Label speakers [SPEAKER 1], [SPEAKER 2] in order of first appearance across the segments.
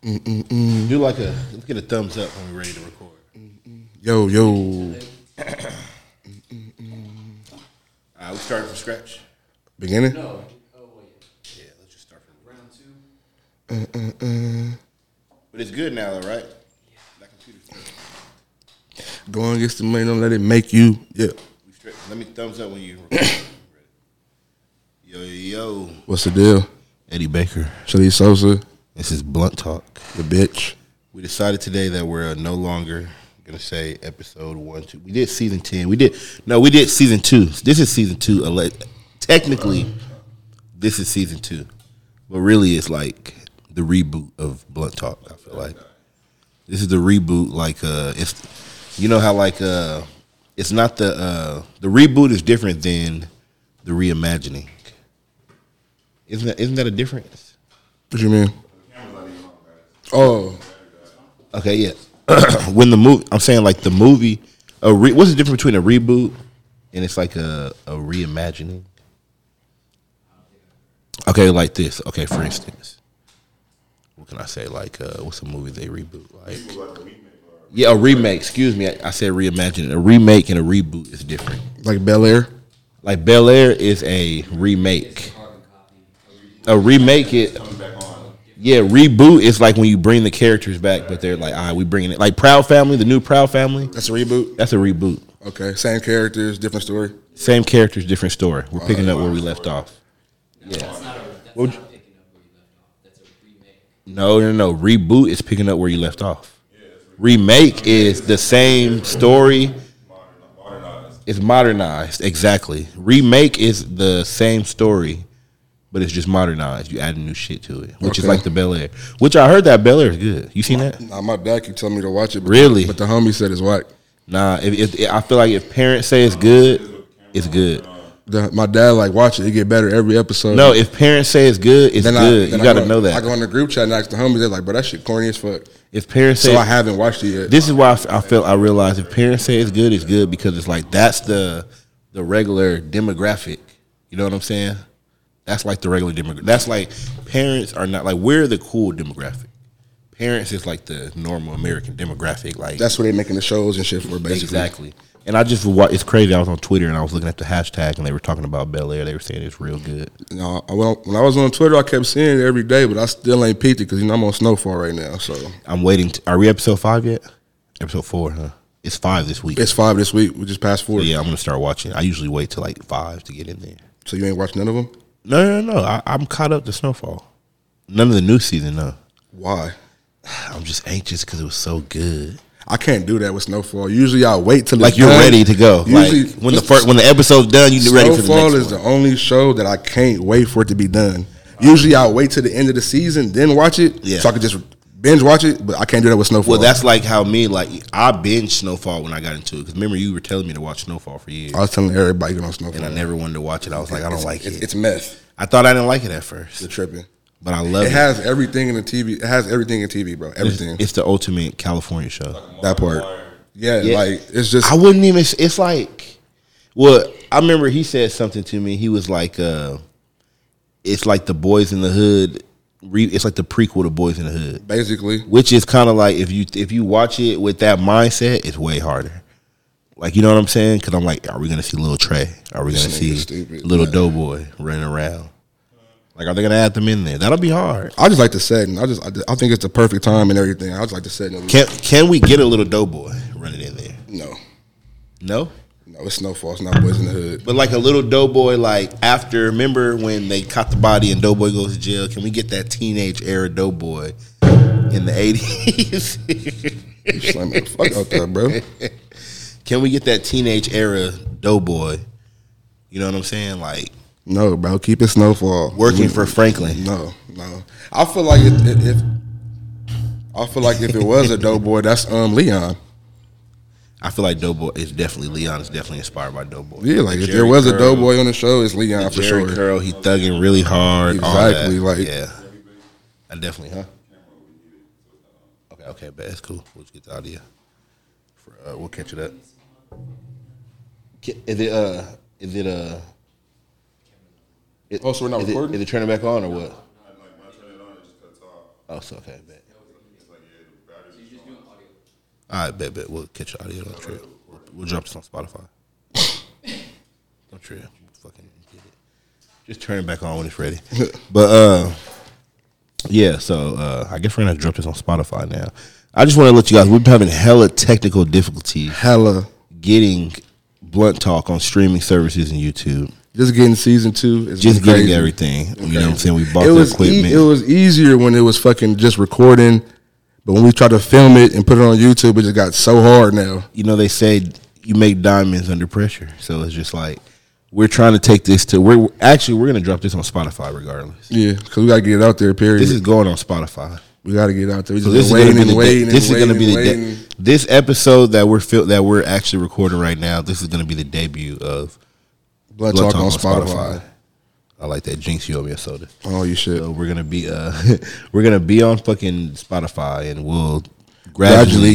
[SPEAKER 1] Do like a let's get a thumbs up when we're ready to record.
[SPEAKER 2] Yo, yo.
[SPEAKER 1] Uh, we started from scratch.
[SPEAKER 2] Beginning?
[SPEAKER 3] No. Oh, wait.
[SPEAKER 1] Yeah, let's just start from.
[SPEAKER 3] Round two.
[SPEAKER 1] But it's good now, though, right? That computer's good.
[SPEAKER 2] Go and get some money. Don't let it make you. Yeah.
[SPEAKER 1] We straight. Let me thumbs up when you. record. yo yo,
[SPEAKER 2] What's the deal?
[SPEAKER 1] Eddie Baker.
[SPEAKER 2] Shelly Sosa,
[SPEAKER 1] This is blunt talk.
[SPEAKER 2] the bitch.
[SPEAKER 1] We decided today that we're no longer gonna say episode one, two. We did season ten. We did no, we did season two. This is season two. ele- Technically, this is season two, but really, it's like the reboot of Blunt Talk. I feel like this is the reboot. Like, uh, it's you know how like uh, it's not the uh, the reboot is different than the reimagining. Isn't that, isn't that a difference?
[SPEAKER 2] What you mean? Oh,
[SPEAKER 1] Okay, yeah. when the movie, I'm saying like the movie, a re, what's the difference between a reboot and it's like a, a reimagining? Okay, like this. Okay, for instance, what can I say? Like, uh, what's a movie they reboot? Like, yeah, a remake. Excuse me, I, I said reimagining. A remake and a reboot is different.
[SPEAKER 2] like Bel Air?
[SPEAKER 1] Like Bel Air is a remake. A remake it. Yeah, reboot is like when you bring the characters back, but they're like, ah, we bringing it. Like Proud Family, the new Proud Family.
[SPEAKER 2] That's a reboot?
[SPEAKER 1] That's a reboot.
[SPEAKER 2] Okay. Same characters, different story.
[SPEAKER 1] Same characters, different story. We're picking up where we left off.
[SPEAKER 3] That's not a. That's
[SPEAKER 1] Would
[SPEAKER 3] not picking up where you left off. That's a remake.
[SPEAKER 1] No, no, no. Reboot is picking up where you left off. Remake is the same story. It's modernized exactly. Remake is the same story, but it's just modernized. You add new shit to it, which is
[SPEAKER 2] Okay.
[SPEAKER 1] like the Bel Air. Which I heard that Bel Air is good. You seen that?
[SPEAKER 2] Nah, my dad keep telling me to watch it. But
[SPEAKER 1] Really?
[SPEAKER 2] But the homie said it's whack.
[SPEAKER 1] Nah. If, if, I feel like if parents say it's good, it's good.
[SPEAKER 2] The, my dad like watch it. It get better every episode.
[SPEAKER 1] No, if parents say it's good, it's good.
[SPEAKER 2] Mm-hmm. then
[SPEAKER 1] You got to
[SPEAKER 2] go-
[SPEAKER 1] know
[SPEAKER 2] I
[SPEAKER 1] that.
[SPEAKER 2] go in the group chat and ask the homies. They're like, bro, that shit corny as fuck.
[SPEAKER 1] If parents say
[SPEAKER 2] So I haven't watched it yet.
[SPEAKER 1] This is why I f- I felt I realized if parents say it's good, it's good because it's like that's the the regular demographic. You know what I'm saying? That's like the regular demographic. That's like parents are not like we're the cool demographic. Parents is like the normal American demographic. Like
[SPEAKER 2] That's what they making the shows and shit for, basically.
[SPEAKER 1] exactly. And I just wa- it's crazy. I was on Twitter and I was looking at the hashtag and they were talking about Bel Air. They were saying it's real good.
[SPEAKER 2] No, I, well, when I was on Twitter, I kept seeing it every day, but I still ain't peeped it because you know I'm on snowfall right now. So
[SPEAKER 1] I'm waiting. To, are we episode five yet? Episode four, huh? It's five this week.
[SPEAKER 2] it's five this week. We just passed four,
[SPEAKER 1] yeah, I'm gonna start watching. I usually wait till like five to get in there.
[SPEAKER 2] so you ain't watched none of them.
[SPEAKER 1] No, no, no. I, I'm caught up to Snowfall. None of the new season, no.
[SPEAKER 2] Why?
[SPEAKER 1] I'm just anxious because it was so good.
[SPEAKER 2] I can't do that with snowfall. Usually, I wait till
[SPEAKER 1] Like
[SPEAKER 2] it's
[SPEAKER 1] you're
[SPEAKER 2] done.
[SPEAKER 1] ready to go.
[SPEAKER 2] Usually-
[SPEAKER 1] Like when the first when the episode's done, you're ready for the
[SPEAKER 2] Snowfall
[SPEAKER 1] next
[SPEAKER 2] is
[SPEAKER 1] one.
[SPEAKER 2] the only show that I can't wait for it to be done. Usually, I wait till the end of the season, then watch it,
[SPEAKER 1] Yeah.
[SPEAKER 2] so I can just binge watch it. But I can't do that with snowfall.
[SPEAKER 1] Well, that's like how me like I binge Snowfall when I got into it because remember you were telling me to watch Snowfall for years.
[SPEAKER 2] I was telling everybody you're on snowfall.
[SPEAKER 1] and I never wanted to watch it. I was like, I don't
[SPEAKER 2] it's,
[SPEAKER 1] like
[SPEAKER 2] it's,
[SPEAKER 1] it.
[SPEAKER 2] It's meth.
[SPEAKER 1] I thought I didn't like it at
[SPEAKER 2] You're
[SPEAKER 1] first,
[SPEAKER 2] tripping.
[SPEAKER 1] but I love
[SPEAKER 2] It
[SPEAKER 1] it.
[SPEAKER 2] has everything in the TV. It has everything in TV, bro.
[SPEAKER 1] it's,
[SPEAKER 2] Everything.
[SPEAKER 1] it's the ultimate California show.
[SPEAKER 2] that part. Yeah,
[SPEAKER 1] Yeah.
[SPEAKER 2] like it's just
[SPEAKER 1] I wouldn't even. It's like, well, I remember he said something to me. He was like, uh, "It's like the Boys in the Hood. Re, it's like the prequel to Boys in the Hood,
[SPEAKER 2] basically
[SPEAKER 1] which is kind of like if you if you watch it with that mindset, it's way harder. Like you know what I'm saying? Because I'm like, are we gonna see Little Trey? Are we gonna
[SPEAKER 2] nigga
[SPEAKER 1] see
[SPEAKER 2] stupid,
[SPEAKER 1] Little
[SPEAKER 2] man.
[SPEAKER 1] Doughboy running around? Like, are they gonna add them in there? That'll be hard.
[SPEAKER 2] I just like the setting. I just I, I think it's the perfect time and everything. I just like the setting.
[SPEAKER 1] Can can we get a Little Doughboy running in there?
[SPEAKER 2] no,
[SPEAKER 1] No.
[SPEAKER 2] no, it's snowfall. It's not boys in the hood.
[SPEAKER 1] But like a little Doughboy, like after, remember when they caught the body and Doughboy goes to jail? Can we get that teenage era Doughboy in the eighties?
[SPEAKER 2] You slam the fuck out there, bro.
[SPEAKER 1] Can we get that teenage era Doughboy? You know what I'm saying? Like
[SPEAKER 2] No, bro. Keep it snowfall.
[SPEAKER 1] working for Franklin.
[SPEAKER 2] No, no. I feel like if, if, if I feel like if it was a dope boy, that's um Leon.
[SPEAKER 1] I feel like Doughboy is definitely Leon is definitely inspired by Doughboy.
[SPEAKER 2] Yeah, like if
[SPEAKER 1] Jerry
[SPEAKER 2] there was a
[SPEAKER 1] Curl,
[SPEAKER 2] dope boy on the show, it's Leon for
[SPEAKER 1] Jerry
[SPEAKER 2] sure.
[SPEAKER 1] Curl, he thugging really hard.
[SPEAKER 2] Exactly,
[SPEAKER 1] Exactly.
[SPEAKER 2] like-
[SPEAKER 1] Like yeah, I definitely, huh? Okay, okay, but that's cool. Let's get the idea. For, uh, we'll catch it up. Ki- Is it uh? Is it uh? It,
[SPEAKER 2] Oh, so we're not
[SPEAKER 1] is
[SPEAKER 2] recording?
[SPEAKER 1] It, is it turning back on or what? Oh, so okay, bet. All right, bet, bet. We'll catch your audio. Don't trip. We'll, we'll drop this on Spotify. don't trip. Fucking get it. Just turn it back on when it's ready. but uh, yeah. So uh, I guess we're gonna drop this on Spotify now. I just want to let you guys. We've been having hella technical difficulties
[SPEAKER 2] Hella.
[SPEAKER 1] getting blunt talk on streaming services and YouTube.
[SPEAKER 2] Just getting season two. It's
[SPEAKER 1] Just
[SPEAKER 2] been
[SPEAKER 1] getting
[SPEAKER 2] crazy.
[SPEAKER 1] everything. You know what I'm saying? We bought
[SPEAKER 2] it
[SPEAKER 1] the
[SPEAKER 2] was
[SPEAKER 1] equipment.
[SPEAKER 2] E- it was easier when it was fucking just recording, but when we tried to film it and put it on YouTube, it just got so hard now.
[SPEAKER 1] you know they say you make diamonds under pressure so it's just like we're trying to take this to we're actually we're gonna drop this on spotify regardless
[SPEAKER 2] Yeah, because we gotta get it out there. Period.
[SPEAKER 1] this is going on spotify
[SPEAKER 2] we gotta get it out there. We
[SPEAKER 1] so
[SPEAKER 2] just
[SPEAKER 1] this is
[SPEAKER 2] been
[SPEAKER 1] gonna
[SPEAKER 2] waiting
[SPEAKER 1] be the day,
[SPEAKER 2] and waiting. and
[SPEAKER 1] this is gonna
[SPEAKER 2] waiting
[SPEAKER 1] be the
[SPEAKER 2] and
[SPEAKER 1] day,
[SPEAKER 2] waiting.
[SPEAKER 1] this episode that we're fil- that we're actually recording right now this is gonna be the debut of
[SPEAKER 2] Blood,
[SPEAKER 1] Blood
[SPEAKER 2] Talk, on Spotify.
[SPEAKER 1] i like that jinx you owe me a soda
[SPEAKER 2] Oh, you should.
[SPEAKER 1] so we're gonna be uh we're gonna be on fucking spotify and we'll
[SPEAKER 2] Gradually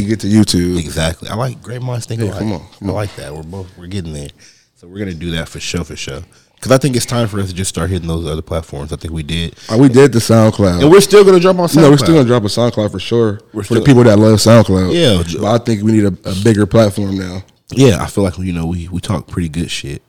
[SPEAKER 1] gradually
[SPEAKER 2] get to YouTube.
[SPEAKER 1] Exactly. I like great minds think alike.
[SPEAKER 2] come on, come
[SPEAKER 1] I like that. We're both we're getting there. So we're gonna do that for sure, for sure. Because I think it's time for us to just start hitting those other platforms. I think we did,
[SPEAKER 2] Oh, we did the SoundCloud.
[SPEAKER 1] and we're still gonna jump on. SoundCloud.
[SPEAKER 2] No, we're still gonna drop a SoundCloud for sure
[SPEAKER 1] We're
[SPEAKER 2] for the
[SPEAKER 1] still-
[SPEAKER 2] people that love SoundCloud.
[SPEAKER 1] Yeah.
[SPEAKER 2] but I think we need a, a bigger platform now,
[SPEAKER 1] yeah. I feel like you know we we talk pretty good shit.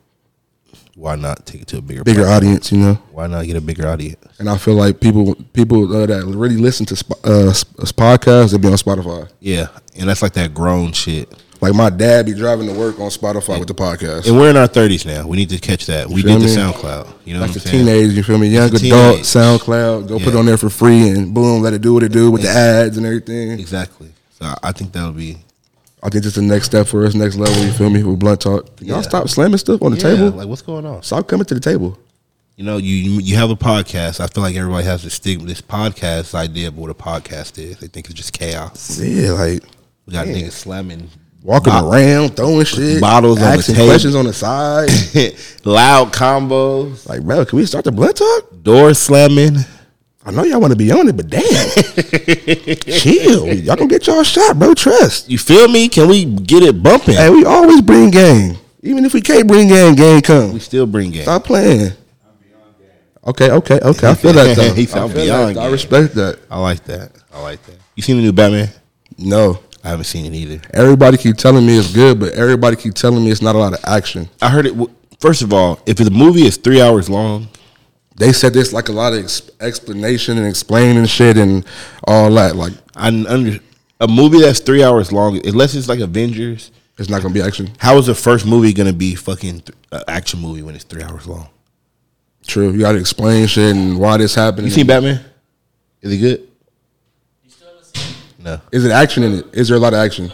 [SPEAKER 1] Why not take it to a bigger
[SPEAKER 2] bigger
[SPEAKER 1] platform?
[SPEAKER 2] audience, you know.
[SPEAKER 1] Why not get a bigger audience?
[SPEAKER 2] And I feel like people people uh, that really listen to sp- uh, s- podcasts, they be on Spotify.
[SPEAKER 1] Yeah, and that's like that grown shit.
[SPEAKER 2] Like my dad be driving to work on Spotify with the podcast.
[SPEAKER 1] And we're in our thirties now. We need to catch that. We
[SPEAKER 2] Feel
[SPEAKER 1] did the
[SPEAKER 2] me?
[SPEAKER 1] SoundCloud. You know
[SPEAKER 2] like
[SPEAKER 1] what
[SPEAKER 2] the
[SPEAKER 1] I'm saying?
[SPEAKER 2] teenage, you feel me? Young
[SPEAKER 1] It's a
[SPEAKER 2] adult,
[SPEAKER 1] teenage.
[SPEAKER 2] SoundCloud, go put it
[SPEAKER 1] Yeah.
[SPEAKER 2] on there for free and boom, let it do what it do with the ads and everything.
[SPEAKER 1] Exactly. So I- I think that'll be
[SPEAKER 2] I think it's the next step for us, next level, you feel me? With blunt talk. Y'all
[SPEAKER 1] Yeah.
[SPEAKER 2] stop slamming stuff on the
[SPEAKER 1] Yeah,
[SPEAKER 2] table.
[SPEAKER 1] Like what's going on?
[SPEAKER 2] Stop coming to the table.
[SPEAKER 1] You know, you you have a podcast. I feel like everybody has this stigma, this podcast idea of what a podcast is. They think it's just chaos.
[SPEAKER 2] Yeah, like
[SPEAKER 1] We got niggas slamming
[SPEAKER 2] walking
[SPEAKER 1] bo-
[SPEAKER 2] around, throwing shit,
[SPEAKER 1] Bottles on the
[SPEAKER 2] asking
[SPEAKER 1] table.
[SPEAKER 2] questions on the side.
[SPEAKER 1] loud combos,
[SPEAKER 2] like, bro, can we start the blunt talk?
[SPEAKER 1] door slamming.
[SPEAKER 2] I know y'all want to be on it, but damn, chill. Y'all gonna get y'all shot, bro. Trust.
[SPEAKER 1] You feel me? Can we get it bumping?
[SPEAKER 2] Hey, we always bring game. Even if we can't bring game, game
[SPEAKER 1] We
[SPEAKER 2] comes.
[SPEAKER 1] still bring game.
[SPEAKER 2] Stop playing. Okay, okay, okay. I feel that though.
[SPEAKER 1] He said,
[SPEAKER 2] I,
[SPEAKER 1] "I'm
[SPEAKER 2] feel
[SPEAKER 1] beyond
[SPEAKER 2] that. I
[SPEAKER 1] game."
[SPEAKER 2] respect that.
[SPEAKER 1] I like that. I like that. You seen the new Batman?
[SPEAKER 2] No,
[SPEAKER 1] I haven't seen it either.
[SPEAKER 2] everybody keep telling me it's good, but everybody keep telling me it's not a lot of action.
[SPEAKER 1] I heard it. w- First of all, if the movie is three hours long,
[SPEAKER 2] They said there's like a lot of ex- explanation and explaining shit and all that. Like
[SPEAKER 1] I under a movie that's three hours long, unless it's like Avengers.
[SPEAKER 2] it's not gonna be action.
[SPEAKER 1] How is the first movie gonna be fucking th- uh, action movie when it's three hours long?
[SPEAKER 2] True, you gotta explain shit and why this happened.
[SPEAKER 1] You seen Batman? Is it good?
[SPEAKER 3] You still haven't seen it?
[SPEAKER 1] No,
[SPEAKER 2] Is it action in it? Is there a lot of action?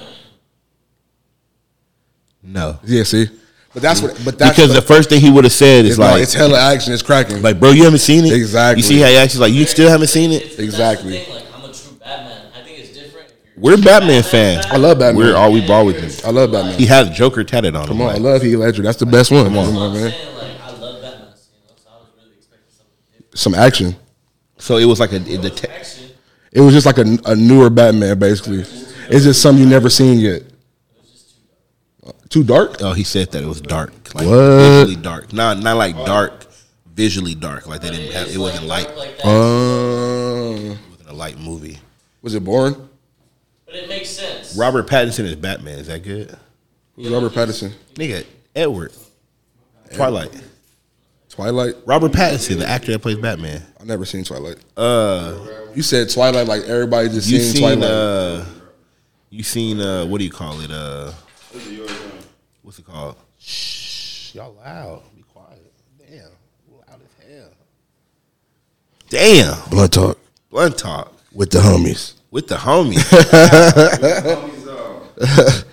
[SPEAKER 1] no.
[SPEAKER 2] Yeah, see, but that's what. But that's
[SPEAKER 1] because the, first thing he would have said is
[SPEAKER 2] it's
[SPEAKER 1] like,
[SPEAKER 2] like it's hella action. It's cracking.
[SPEAKER 1] like, bro, you haven't seen it.
[SPEAKER 2] Exactly.
[SPEAKER 1] You see how he actually like, you still haven't seen it.
[SPEAKER 3] It's- that's
[SPEAKER 2] Exactly.
[SPEAKER 3] the thing, like, I'm a true Batman. I think it's different. if you're-
[SPEAKER 1] We're Batman fans.
[SPEAKER 2] I love Batman.
[SPEAKER 1] We're all we ball with him.
[SPEAKER 2] I love Batman.
[SPEAKER 1] He has Joker tatted on him.
[SPEAKER 2] Come on, I
[SPEAKER 1] like,
[SPEAKER 2] love Heath Ledger. That's the best one. Come on,
[SPEAKER 3] That's what I'm
[SPEAKER 2] man.
[SPEAKER 3] saying. Like, I love Batman, you know, so I was really expecting something different.
[SPEAKER 2] Some action.
[SPEAKER 1] so it was like a it, the
[SPEAKER 3] It was
[SPEAKER 1] te-
[SPEAKER 3] action.
[SPEAKER 2] It was just like a, a newer Batman, basically. It's just something you never seen yet. Too dark.
[SPEAKER 1] oh he said that it was dark, like
[SPEAKER 2] What?
[SPEAKER 1] visually dark. Not not like dark, visually dark. Like they didn't have it wasn't light.
[SPEAKER 3] dark
[SPEAKER 1] It
[SPEAKER 3] Like
[SPEAKER 2] Uh,
[SPEAKER 3] that.
[SPEAKER 1] wasn't a light movie.
[SPEAKER 2] was it boring?
[SPEAKER 3] but it makes sense.
[SPEAKER 1] Robert Pattinson is Batman. Is that good?
[SPEAKER 2] Who's Robert Pattinson?
[SPEAKER 1] Nigga, Edward. Twilight.
[SPEAKER 2] Twilight.
[SPEAKER 1] Robert Pattinson, the actor that plays Batman.
[SPEAKER 2] I've never seen Twilight. Uh, you said Twilight like everybody just seen,
[SPEAKER 1] You seen
[SPEAKER 2] Twilight.
[SPEAKER 1] uh you seen uh what do you call it? Uh what's it called? Shh y'all loud. Be quiet. Damn. Loud as hell. Damn.
[SPEAKER 2] Blood talk
[SPEAKER 1] Blunt talk.
[SPEAKER 2] with the homies.
[SPEAKER 1] With the homie.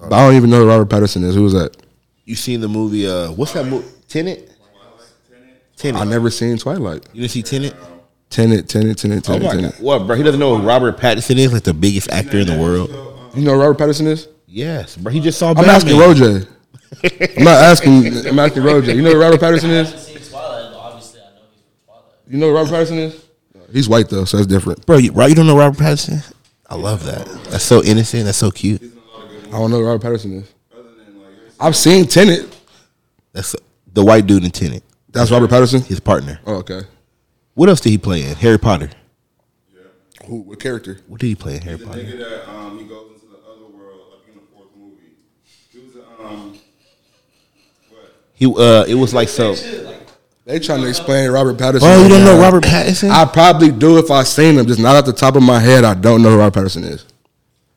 [SPEAKER 2] But I don't even know who Robert Pattinson is. Who was that?
[SPEAKER 1] you seen the movie uh what's that movie? Tenet?
[SPEAKER 2] I
[SPEAKER 1] Tenet.
[SPEAKER 2] never seen Twilight.
[SPEAKER 1] You didn't see Tenet?
[SPEAKER 2] Tenet, Tenet, Tenet,
[SPEAKER 1] Oh
[SPEAKER 2] Tenet,
[SPEAKER 1] my
[SPEAKER 2] Tenet.
[SPEAKER 1] god. What bro? He doesn't know who Robert Pattinson is, like the biggest actor in the world.
[SPEAKER 2] You know who Robert Pattinson is?
[SPEAKER 1] Yes, bro. He just saw.
[SPEAKER 2] I'm
[SPEAKER 1] Batman.
[SPEAKER 2] asking Roj. I'm not asking. I'm asking Roj. You know who Robert Patterson
[SPEAKER 3] I
[SPEAKER 2] is?
[SPEAKER 3] haven't seen Twilight, but obviously I know he's from Twilight.
[SPEAKER 2] You know who Robert Patterson is? He's white though, so that's different.
[SPEAKER 1] bro. You, right? You don't know Robert Pattinson? I love that. That's so innocent. That's so cute.
[SPEAKER 2] I don't know who Robert Patterson is. I've seen Tenet.
[SPEAKER 1] That's the white dude in Tenet,
[SPEAKER 2] That's Robert Patterson.
[SPEAKER 1] his partner.
[SPEAKER 2] Oh, okay.
[SPEAKER 1] What else did he play in? Harry Potter.
[SPEAKER 2] Who? What character?
[SPEAKER 1] What did he play in Harry Potter?
[SPEAKER 4] Nigga that um he goes into the
[SPEAKER 5] um,
[SPEAKER 1] He uh, it was like so.
[SPEAKER 2] They trying to explain Robert Patterson.
[SPEAKER 1] Oh, you don't know
[SPEAKER 2] now.
[SPEAKER 1] Robert Pattinson?
[SPEAKER 2] I probably do if I seen him, just not at the top of my head. I don't know who Robert Patterson is.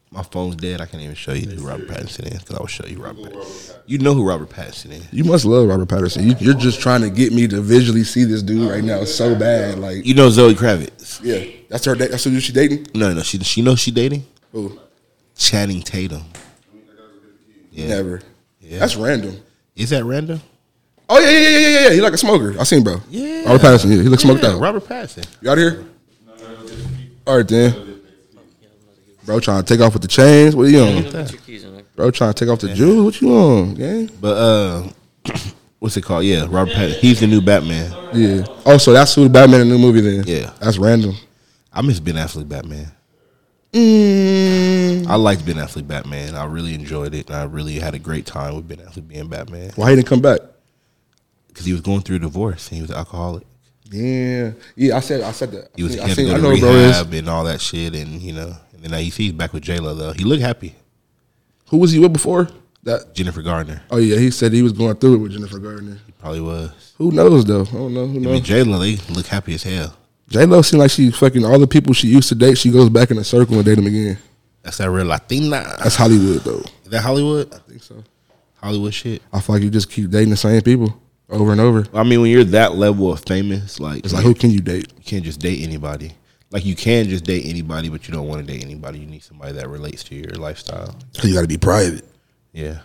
[SPEAKER 1] My phone's dead. I can't even show you who Robert Pattinson is because I will show you Robert. Pattinson. You know who Robert Pattinson is.
[SPEAKER 2] You must love Robert Patterson. You, you're just trying to get me to visually see this dude right now so bad. Like,
[SPEAKER 1] You know Zoe Kravitz.
[SPEAKER 2] yeah, that's her. da- That's who she dating.
[SPEAKER 1] No, no, she she knows she dating
[SPEAKER 2] Ooh,
[SPEAKER 1] Channing Tatum. Yeah.
[SPEAKER 2] never.
[SPEAKER 1] Yeah.
[SPEAKER 2] That's random.
[SPEAKER 1] Is that random?
[SPEAKER 2] Oh yeah, yeah, yeah, yeah, yeah, yeah. He like a smoker. I seen bro.
[SPEAKER 1] Yeah.
[SPEAKER 2] Robert Patterson. Yeah, he look smoked
[SPEAKER 1] Yeah,
[SPEAKER 2] out.
[SPEAKER 1] Robert Pattinson.
[SPEAKER 2] You out of here? All right then. Bro, trying to take off with the chains. What are you on?
[SPEAKER 3] Put your keys in there.
[SPEAKER 2] Bro, trying to take off the jewels. What you on? Gang?
[SPEAKER 1] But uh, what's it called? Yeah, Robert Pattinson. He's the new Batman.
[SPEAKER 2] Yeah. Oh, so that's who the Batman in the new movie then?
[SPEAKER 1] Yeah.
[SPEAKER 2] That's random.
[SPEAKER 1] I miss Ben Affleck Batman.
[SPEAKER 2] Mm.
[SPEAKER 1] I liked Ben Affleck Batman. I really enjoyed it, and I really had a great time with Ben Affleck being Batman
[SPEAKER 2] Why he didn't come back?
[SPEAKER 1] because he was going through a divorce and he was an alcoholic.
[SPEAKER 2] Yeah. Yeah, I said I said that.
[SPEAKER 1] He was
[SPEAKER 2] I
[SPEAKER 1] kept
[SPEAKER 2] seen, I
[SPEAKER 1] going
[SPEAKER 2] know
[SPEAKER 1] to
[SPEAKER 2] who bro is.
[SPEAKER 1] rehab and all that shit, and you know, and then now you see he's back with J Lo though. He looked happy.
[SPEAKER 2] Who was he with before? That
[SPEAKER 1] Jennifer Gardner,
[SPEAKER 2] oh yeah, he said he was going through it with Jennifer Gardner.
[SPEAKER 1] he probably was.
[SPEAKER 2] Who knows though? I don't know. Who
[SPEAKER 1] I mean,
[SPEAKER 2] knows?
[SPEAKER 1] J Lo, they look happy as hell.
[SPEAKER 2] J Lo seemed like she fucking all the people she used to date, she goes back in a circle and date them again.
[SPEAKER 1] That's that real Latina.
[SPEAKER 2] That's Hollywood though.
[SPEAKER 1] Is that Hollywood?
[SPEAKER 2] I think so.
[SPEAKER 1] Hollywood shit.
[SPEAKER 2] I feel like you just keep dating the same people over and over.
[SPEAKER 1] I mean, when you're that level of famous, like
[SPEAKER 2] It's like who can you date?
[SPEAKER 1] you can't just date anybody. Like you can just date anybody, but you don't want to date anybody. You need somebody that relates to your lifestyle.
[SPEAKER 2] Cause you got to be private.
[SPEAKER 1] Yeah.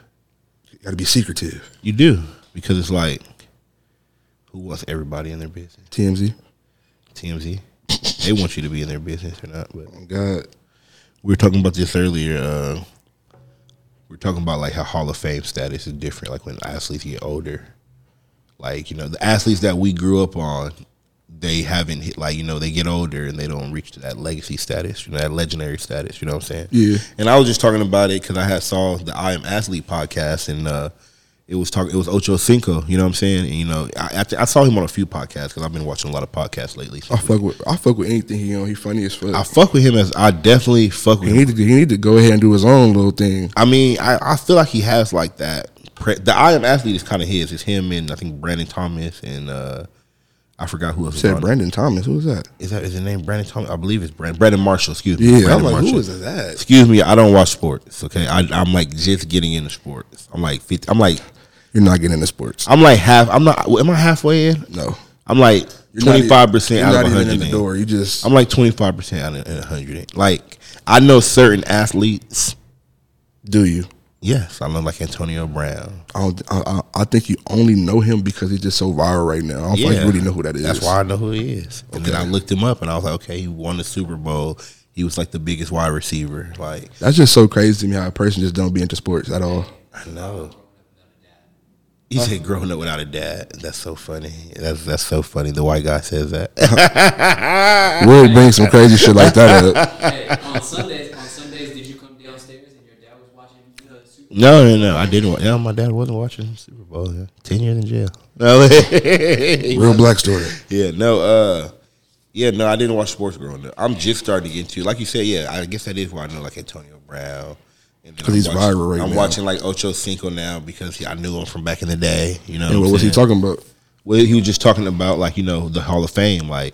[SPEAKER 2] You got to be secretive.
[SPEAKER 1] You do because it's like, who wants everybody in their business?
[SPEAKER 2] TMZ.
[SPEAKER 1] TMZ, they want you to be in their business or not. But
[SPEAKER 2] Oh, God.
[SPEAKER 1] we were talking about this earlier. Uh, we we're talking about like how Hall of Fame status is different. Like when athletes get older, like you know the athletes that we grew up on, they haven't hit like you know they get older and they don't reach to that legacy status, you know that legendary status. You know what I'm saying?
[SPEAKER 2] Yeah.
[SPEAKER 1] And I was just talking about it because I had saw the I Am Athlete podcast and. uh it was talking. It was Ocho Cinco. You know what I'm saying? And, you know, I, I, I saw him on a few podcasts because I've been watching a lot of podcasts lately.
[SPEAKER 2] I fuck with I fuck with anything he on. He funny as fuck.
[SPEAKER 1] I fuck with him as I definitely fuck with
[SPEAKER 2] he
[SPEAKER 1] him.
[SPEAKER 2] need to he need to go ahead and do his own little thing.
[SPEAKER 1] I mean, I, I feel like he has like that. Pre- the I am athlete is kind of his. It's him and I think Brandon Thomas and uh I forgot who else. was
[SPEAKER 2] Said
[SPEAKER 1] on.
[SPEAKER 2] Brandon Thomas. Who was that?
[SPEAKER 1] Is that is his name Brandon Thomas? I believe it's Brandon, Brandon Marshall. Excuse me.
[SPEAKER 2] Yeah,
[SPEAKER 1] Brandon
[SPEAKER 2] I'm like,
[SPEAKER 1] Marshall.
[SPEAKER 2] who is that?
[SPEAKER 1] Excuse me, I don't watch sports. Okay, I, I'm like just getting into sports. I'm like 50, I'm like
[SPEAKER 2] You're not getting into sports.
[SPEAKER 1] I'm like half. I'm not. Am I halfway in?
[SPEAKER 2] No,
[SPEAKER 1] I'm like
[SPEAKER 2] You're not e-
[SPEAKER 1] 25 percent
[SPEAKER 2] You're
[SPEAKER 1] out
[SPEAKER 2] not
[SPEAKER 1] of
[SPEAKER 2] even
[SPEAKER 1] 100.
[SPEAKER 2] in the
[SPEAKER 1] in.
[SPEAKER 2] door. You just
[SPEAKER 1] I'm like 25 percent out of 100. Like I know certain athletes.
[SPEAKER 2] do you.
[SPEAKER 1] Yes, I know like Antonio Brown.
[SPEAKER 2] I, don't, I, I I think you only know him because he's just so viral right now. I don't think you really know who that is.
[SPEAKER 1] That's why I know who he is. And then I
[SPEAKER 2] Okay.
[SPEAKER 1] looked him up, and I was like, okay, he won the Super Bowl. He was like the biggest wide receiver. Like
[SPEAKER 2] That's just so crazy to me how a person just don't be into sports at all.
[SPEAKER 1] I know. He said, "Growing up without a dad." That's so funny. That's that's so funny. The white guy says that. Ah.
[SPEAKER 2] We'll bring some crazy shit like that up.
[SPEAKER 4] Hey, on Sundays, on Sundays, did you come downstairs and your dad was watching the Super
[SPEAKER 1] no, no, no. I didn't. wa- Yeah, my dad wasn't watching the Super Bowl. Yeah. Ten years in jail. No.
[SPEAKER 2] Real black story.
[SPEAKER 1] yeah. No. Uh. Yeah. No. I didn't watch sports growing up. I'm just starting to get into. Like you said. Yeah. I guess that is why I know like Antonio Brown. and then
[SPEAKER 2] 'Cause
[SPEAKER 1] I'm
[SPEAKER 2] he's
[SPEAKER 1] watching-
[SPEAKER 2] viral right
[SPEAKER 1] I'm
[SPEAKER 2] now.
[SPEAKER 1] watching like Ocho Cinco now because he, I knew him from back in the day. You know.
[SPEAKER 2] And what
[SPEAKER 1] I'm
[SPEAKER 2] was he
[SPEAKER 1] saying?
[SPEAKER 2] talking about?
[SPEAKER 1] well, he was just talking about like you know the Hall of Fame. Like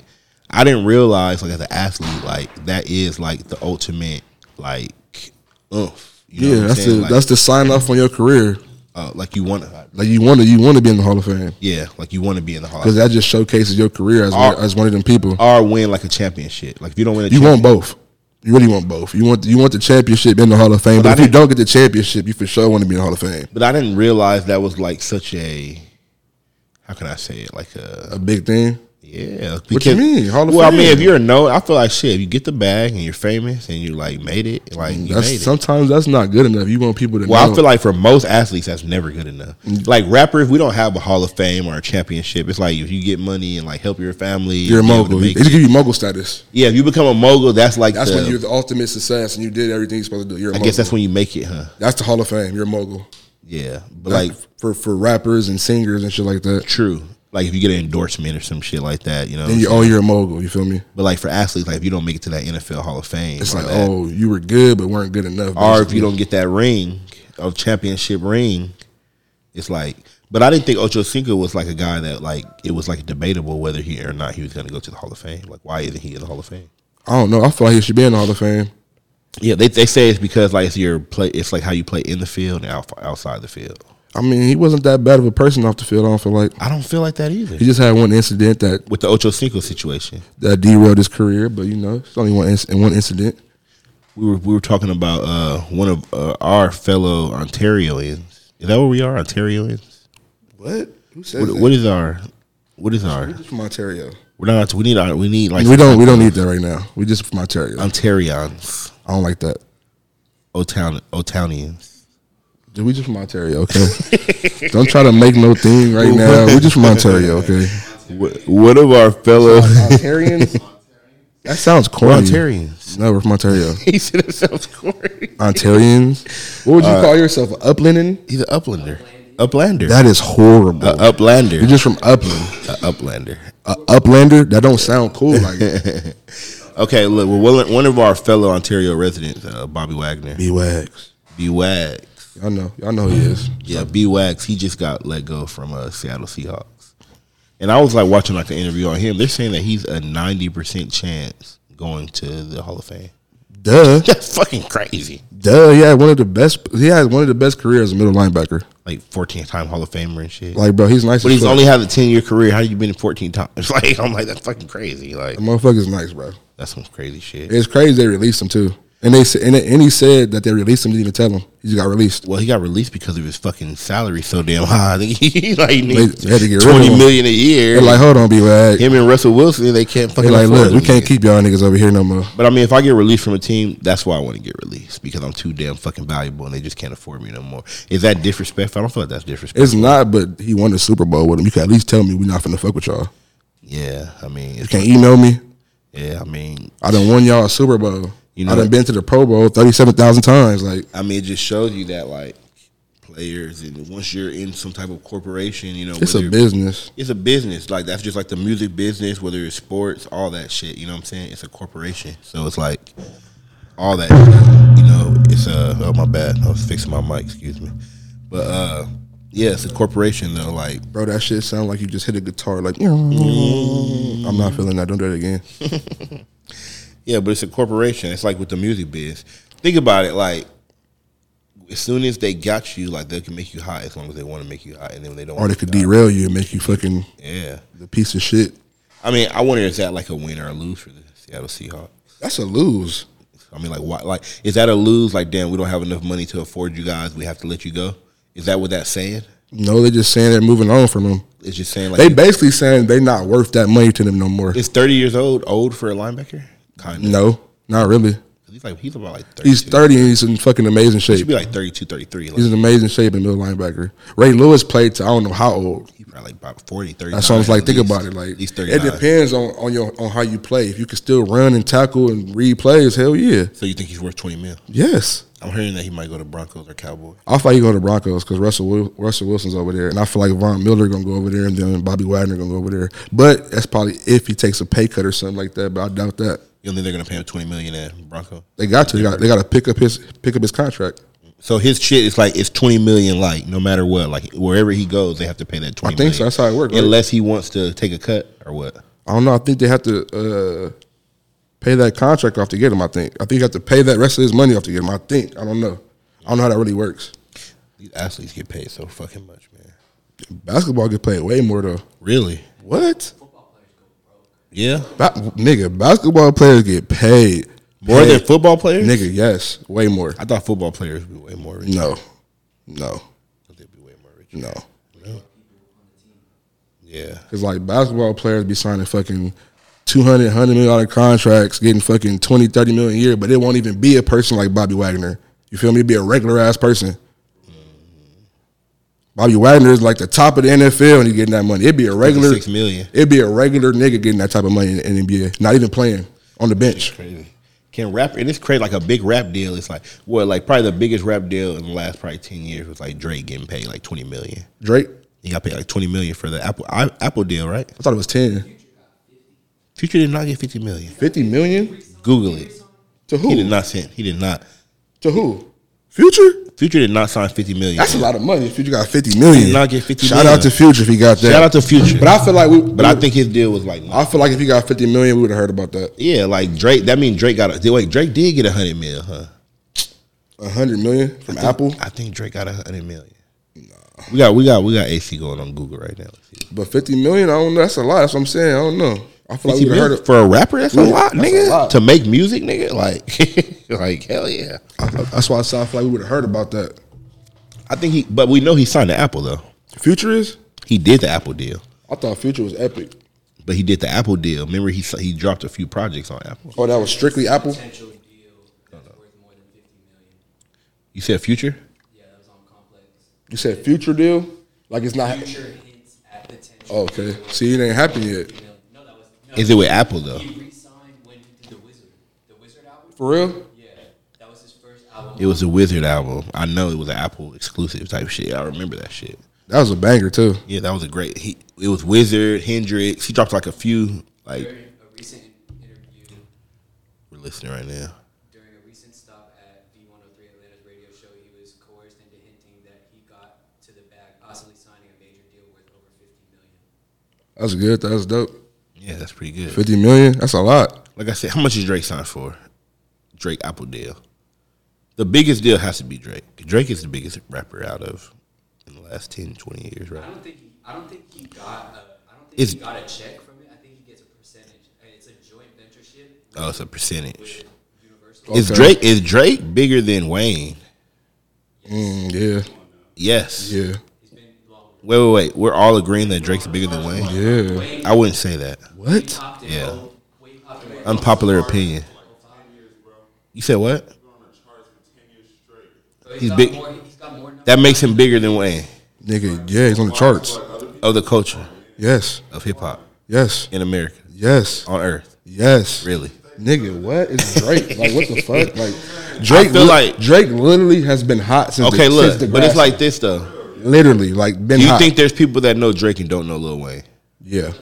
[SPEAKER 1] I didn't realize like as an athlete, like that is like the ultimate like oomph. You know
[SPEAKER 2] yeah,
[SPEAKER 1] what I'm
[SPEAKER 2] that's the
[SPEAKER 1] saying? like,
[SPEAKER 2] that's the sign off on your career.
[SPEAKER 1] uh, like you want to,
[SPEAKER 2] Like you want to you want to be in the Hall of Fame
[SPEAKER 1] yeah, like you want to be in the Hall.
[SPEAKER 2] because that just showcases your career as one,
[SPEAKER 1] Oh.
[SPEAKER 2] as one of them people.
[SPEAKER 1] or win like a championship. Like if you don't win, a
[SPEAKER 2] You want
[SPEAKER 1] champion-
[SPEAKER 2] both. You really want both. You want you want the championship and the Hall of Fame.
[SPEAKER 1] But I
[SPEAKER 2] But if you
[SPEAKER 1] didn't-
[SPEAKER 2] don't get the championship, you for sure want to be in the Hall of Fame.
[SPEAKER 1] But I didn't realize that was like such a how can I say it like a
[SPEAKER 2] A big thing.
[SPEAKER 1] Yeah.
[SPEAKER 2] What you mean, Hall of
[SPEAKER 1] well, I mean,
[SPEAKER 2] Fame?
[SPEAKER 1] if you're a known, I feel like shit. If you get the bag and you're famous and you like made it, like you made
[SPEAKER 2] That's
[SPEAKER 1] it.
[SPEAKER 2] sometimes that's not good enough. You want people to
[SPEAKER 1] well,
[SPEAKER 2] know.
[SPEAKER 1] I feel like for most athletes, that's never good enough.
[SPEAKER 2] Mm.
[SPEAKER 1] Like rappers, we don't have a Hall of Fame or a championship. It's like if you get money and like help your family,
[SPEAKER 2] you're a
[SPEAKER 1] be able
[SPEAKER 2] mogul.
[SPEAKER 1] to
[SPEAKER 2] They
[SPEAKER 1] make-
[SPEAKER 2] just give you mogul status.
[SPEAKER 1] yeah, if you become a mogul, that's like
[SPEAKER 2] That's
[SPEAKER 1] the,
[SPEAKER 2] when you're the ultimate success and you did everything you're supposed to do. You're a
[SPEAKER 1] I
[SPEAKER 2] mogul.
[SPEAKER 1] guess that's when you make it, huh?
[SPEAKER 2] that's the Hall of Fame. You're a mogul.
[SPEAKER 1] Yeah, but
[SPEAKER 2] Like
[SPEAKER 1] like
[SPEAKER 2] for for rappers and singers and shit like that.
[SPEAKER 1] true. Like if you get an endorsement or some shit like that, you know. what
[SPEAKER 2] Then
[SPEAKER 1] I'm
[SPEAKER 2] you
[SPEAKER 1] saying?
[SPEAKER 2] oh you're a mogul. You feel me?
[SPEAKER 1] but like for athletes, like if you don't make it to that NFL Hall of Fame,
[SPEAKER 2] It's
[SPEAKER 1] or
[SPEAKER 2] like
[SPEAKER 1] that-
[SPEAKER 2] oh you were good but weren't good enough.
[SPEAKER 1] or if you don't get that ring, of championship ring, it's like. But I didn't think Ocho Cinco was like a guy that like it was like debatable whether he or not he was going to go to the Hall of Fame. Like, why isn't he in the Hall of Fame?
[SPEAKER 2] I don't know. I feel like he should be in the Hall of Fame.
[SPEAKER 1] Yeah, they they say it's because like it's your play. It's like how you play in the field and out, outside the field.
[SPEAKER 2] I mean, he wasn't that bad of a person off the field. I don't feel like
[SPEAKER 1] I don't feel like that either.
[SPEAKER 2] he just had one incident that
[SPEAKER 1] With the Ocho Cinco situation,
[SPEAKER 2] that derailed his career. But you know, it's only one inc- in one incident.
[SPEAKER 1] we were we were talking about uh, one of uh, our fellow Ontarians. Is that where we are, Ontarians?
[SPEAKER 2] What? Who says
[SPEAKER 1] What, what is our what is our?
[SPEAKER 2] Just from Ontario.
[SPEAKER 1] We're not. We need our. We need like
[SPEAKER 2] We don't. We don't need that right now. We just from Ontario.
[SPEAKER 1] Ontarians,
[SPEAKER 2] I don't like that.
[SPEAKER 1] Otown, Otownians.
[SPEAKER 2] Dude, We just from Ontario, okay? don't try to make no thing right now. We just from Ontario, okay?
[SPEAKER 1] Wh- One of our fellow
[SPEAKER 2] Ontarians? That sounds corny.
[SPEAKER 1] Ontarians.
[SPEAKER 2] No, we're from Ontario.
[SPEAKER 1] He said it sounds corny.
[SPEAKER 2] Ontarians? Uh, What would you call yourself? An uplending?
[SPEAKER 1] He's an uplander. Uplander.
[SPEAKER 2] That is horrible.
[SPEAKER 1] a uplander.
[SPEAKER 2] You're just from Upland.
[SPEAKER 1] a uplander.
[SPEAKER 2] A uplander? That don't sound cool. Like
[SPEAKER 1] Okay, look, well, one, one of our fellow Ontario residents, uh, Bobby Wagner,
[SPEAKER 2] B Wags.
[SPEAKER 1] B Wags.
[SPEAKER 2] Y'all know. Y'all know he is.
[SPEAKER 1] Yeah, B Wags. He just got let go from uh, Seattle Seahawks, and I was like watching like the interview on him. They're saying that he's a ninety percent chance going to the Hall of Fame.
[SPEAKER 2] Duh.
[SPEAKER 1] That's fucking crazy.
[SPEAKER 2] Duh. He had one of the best he had one of the best careers as a middle linebacker.
[SPEAKER 1] Like fourteen time Hall of Famer and shit.
[SPEAKER 2] Like, bro, he's nice
[SPEAKER 1] but
[SPEAKER 2] as
[SPEAKER 1] he's
[SPEAKER 2] fuck.
[SPEAKER 1] only had a ten year career. How you been in fourteen times? Like I'm like that's fucking crazy. Like
[SPEAKER 2] the motherfucker's nice, bro.
[SPEAKER 1] that's some crazy shit.
[SPEAKER 2] It's crazy they released him too. And they said, and, and he said that they released him. Didn't even tell him he just got released.
[SPEAKER 1] Well, he got released because of his fucking salary so damn high. I think he like needs
[SPEAKER 2] they had to get rid of
[SPEAKER 1] twenty
[SPEAKER 2] him.
[SPEAKER 1] million a year.
[SPEAKER 2] They're like, hold on, B Wag.
[SPEAKER 1] him and Russell Wilson, they can't fucking
[SPEAKER 2] They're like,
[SPEAKER 1] afford
[SPEAKER 2] look, we
[SPEAKER 1] him.
[SPEAKER 2] can't keep y'all niggas over here no more.
[SPEAKER 1] But I mean, if I get released from a team, that's why I want to get released because I'm too damn fucking valuable and they just can't afford me no more. Is that disrespectful? I don't feel like that's disrespectful.
[SPEAKER 2] It's not, but he won the Super Bowl with him. You can at least tell me we're not finna fuck with y'all.
[SPEAKER 1] yeah, I mean,
[SPEAKER 2] You
[SPEAKER 1] it's,
[SPEAKER 2] can't email me.
[SPEAKER 1] yeah, I mean,
[SPEAKER 2] I done won y'all a Super Bowl.
[SPEAKER 1] You know
[SPEAKER 2] I done
[SPEAKER 1] what?
[SPEAKER 2] been to the Pro Bowl thirty seven thousand times. Like,
[SPEAKER 1] I mean, it just shows you that like players and once you're in some type of corporation, you know,
[SPEAKER 2] it's
[SPEAKER 1] whether-
[SPEAKER 2] a business.
[SPEAKER 1] It's a business. Like that's just like the music business, whether it's sports, all that shit. You know what I'm saying? It's a corporation, so it's like all that. You know, it's uh oh my bad, I was fixing my mic. Excuse me, but uh yeah, it's a corporation though. Like
[SPEAKER 2] Bro, that shit sound like you just hit a guitar. Like, I'm not feeling that. Don't do that again.
[SPEAKER 1] yeah, but it's a corporation. It's like with the music biz. Think about it. Like as soon as they got you, like they can make you hot as long as they want to make you hot, and then when they don't.
[SPEAKER 2] Or they
[SPEAKER 1] want
[SPEAKER 2] could derail you and make you fucking
[SPEAKER 1] yeah,
[SPEAKER 2] the piece of shit.
[SPEAKER 1] I mean, I wonder is that like a win or a lose for the Seattle Seahawks?
[SPEAKER 2] That's a lose.
[SPEAKER 1] I mean, like, why? Like, is that a lose? Like, damn, we don't have enough money to afford you guys. We have to let you go. Is that what that's saying?
[SPEAKER 2] No, they're just saying they're moving on from him.
[SPEAKER 1] It's just saying like
[SPEAKER 2] They basically saying they not worth that money to them no more.
[SPEAKER 1] is thirty years old old for a linebacker? Kind of.
[SPEAKER 2] No, not really.
[SPEAKER 1] He's like he's about like thirty.
[SPEAKER 2] He's thirty and he's in fucking amazing
[SPEAKER 1] He should
[SPEAKER 2] shape.
[SPEAKER 1] be like 32, 33. Like,
[SPEAKER 2] He's in amazing shape in middle linebacker. Ray Lewis played to I don't know how old.
[SPEAKER 1] he's probably like about 40, 30.
[SPEAKER 2] That sounds like think about it. Like
[SPEAKER 1] he's thirty.
[SPEAKER 2] it depends on, on your on how you play. If you can still run and tackle and read plays, hell yeah,
[SPEAKER 1] So you think he's worth twenty mil?
[SPEAKER 2] yes.
[SPEAKER 1] I'm hearing that he might go to Broncos or Cowboys.
[SPEAKER 2] I feel like you go to Broncos because Russell Wil- Russell Wilson's over there, and I feel like Von Miller gonna go over there, and then Bobby Wagner gonna go over there. But that's probably if he takes a pay cut or something like that. But I doubt that.
[SPEAKER 1] You don't think they're gonna pay him twenty million at Bronco?
[SPEAKER 2] They got to. They got, they got to pick up his pick up his contract.
[SPEAKER 1] So his shit is like it's twenty million. Like no matter what, like wherever he goes, they have to pay that twenty.
[SPEAKER 2] I think so.
[SPEAKER 1] million.
[SPEAKER 2] That's how it works, right?
[SPEAKER 1] Unless he wants to take a cut or what.
[SPEAKER 2] I don't know. I think they have to uh, pay that contract off to get him. I think. I think you have to pay that rest of his money off to get him. I think. I don't know. I don't know how that really works.
[SPEAKER 1] These athletes get paid so fucking much, man.
[SPEAKER 2] Basketball get played way more though.
[SPEAKER 1] Really?
[SPEAKER 2] What?
[SPEAKER 1] Yeah.
[SPEAKER 2] Ba- nigga, basketball players get paid
[SPEAKER 1] More
[SPEAKER 2] Paid.
[SPEAKER 1] than football players?
[SPEAKER 2] Nigga, yes, way more.
[SPEAKER 1] I thought football players would be way more rich.
[SPEAKER 2] No, no,
[SPEAKER 1] I thought They'd be way more rich.
[SPEAKER 2] no.
[SPEAKER 1] Yeah.
[SPEAKER 2] Cause like basketball players be signing fucking 200, 100 million dollar contracts, getting fucking 20, 30 million a year, but it won't even be a person like Bobby Wagner. You feel me? Be a regular ass person.
[SPEAKER 1] Mm-hmm.
[SPEAKER 2] Bobby Wagner is like the top of the NFL and he's getting that money. It'd be a regular,
[SPEAKER 1] Six million.
[SPEAKER 2] it'd be a regular nigga getting that type of money in the NBA, not even playing on the bench.
[SPEAKER 1] Crazy. Can rap and it's crazy like a big rap deal. It's like well, like probably the biggest rap deal in the last probably ten years was like Drake getting paid like twenty million.
[SPEAKER 2] Drake,
[SPEAKER 1] He got paid like twenty million for the Apple I, Apple deal, right?
[SPEAKER 2] I thought it was 10.
[SPEAKER 1] Future did not get fifty million.
[SPEAKER 2] 50 million?
[SPEAKER 1] Google it.
[SPEAKER 2] To
[SPEAKER 1] He did
[SPEAKER 2] who?
[SPEAKER 1] not send. He did not.
[SPEAKER 2] To who? Future?
[SPEAKER 1] Future did not sign fifty million.
[SPEAKER 2] That's a lot of money. Future got fifty million.
[SPEAKER 1] Did not get 50
[SPEAKER 2] Shout
[SPEAKER 1] million.
[SPEAKER 2] out to Future if he got that.
[SPEAKER 1] Shout out to Future.
[SPEAKER 2] But I feel like we.
[SPEAKER 1] But I think his deal was like,
[SPEAKER 2] I feel like if he got fifty million, we would have heard about that.
[SPEAKER 1] yeah, like Drake. That means Drake got a wait. Drake did get a hundred mil, huh?
[SPEAKER 2] A hundred million from Apple,
[SPEAKER 1] I think Drake got a hundred million. We got we got we got AC going on Google right now. Let's see.
[SPEAKER 2] but fifty million, I don't know. That's a lot. That's what I'm saying. I don't know. I feel like
[SPEAKER 1] 50
[SPEAKER 2] we would have
[SPEAKER 1] mil
[SPEAKER 2] heard. Of,
[SPEAKER 1] for a rapper, that's a
[SPEAKER 2] Yeah,
[SPEAKER 1] lot,
[SPEAKER 2] that's a
[SPEAKER 1] nigga.
[SPEAKER 2] lot.
[SPEAKER 1] To make music, nigga, like like hell yeah.
[SPEAKER 2] I- that's why I said I feel like we would have heard about that.
[SPEAKER 1] I think he, but we know he signed to Apple though.
[SPEAKER 2] Future is.
[SPEAKER 1] He did the Apple deal,
[SPEAKER 2] I thought Future was Epic.
[SPEAKER 1] but he did the Apple deal. Remember, he he dropped a few projects on Apple.
[SPEAKER 2] Oh, that was strictly Apple.
[SPEAKER 4] potential deal that's worth more than 50 million.
[SPEAKER 1] You said Future?
[SPEAKER 4] Yeah, that was on Complex.
[SPEAKER 2] You said Future deal, like it's
[SPEAKER 1] Uh,
[SPEAKER 2] not.
[SPEAKER 4] Future hints at potential.
[SPEAKER 2] Oh, okay. See, it ain't happened yet.
[SPEAKER 4] No, no, that was. No.
[SPEAKER 1] Is it with Apple though?
[SPEAKER 4] He re-signed when he did the Wizard. The Wizard album.
[SPEAKER 2] For real?
[SPEAKER 4] Yeah, that was his first album.
[SPEAKER 1] It was a Wizard album. I know it was an Apple exclusive type shit. I remember that shit.
[SPEAKER 2] That was a banger too.
[SPEAKER 1] Yeah, that was a great. He it was Wizard, Hendrix. He dropped like a few. Like
[SPEAKER 4] during a recent interview
[SPEAKER 1] we're listening right now.
[SPEAKER 4] during a recent stop at V103 Atlanta's radio show. He was coerced into hinting that he got to the bag, possibly signing a major deal worth over 50 million.
[SPEAKER 2] That's good. That was dope.
[SPEAKER 1] Yeah, that's pretty good.
[SPEAKER 2] Fifty million. That's a lot.
[SPEAKER 1] Like I said, how much is Drake signed for? Drake Apple deal. The biggest deal has to be Drake. Drake is the biggest rapper out of in the last 10, 20 years, right?
[SPEAKER 4] I don't think he, I don't think he got a, I don't think
[SPEAKER 1] Is-
[SPEAKER 4] he got a check from it. I think he gets a percentage. And It's a joint ventureship
[SPEAKER 1] Oh, it's a percentage.
[SPEAKER 4] with Universal.
[SPEAKER 1] Is
[SPEAKER 2] Okay.
[SPEAKER 1] Drake is Drake bigger than Wayne?
[SPEAKER 2] Mm, yeah.
[SPEAKER 1] Yes.
[SPEAKER 2] Yeah.
[SPEAKER 4] He's been longer.
[SPEAKER 1] Wait, wait, wait. We're all agreeing that Drake's bigger than Wayne.
[SPEAKER 2] Yeah.
[SPEAKER 4] Wayne,
[SPEAKER 1] I wouldn't say that.
[SPEAKER 4] Wayne
[SPEAKER 2] What?
[SPEAKER 4] popped it.
[SPEAKER 1] Yeah.
[SPEAKER 4] Oh, Wayne popped it.
[SPEAKER 1] Unpopular opinion. You said what?
[SPEAKER 4] So he's
[SPEAKER 1] he's
[SPEAKER 4] got
[SPEAKER 1] big.
[SPEAKER 4] More, he's got more numbers.
[SPEAKER 1] That makes him bigger than Wayne
[SPEAKER 2] Nigga, yeah, he's on the charts.
[SPEAKER 1] of the culture
[SPEAKER 2] Yes.
[SPEAKER 1] of hip hop
[SPEAKER 2] Yes.
[SPEAKER 1] in America
[SPEAKER 2] Yes.
[SPEAKER 1] on Earth.
[SPEAKER 2] Yes.
[SPEAKER 1] Really?
[SPEAKER 2] Nigga, what is Drake? Like what the fuck? Like Drake
[SPEAKER 1] I feel
[SPEAKER 2] li-
[SPEAKER 1] like-
[SPEAKER 2] Drake literally has been hot since
[SPEAKER 1] Okay,
[SPEAKER 2] the, since
[SPEAKER 1] look,
[SPEAKER 2] the
[SPEAKER 1] but it's
[SPEAKER 2] grass-
[SPEAKER 1] like this though.
[SPEAKER 2] literally like been
[SPEAKER 1] Do you
[SPEAKER 2] hot.
[SPEAKER 1] think there's people that know Drake and don't know Lil Wayne?
[SPEAKER 2] yeah.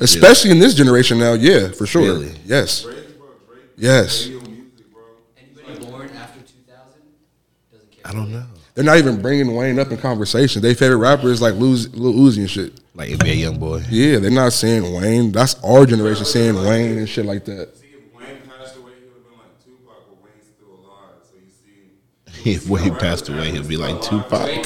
[SPEAKER 2] Especially in this generation now, yeah, for sure.
[SPEAKER 1] Really?
[SPEAKER 2] Yes. Yes.
[SPEAKER 4] Anybody born after 2000 doesn't care.
[SPEAKER 1] I don't know.
[SPEAKER 2] They're not even bringing Wayne up in conversation. Their favorite rapper is like Lil Lil Uzi and shit.
[SPEAKER 1] Like it'd be a young boy.
[SPEAKER 2] Yeah, they're not saying Wayne. That's our generation saying Wayne and shit like that.
[SPEAKER 5] See, if Wayne passed away, he would have been like Tupac, but Wayne's still alive. So you see,
[SPEAKER 1] If Wayne passed away, he'd be like
[SPEAKER 4] Drake,
[SPEAKER 1] Tupac.
[SPEAKER 4] Drake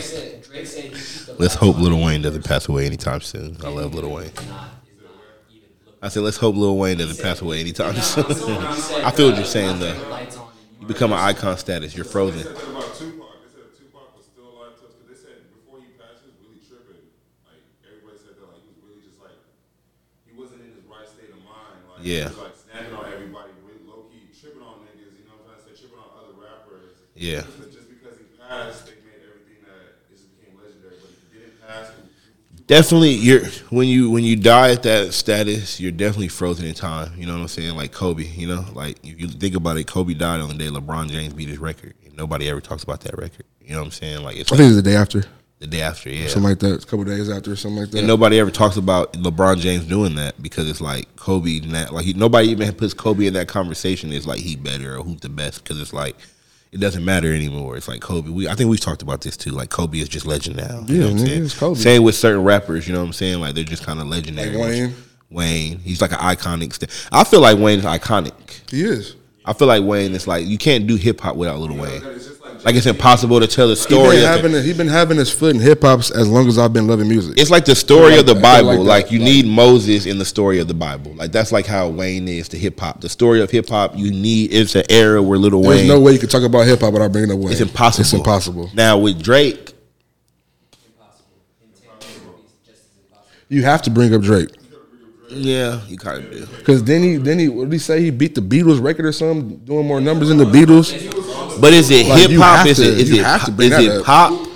[SPEAKER 4] said. Drake said. he keeps the
[SPEAKER 1] Let's
[SPEAKER 4] last
[SPEAKER 1] hope
[SPEAKER 4] one.
[SPEAKER 1] Lil Wayne doesn't pass away anytime soon. I love Lil Wayne.
[SPEAKER 4] It's not- it's not even looked-
[SPEAKER 1] I said, let's hope Lil Wayne doesn't pass away anytime soon.
[SPEAKER 4] Someone said,
[SPEAKER 1] I feel what
[SPEAKER 4] uh,
[SPEAKER 1] you're saying
[SPEAKER 4] turn
[SPEAKER 1] though.
[SPEAKER 4] the lights on and you-
[SPEAKER 1] You become an icon status. You're frozen.
[SPEAKER 5] they said about Tupac. They said Tupac was still alive to us because they said before he passed, he was really tripping. Like everybody said that, like he was really just like he wasn't in his right state of mind. Like
[SPEAKER 1] Yeah.
[SPEAKER 5] he was like snapping on everybody, really low key tripping on niggas. You know what I'm trying to say? Tripping on other rappers.
[SPEAKER 1] Yeah.
[SPEAKER 5] But just because he passed, they made everything that it just became legendary. But if he didn't pass,
[SPEAKER 1] Definitely, you're when you when you die at that status, you're definitely frozen in time. You know what I'm saying? Like Kobe. You know, like if you think about it, Kobe died on the day LeBron James beat his record, and nobody ever talks about that record. You know what I'm saying? Like it's
[SPEAKER 2] I think it's the day after,
[SPEAKER 1] the day after. Yeah.
[SPEAKER 2] something like that. It's a couple days after, something like that.
[SPEAKER 1] And nobody ever talks about LeBron James doing that because it's like Kobe. Not, like he, nobody even puts Kobe in that conversation. It's like he better or who's the best because it's like it doesn't matter anymore. It's like Kobe. We I think we've talked about this too. Like Kobe is just legend now.
[SPEAKER 2] Yeah,
[SPEAKER 1] what I'm
[SPEAKER 2] nigga,
[SPEAKER 1] saying?
[SPEAKER 2] it's Kobe.
[SPEAKER 1] Same with certain rappers. You know what I'm saying? Like they're just kind of legendary.
[SPEAKER 2] Like Wayne.
[SPEAKER 1] Wayne. He's like an iconic. St- I feel like Wayne is iconic.
[SPEAKER 2] He is.
[SPEAKER 1] I feel like Wayne is like you can't do hip hop without Little Wayne.
[SPEAKER 5] it's just like
[SPEAKER 1] Like it's impossible to tell the
[SPEAKER 2] He
[SPEAKER 1] story.
[SPEAKER 2] been
[SPEAKER 1] of it.
[SPEAKER 2] having he been having his foot in hip hop as long as I've been loving music.
[SPEAKER 1] It's like the story
[SPEAKER 2] I
[SPEAKER 1] of the
[SPEAKER 2] like that. I
[SPEAKER 1] Bible.
[SPEAKER 2] like
[SPEAKER 1] Like,
[SPEAKER 2] that.
[SPEAKER 1] you
[SPEAKER 2] Like-
[SPEAKER 1] need Moses in the story of the Bible. Like that's like how Wayne is to hip hop. The story of hip hop, you need it's an era where Little
[SPEAKER 2] There's
[SPEAKER 1] Wayne.
[SPEAKER 2] no way you could talk about hip hop without bringing up Wayne.
[SPEAKER 1] it's impossible.
[SPEAKER 2] It's impossible.
[SPEAKER 1] Now with Drake,
[SPEAKER 4] Impossible. In 10 years, it'll be just as impossible.
[SPEAKER 2] You have to bring up Drake
[SPEAKER 1] yeah, you kind of do.
[SPEAKER 2] because then he then he what did he say he beat the Beatles record or something doing more numbers than the Beatles.
[SPEAKER 1] But is it
[SPEAKER 2] Like, you
[SPEAKER 1] hip hop?
[SPEAKER 2] have
[SPEAKER 1] Is
[SPEAKER 2] to-
[SPEAKER 1] it is
[SPEAKER 2] you
[SPEAKER 1] it
[SPEAKER 2] have to
[SPEAKER 1] pop-
[SPEAKER 2] bring
[SPEAKER 1] is
[SPEAKER 2] that
[SPEAKER 1] it
[SPEAKER 2] up.
[SPEAKER 1] pop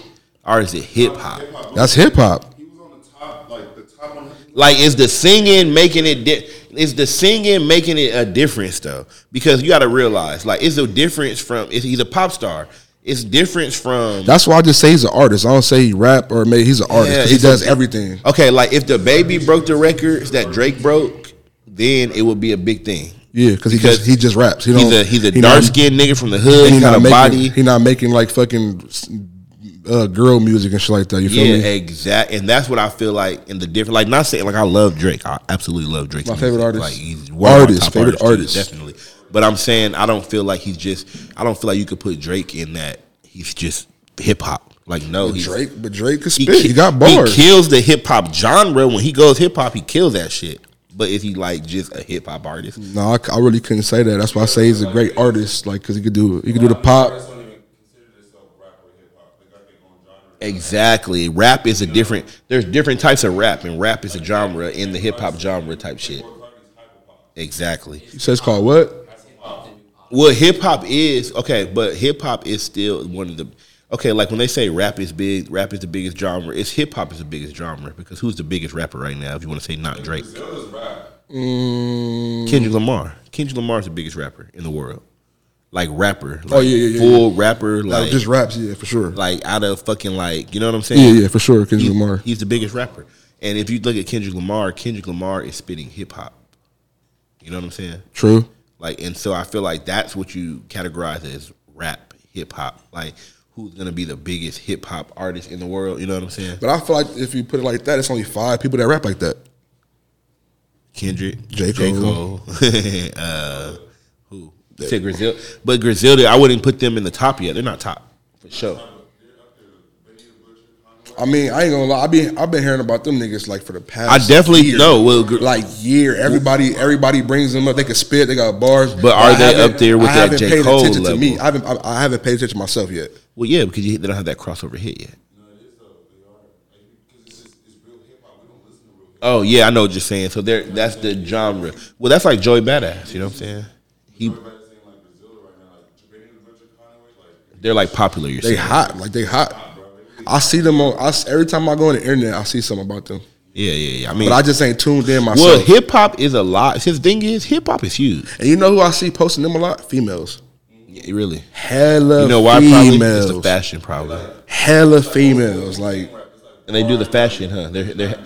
[SPEAKER 1] or is it hip hop?
[SPEAKER 2] That's hip hop.
[SPEAKER 5] he was on the top, like the top one.
[SPEAKER 1] Like is the singing making it? Di- is the singing making it a difference though? Because you got to realize, like, it's a difference from. It's, he's a pop star. It's difference from.
[SPEAKER 2] That's why I just say he's an artist. I don't say he rap or maybe he's an artist. 'cause he
[SPEAKER 1] it's
[SPEAKER 2] does
[SPEAKER 1] a-
[SPEAKER 2] everything.
[SPEAKER 1] Okay, like if the baby broke the records that Drake broke, then it would be a big thing.
[SPEAKER 2] Yeah, cause he
[SPEAKER 1] Because
[SPEAKER 2] just he just raps. He
[SPEAKER 1] He's
[SPEAKER 2] don't-
[SPEAKER 1] a he's a
[SPEAKER 2] he
[SPEAKER 1] dark
[SPEAKER 2] not-
[SPEAKER 1] skinned nigga from the hood.
[SPEAKER 2] and He
[SPEAKER 1] Kind
[SPEAKER 2] not
[SPEAKER 1] of
[SPEAKER 2] making
[SPEAKER 1] body.
[SPEAKER 2] he not making like fucking uh, girl music and shit like that. You feel
[SPEAKER 1] Yeah,
[SPEAKER 2] me?
[SPEAKER 1] exact. And that's what I feel like in the different. Like not saying like I love Drake. I absolutely love Drake.
[SPEAKER 2] My favorite artist.
[SPEAKER 1] Like he's one of my
[SPEAKER 2] Artist,
[SPEAKER 1] top artists,
[SPEAKER 2] favorite
[SPEAKER 1] too,
[SPEAKER 2] artist.
[SPEAKER 1] definitely. But I'm saying I don't feel like he's just. I don't feel like you could put Drake in that. He's just hip hop. Like no, he's,
[SPEAKER 2] Drake, but Drake could
[SPEAKER 1] He,
[SPEAKER 2] spit.
[SPEAKER 1] ki-
[SPEAKER 2] He, got bars.
[SPEAKER 1] He kills the hip hop genre. When he goes hip hop, he kills that shit. But is he like just a hip hop artist?
[SPEAKER 2] no, I, c- I really couldn't say that. That's why I say he's a great artist. Like, cause he could do he could do the pop.
[SPEAKER 5] Artists don't even consider themselves rap or hip hop. They got their own genre.
[SPEAKER 1] Exactly. Rap is a different. There's different types of rap, and rap is a genre in the hip hop genre type shit. Exactly.
[SPEAKER 2] He says called what?
[SPEAKER 1] Well, hip hop is okay, but hip hop is still one of the okay. Like when they say rap is big, rap is the biggest genre. It's hip hop is the biggest genre because who's the biggest rapper right now? If you want to say not Drake,
[SPEAKER 5] Brazil is rap.
[SPEAKER 2] Mm.
[SPEAKER 1] Kendrick Lamar. Kendrick Lamar is the biggest rapper in the world. Like rapper, like
[SPEAKER 2] Oh, yeah, yeah, yeah,
[SPEAKER 1] full rapper, like
[SPEAKER 2] just raps, yeah, for sure.
[SPEAKER 1] like out of fucking like you know what I'm saying?
[SPEAKER 2] yeah, yeah, for sure. Kendrick
[SPEAKER 1] He-
[SPEAKER 2] Lamar.
[SPEAKER 1] He's the biggest rapper. And if you look at Kendrick Lamar, Kendrick Lamar is spitting hip hop. You know what I'm saying?
[SPEAKER 2] True.
[SPEAKER 1] Like, and so I feel like that's what you categorize as rap, hip hop. Like, who's gonna be the biggest hip hop artist in the world? You know what I'm saying?
[SPEAKER 2] But I feel like if you put it like that, it's only five people that rap like that.
[SPEAKER 1] Kendrick,
[SPEAKER 2] J. Cole.
[SPEAKER 1] J. Cole. uh, who? You Said Griselda, but Griselda, I wouldn't put them in the top yet. They're not top for sure.
[SPEAKER 2] I mean, I ain't gonna lie. I been I've been hearing about them niggas like for the past.
[SPEAKER 1] I definitely
[SPEAKER 2] year.
[SPEAKER 1] know. Well, Gr-
[SPEAKER 2] Like year, everybody everybody brings them up. They can spit. They got bars. But
[SPEAKER 1] are
[SPEAKER 2] I
[SPEAKER 1] they
[SPEAKER 2] haven't-
[SPEAKER 1] up there with
[SPEAKER 2] I
[SPEAKER 1] that
[SPEAKER 2] haven't
[SPEAKER 1] J.
[SPEAKER 2] paid
[SPEAKER 1] Cole
[SPEAKER 2] attention To me,
[SPEAKER 1] level?
[SPEAKER 2] I haven't I, I haven't paid attention to myself yet.
[SPEAKER 1] well, yeah, because you, they don't have that crossover hit yet. Oh yeah, I know what you're saying. So there, that's the genre. Well, that's like Joey Badass. You know what I'm saying? He,
[SPEAKER 5] Everybody's saying like Brazil right now, like Benny the Butcher Conway, like
[SPEAKER 1] they're like popular. You're
[SPEAKER 2] They
[SPEAKER 1] saying.
[SPEAKER 2] hot. Like they hot. I see them on. I, s- every time I go on the internet, I see something about them.
[SPEAKER 1] Yeah, yeah, yeah. I mean,
[SPEAKER 2] But I just ain't tuned in myself.
[SPEAKER 1] well, hip hop is a lot. See, the thing is, hip hop is huge.
[SPEAKER 2] and you know who I see posting them a lot? Females.
[SPEAKER 1] Yeah, really.
[SPEAKER 2] Hella
[SPEAKER 1] You know why? Probably
[SPEAKER 2] females.
[SPEAKER 1] it's the fashion, probably.
[SPEAKER 2] Hella females. Like
[SPEAKER 1] And they do the fashion, huh? They're, they're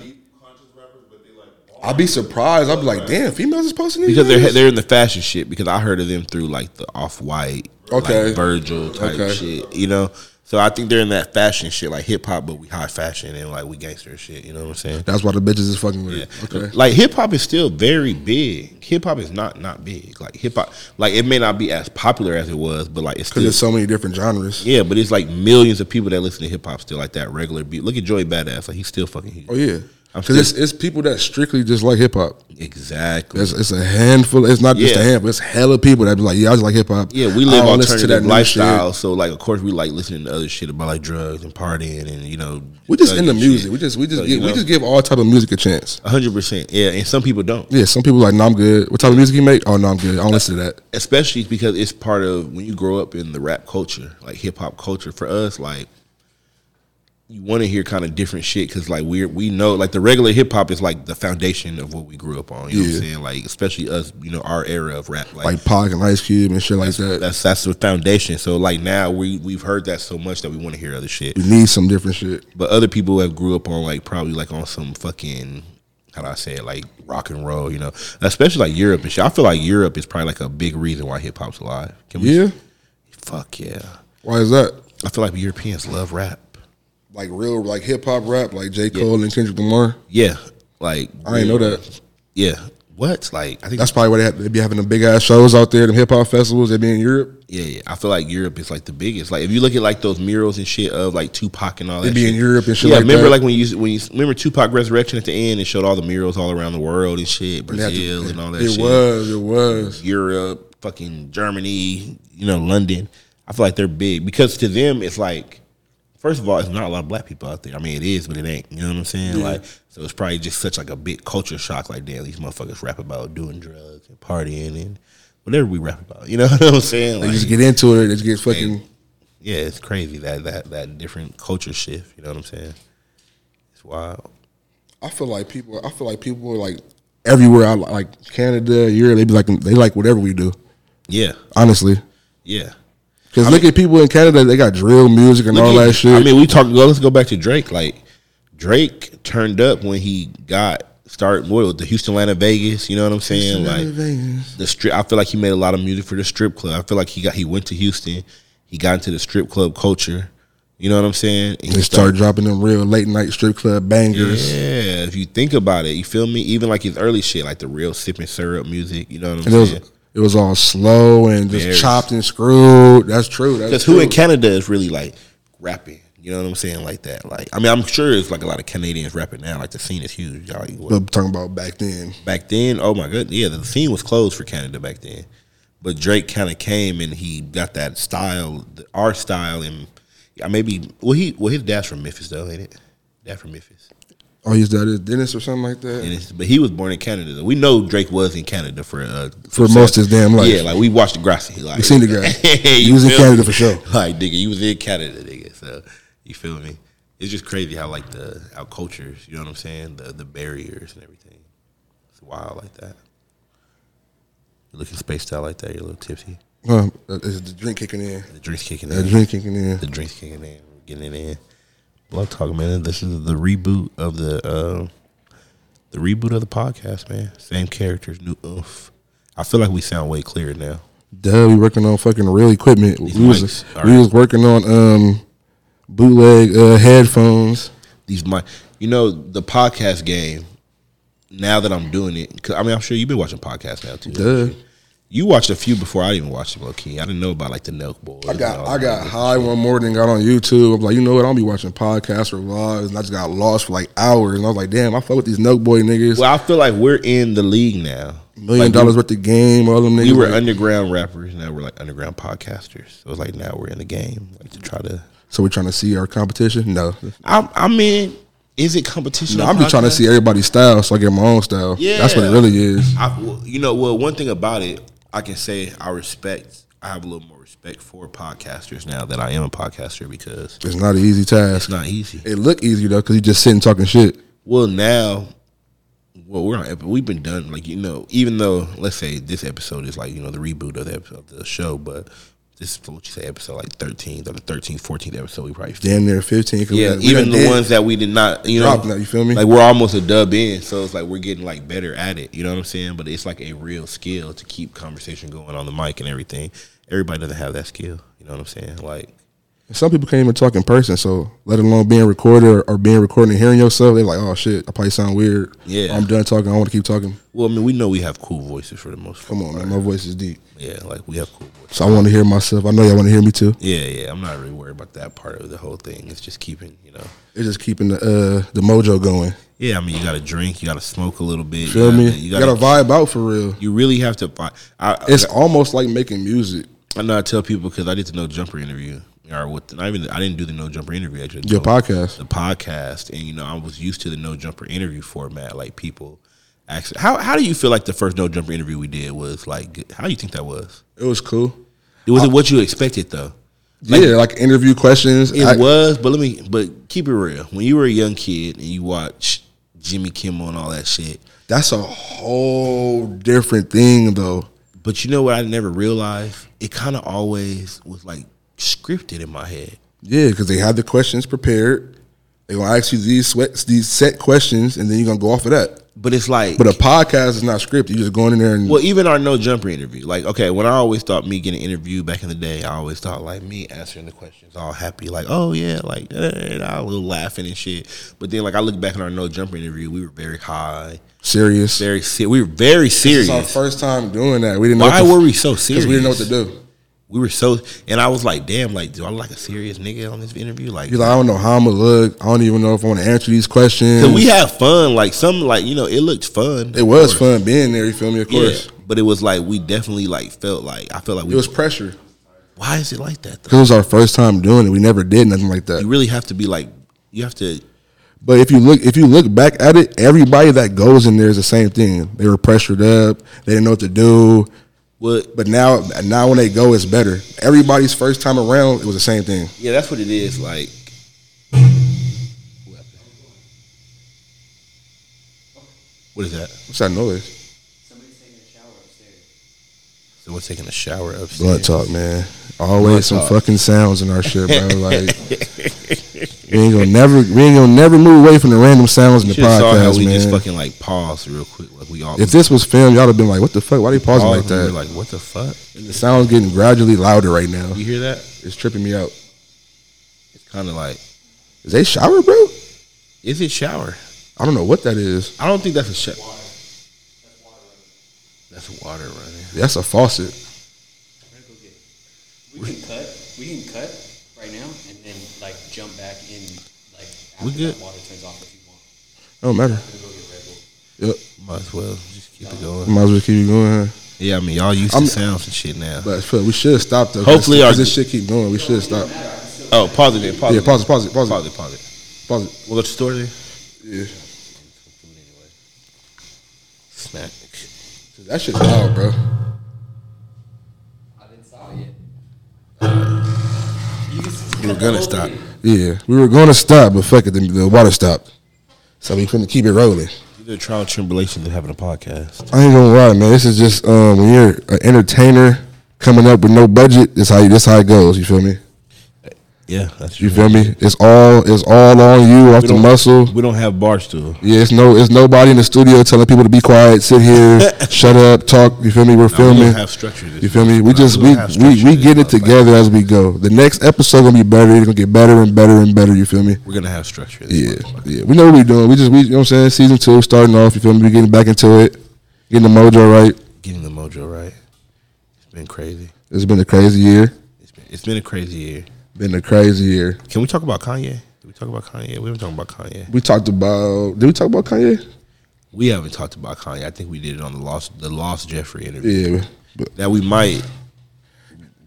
[SPEAKER 2] I'd be surprised. I'd be like, damn, females is posting these.
[SPEAKER 1] because they're
[SPEAKER 2] niggas?
[SPEAKER 1] they're in the fashion shit. Because I heard of them through like the off white,
[SPEAKER 2] Okay.
[SPEAKER 1] like Virgil type
[SPEAKER 2] Okay.
[SPEAKER 1] shit. You know. So I think they're in that fashion shit, like hip hop, but we high fashion and like we gangster shit. You know what I'm saying?
[SPEAKER 2] That's why the bitches is fucking with.
[SPEAKER 1] Yeah.
[SPEAKER 2] it. Okay.
[SPEAKER 1] Like hip hop is still very big. Hip hop is not not big. Like hip hop, like it may not be as popular as it was, but like it's
[SPEAKER 2] Because
[SPEAKER 1] still
[SPEAKER 2] there's so many different genres.
[SPEAKER 1] yeah. But it's like millions of people that listen to hip hop still like that regular beat. Look at Joey Badass, like he's still fucking huge.
[SPEAKER 2] Oh yeah.
[SPEAKER 1] I'm
[SPEAKER 2] Because it's, it's people that strictly just like hip hop.
[SPEAKER 1] Exactly.
[SPEAKER 2] It's, it's a handful. It's not just
[SPEAKER 1] Yeah.
[SPEAKER 2] a handful. It's hella people that be like, yeah, I just like hip hop.
[SPEAKER 1] yeah, we
[SPEAKER 2] I
[SPEAKER 1] live
[SPEAKER 2] don't listen
[SPEAKER 1] alternative
[SPEAKER 2] to that new
[SPEAKER 1] lifestyle,
[SPEAKER 2] shit.
[SPEAKER 1] so like of course we like listening to other shit about like drugs and partying and you know
[SPEAKER 2] We just
[SPEAKER 1] thug
[SPEAKER 2] in the
[SPEAKER 1] and
[SPEAKER 2] music.
[SPEAKER 1] shit.
[SPEAKER 2] We just we just
[SPEAKER 1] So, you
[SPEAKER 2] yeah, we
[SPEAKER 1] know.
[SPEAKER 2] just give all type of music a chance.
[SPEAKER 1] A hundred percent. Yeah, and some people don't.
[SPEAKER 2] Yeah, some people like, no, I'm good. What type of music you make? Oh no, I'm good. I don't listen to that.
[SPEAKER 1] especially because it's part of when you grow up in the rap culture, like hip hop culture. For us, like you want to hear kind of different shit because like we're we know like the regular hip hop is like the foundation of what we grew up on. You know what
[SPEAKER 2] Yeah.
[SPEAKER 1] I'm saying? Like especially us, you know, our era of rap, like.
[SPEAKER 2] Like Pac and Ice Cube and shit like that.
[SPEAKER 1] that's that's the foundation. So like now we we've heard that so much that we want to hear other shit.
[SPEAKER 2] we need some different shit.
[SPEAKER 1] But other people have grew up on like probably like on some fucking how do I say it like rock and roll, you know, especially like Europe and shit. I feel like Europe is probably like a big reason why hip hop's alive. Can we
[SPEAKER 2] Yeah.
[SPEAKER 1] Fuck yeah.
[SPEAKER 2] Why is that?
[SPEAKER 1] I feel like Europeans love rap.
[SPEAKER 2] Like real, like hip hop rap, like J Cole and Kendrick Lamar.
[SPEAKER 1] Yeah. Like
[SPEAKER 2] I ain't know that.
[SPEAKER 1] Yeah. What? Like I think
[SPEAKER 2] That's probably why they, have, they be having the big ass shows out there, the hip hop festivals. They be in Europe.
[SPEAKER 1] yeah, yeah. I feel like Europe is like the biggest. Like if you look at like those murals and shit of like Tupac and all that
[SPEAKER 2] They be
[SPEAKER 1] shit.
[SPEAKER 2] in Europe and shit
[SPEAKER 1] yeah,
[SPEAKER 2] like
[SPEAKER 1] remember
[SPEAKER 2] that.
[SPEAKER 1] like when you when you remember Tupac Resurrection at the end and showed all the murals all around the world and shit,
[SPEAKER 2] They have to-
[SPEAKER 1] Brazil and all that
[SPEAKER 2] It
[SPEAKER 1] shit.
[SPEAKER 2] was, it was.
[SPEAKER 1] Europe, fucking Germany, you know, London. I feel like they're big because to them it's like, first of all, it's not a lot of black people out there. I mean, it is, but it ain't. You know what I'm saying? Like, so it's probably just such like a big culture shock. Like, damn, these motherfuckers rap about doing drugs and partying and whatever we rap about. You know what I'm saying?
[SPEAKER 2] They
[SPEAKER 1] Like,
[SPEAKER 2] just get into it. They just get fucking.
[SPEAKER 1] yeah, it's crazy that that that different culture shift. You know what I'm saying? It's wild.
[SPEAKER 2] I feel like people. I feel like people are like everywhere. I li- like Canada, Europe. They be like they like whatever we do.
[SPEAKER 1] Yeah,
[SPEAKER 2] Honestly,
[SPEAKER 1] yeah.
[SPEAKER 2] because look at people in Canada. They got drill music and all
[SPEAKER 1] Look at-
[SPEAKER 2] that shit.
[SPEAKER 1] I mean, we talked. Let's go back to Drake. Like Drake turned up when he got start what was it, the Houston, Atlanta, Vegas. You know what I'm saying? like
[SPEAKER 2] Vegas.
[SPEAKER 1] the strip. I feel like he made a lot of music for the strip club. I feel like he got he went to Houston. He got into the strip club culture. You know what I'm saying? And he
[SPEAKER 2] They start dropping them real late night strip club bangers.
[SPEAKER 1] Yeah, if you think about it, you feel me. Even like his early shit, like the real sipping syrup music. You know what I'm
[SPEAKER 2] And it was
[SPEAKER 1] saying?
[SPEAKER 2] it was all slow and just
[SPEAKER 1] Very.
[SPEAKER 2] chopped and screwed. That's true. That's
[SPEAKER 1] Because who
[SPEAKER 2] true.
[SPEAKER 1] in Canada is really like rapping? You know what I'm saying? Like that. Like I mean, I'm sure it's like a lot of Canadians rapping now. Like the scene is huge. Y'all, like, what-
[SPEAKER 2] But I'm talking about back then.
[SPEAKER 1] back then, oh my god, yeah, the scene was closed for Canada back then. But Drake kind of came and he got that style, the art style, and yeah, maybe well he well his dad's from Memphis though, ain't it? Dad from Memphis,
[SPEAKER 2] Oh, he's that is Dennis or something like that.
[SPEAKER 1] and it's, but he was born in Canada. though. We know Drake was in Canada for uh,
[SPEAKER 2] For most of his damn life.
[SPEAKER 1] Yeah, like we watched the Degrassi. Like
[SPEAKER 2] We seen Degrassi. He
[SPEAKER 1] you
[SPEAKER 2] was in
[SPEAKER 1] feel
[SPEAKER 2] Canada
[SPEAKER 1] me?
[SPEAKER 2] for sure.
[SPEAKER 1] Like nigga, he was in Canada, nigga. So you feel me? It's just crazy how like the our cultures, you know what I'm saying? The the barriers and everything. It's wild like that. You're looking spaced out like that. You're a little tipsy.
[SPEAKER 2] Huh, is the drink kicking in?
[SPEAKER 1] The drinks kicking
[SPEAKER 2] That
[SPEAKER 1] in.
[SPEAKER 2] drink kicking in.
[SPEAKER 1] The drinks kicking in. We're getting it in. Blood talk, man. This is the reboot of the uh, the reboot of the podcast, man. Same characters, new oof. I feel like we sound way clearer now.
[SPEAKER 2] Duh, we working on fucking real equipment.
[SPEAKER 1] These
[SPEAKER 2] We was,
[SPEAKER 1] mics, all
[SPEAKER 2] we
[SPEAKER 1] right.
[SPEAKER 2] was working on um bootleg uh, headphones.
[SPEAKER 1] these my you know the podcast game now that i'm doing it 'cause, i mean i'm sure you've been watching podcasts now too
[SPEAKER 2] Duh.
[SPEAKER 1] you watched a few before i even watched them low-key i didn't know about like the milk boys
[SPEAKER 2] I
[SPEAKER 1] and
[SPEAKER 2] got
[SPEAKER 1] all
[SPEAKER 2] I
[SPEAKER 1] that
[SPEAKER 2] got
[SPEAKER 1] other
[SPEAKER 2] high
[SPEAKER 1] shit.
[SPEAKER 2] one morning, got on YouTube. I'm like, you know what? I'll be watching podcasts or vlogs, and I just got lost for like hours. And I was like, damn, I fuck with these Nook Boy niggas.
[SPEAKER 1] well i feel like we're in the league now
[SPEAKER 2] Million
[SPEAKER 1] Like,
[SPEAKER 2] dollars worth of game, all them niggas.
[SPEAKER 1] we, we were
[SPEAKER 2] like,
[SPEAKER 1] underground rappers now we're like underground podcasters so it's like now we're in the game like to try to
[SPEAKER 2] so we're trying to see our competition. No,
[SPEAKER 1] i, I mean is it competition
[SPEAKER 2] no
[SPEAKER 1] on
[SPEAKER 2] I'm just trying to
[SPEAKER 1] podcasts?
[SPEAKER 2] see everybody's style, so I get my own style. that's what it
[SPEAKER 1] Yeah.
[SPEAKER 2] really is.
[SPEAKER 1] I, well, you know, well, one thing about it, I can say I respect. I have a little more respect for podcasters now that I am a podcaster because
[SPEAKER 2] It's not an easy
[SPEAKER 1] it's
[SPEAKER 2] task.
[SPEAKER 1] not easy.
[SPEAKER 2] It look easy though, cause you just sitting talking shit.
[SPEAKER 1] Well, now, well, we're on. epi- We've been done. Like you know, even though let's say this episode is like you know the reboot of the episode of the show, but this is what you say episode like 13th or the 13th, 14th episode. We probably
[SPEAKER 2] Damn near 15. 'cause we
[SPEAKER 1] yeah,
[SPEAKER 2] got- we
[SPEAKER 1] even
[SPEAKER 2] got
[SPEAKER 1] the
[SPEAKER 2] dead.
[SPEAKER 1] ones that we did not, you know,
[SPEAKER 2] Dropped that, you feel me?
[SPEAKER 1] Like we're almost a dub in, so it's like we're getting like better at it. You know what I'm saying? But it's like a real skill to keep conversation going on the mic and everything. Everybody doesn't have that skill. You know what I'm saying? Like,
[SPEAKER 2] Some people can't even talk in person, so let alone being recorded or, or being recorded and hearing yourself, they're like, oh shit, I probably sound weird.
[SPEAKER 1] Yeah.
[SPEAKER 2] I'm done talking. I want to keep talking.
[SPEAKER 1] well, I mean, we know we have cool voices for the most.
[SPEAKER 2] Come on, man. My voice is deep.
[SPEAKER 1] yeah, like we have cool voices.
[SPEAKER 2] So I want to hear myself. I know y'all want to hear me too.
[SPEAKER 1] Yeah, yeah. I'm not really worried about that part of the whole thing. It's just keeping, you know.
[SPEAKER 2] It's just keeping the uh, the mojo going.
[SPEAKER 1] Yeah, I mean, you got to drink, you got to smoke a little bit.
[SPEAKER 2] Feel
[SPEAKER 1] you
[SPEAKER 2] me?
[SPEAKER 1] gotta-
[SPEAKER 2] You
[SPEAKER 1] You
[SPEAKER 2] gotta,
[SPEAKER 1] got to.
[SPEAKER 2] vibe out for real.
[SPEAKER 1] You really have to find. I,
[SPEAKER 2] It's almost like making music.
[SPEAKER 1] I know I tell people because I did the no jumper interview, or what? Not even I didn't do the no jumper interview. Actually,
[SPEAKER 2] Your podcast.
[SPEAKER 1] the podcast, and you know I was used to the no jumper interview format. Like people, actually, how how do you feel like the first no jumper interview we did was like? good- How do you think that was?
[SPEAKER 2] It was cool.
[SPEAKER 1] Was
[SPEAKER 2] Uh,
[SPEAKER 1] it what you expected though?
[SPEAKER 2] yeah, like interview questions.
[SPEAKER 1] It
[SPEAKER 2] I-
[SPEAKER 1] was, but let me. But keep it real. When you were a young kid and you watched Jimmy Kimmel and all that shit,
[SPEAKER 2] that's a whole different thing though.
[SPEAKER 1] but you know what? I never realized it kind of always was like scripted in my head.
[SPEAKER 2] Yeah, because they have the questions prepared. They gonna ask you these sweats, these set questions, and then you're gonna go off of that.
[SPEAKER 1] But it's like,
[SPEAKER 2] But a podcast is not scripted. You're just going in there and
[SPEAKER 1] Well, even our no jumper interview, like okay, when I always thought me getting interviewed back in the day, I always thought like me answering the questions all happy, like oh yeah, like eh, and I was laughing and shit. But then like I look back on our no jumper interview, we were very high,
[SPEAKER 2] serious.
[SPEAKER 1] very se- we were very
[SPEAKER 2] It's our
[SPEAKER 1] serious.
[SPEAKER 2] first time doing that. We didn't.
[SPEAKER 1] Why
[SPEAKER 2] know
[SPEAKER 1] were we so serious?
[SPEAKER 2] Because we didn't know what to do.
[SPEAKER 1] We were so, and I was like, damn, like do I look like a serious nigga on this interview? Like,
[SPEAKER 2] He's like, I don't know how I'm gonna look. I don't even know if I want to answer these questions.
[SPEAKER 1] Cause we had fun, like some, like you know, it looked fun.
[SPEAKER 2] it was fun being there. You feel me? Of course.
[SPEAKER 1] but it was like we definitely like felt like I felt like we.
[SPEAKER 2] It was pressure
[SPEAKER 1] why is it like that though?
[SPEAKER 2] because it was our first time doing it. We never did nothing like
[SPEAKER 1] You
[SPEAKER 2] that.
[SPEAKER 1] really have to be like, you have to
[SPEAKER 2] But if you look, if you look back at it, everybody that goes in there is the same thing. They were pressured up. They didn't know what to do.
[SPEAKER 1] Well,
[SPEAKER 2] But now, now when they go, it's better. Everybody's first time around, it was the same thing.
[SPEAKER 1] yeah, that's what it is. Like, what is that?
[SPEAKER 2] What's that noise?
[SPEAKER 4] Somebody's taking a shower upstairs.
[SPEAKER 1] Someone taking a shower upstairs.
[SPEAKER 2] Blood talk, man. Always some fucking sounds in our shit, bro. Like We ain't gonna never we ain't gonna never move away from the random sounds in the
[SPEAKER 1] Should have saw how
[SPEAKER 2] podcast,
[SPEAKER 1] we
[SPEAKER 2] man.
[SPEAKER 1] just fucking like paused real quick, like we all
[SPEAKER 2] if this was film, y'all have been like, "What the fuck? Why they
[SPEAKER 1] paused
[SPEAKER 2] pausing like
[SPEAKER 1] and we
[SPEAKER 2] that?"
[SPEAKER 1] were like, what the fuck?
[SPEAKER 2] the sound's getting gradually louder right now.
[SPEAKER 1] You hear that?
[SPEAKER 2] It's tripping me out.
[SPEAKER 1] It's kind of like,
[SPEAKER 2] Is they shower, bro?
[SPEAKER 1] is it shower?
[SPEAKER 2] I don't know what that is.
[SPEAKER 1] I don't think that's a shower. That's water running.
[SPEAKER 2] That's a faucet.
[SPEAKER 4] We can cut. We can cut right now and then like jump back in like
[SPEAKER 1] We
[SPEAKER 4] after
[SPEAKER 1] good.
[SPEAKER 4] that water turns off if you want.
[SPEAKER 2] It don't matter.
[SPEAKER 4] We'll go get Red Bull.
[SPEAKER 2] Yep.
[SPEAKER 1] Might as well just keep it going.
[SPEAKER 2] Might as well keep it going. huh?
[SPEAKER 1] Yeah, I mean, y'all used to
[SPEAKER 2] I'm-
[SPEAKER 1] sounds and shit now.
[SPEAKER 2] But fuck, we should stop though.
[SPEAKER 1] Hopefully
[SPEAKER 2] cause
[SPEAKER 1] our-
[SPEAKER 2] this shit keep going. We should stop.
[SPEAKER 1] oh, pause it then. Pause
[SPEAKER 2] Yeah,
[SPEAKER 1] it.
[SPEAKER 2] pause it, pause it, pause it.
[SPEAKER 1] Pause it. Pause it.
[SPEAKER 2] Pause it.
[SPEAKER 1] We'll go to the store then.
[SPEAKER 2] Yeah.
[SPEAKER 1] Snack.
[SPEAKER 2] That shit's loud, bro.
[SPEAKER 4] I didn't stop it yet.
[SPEAKER 1] We were gonna stop.
[SPEAKER 2] Yeah, we were going to stop, but fuck it, the, the water stopped. So we finna keep it rolling.
[SPEAKER 1] These are trial and tribulations of having a podcast.
[SPEAKER 2] I ain't gonna lie, man. This is just um, when you're an entertainer coming up with no budget. This how you, this how it goes. You feel me?
[SPEAKER 1] Yeah, that's true.
[SPEAKER 2] You feel me? It's all it's all on you, off
[SPEAKER 1] We
[SPEAKER 2] the
[SPEAKER 1] don't-
[SPEAKER 2] muscle.
[SPEAKER 1] We don't have bars to.
[SPEAKER 2] Yeah, it's no it's nobody in the studio telling people to be quiet, sit here, shut up, talk. You feel me? We're
[SPEAKER 1] We
[SPEAKER 2] filming.
[SPEAKER 1] don't have structure. This
[SPEAKER 2] You feel me? We
[SPEAKER 1] don't-
[SPEAKER 2] just
[SPEAKER 1] don't
[SPEAKER 2] we
[SPEAKER 1] have
[SPEAKER 2] we,
[SPEAKER 1] structure
[SPEAKER 2] we
[SPEAKER 1] this
[SPEAKER 2] get it
[SPEAKER 1] motherfucker.
[SPEAKER 2] together as we go. The next episode gonna be better. It's gonna get better and better and better. You feel me?
[SPEAKER 1] We're gonna have structure. this
[SPEAKER 2] Yeah,
[SPEAKER 1] motherfucker.
[SPEAKER 2] yeah. We know what we're doing. We just, we, you know what I'm saying? Season two, starting off, you feel me? we getting back into it, getting the mojo right.
[SPEAKER 1] Getting the mojo right. It's been crazy.
[SPEAKER 2] It's been a crazy year.
[SPEAKER 1] It's been it's been a crazy year.
[SPEAKER 2] Been a crazy year.
[SPEAKER 1] Can we talk about Kanye? Did we talk about Kanye? We haven't talked about Kanye.
[SPEAKER 2] We talked about, did we talk about Kanye?
[SPEAKER 1] We haven't talked about Kanye. I think we did it on the lost the lost Jeffrey interview
[SPEAKER 2] Yeah. But
[SPEAKER 1] that we might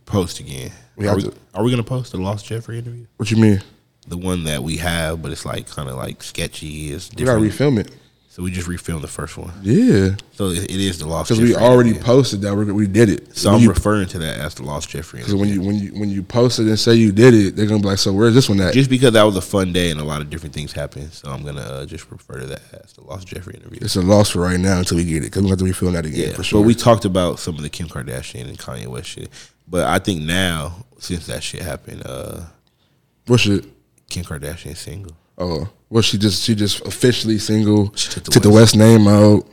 [SPEAKER 1] post again.
[SPEAKER 2] We
[SPEAKER 1] are,
[SPEAKER 2] have
[SPEAKER 1] we,
[SPEAKER 2] to-
[SPEAKER 1] are we gonna post the lost Jeffrey interview?
[SPEAKER 2] what you mean?
[SPEAKER 1] The one that we have, but it's like kind of like sketchy. It's
[SPEAKER 2] We gotta
[SPEAKER 1] different.
[SPEAKER 2] refilm it.
[SPEAKER 1] so we just refilmed the first one.
[SPEAKER 2] Yeah.
[SPEAKER 1] So it, it is the lost.
[SPEAKER 2] Because we
[SPEAKER 1] Jeffrey
[SPEAKER 2] already
[SPEAKER 1] interview.
[SPEAKER 2] posted that. We're, we did it.
[SPEAKER 1] So
[SPEAKER 2] When
[SPEAKER 1] I'm
[SPEAKER 2] you,
[SPEAKER 1] referring to that as the lost Jeffrey.
[SPEAKER 2] Because
[SPEAKER 1] interview.
[SPEAKER 2] when you, when you, when you post it and say you did it, they're gonna be like, so where's this one at?
[SPEAKER 1] just because that was a fun day and a lot of different things happened, so I'm gonna uh, just refer to that as the lost Jeffrey interview.
[SPEAKER 2] It's a loss for right now until we get it. Because we're gonna have to refilm that again
[SPEAKER 1] Yeah,
[SPEAKER 2] for sure.
[SPEAKER 1] But we talked about some of the Kim Kardashian and Kanye West shit. But I think now, since that shit happened, uh,
[SPEAKER 2] what shit?
[SPEAKER 1] Kim Kardashian is single.
[SPEAKER 2] Oh, well, she just she just officially single.
[SPEAKER 1] She
[SPEAKER 2] took the, West. name out.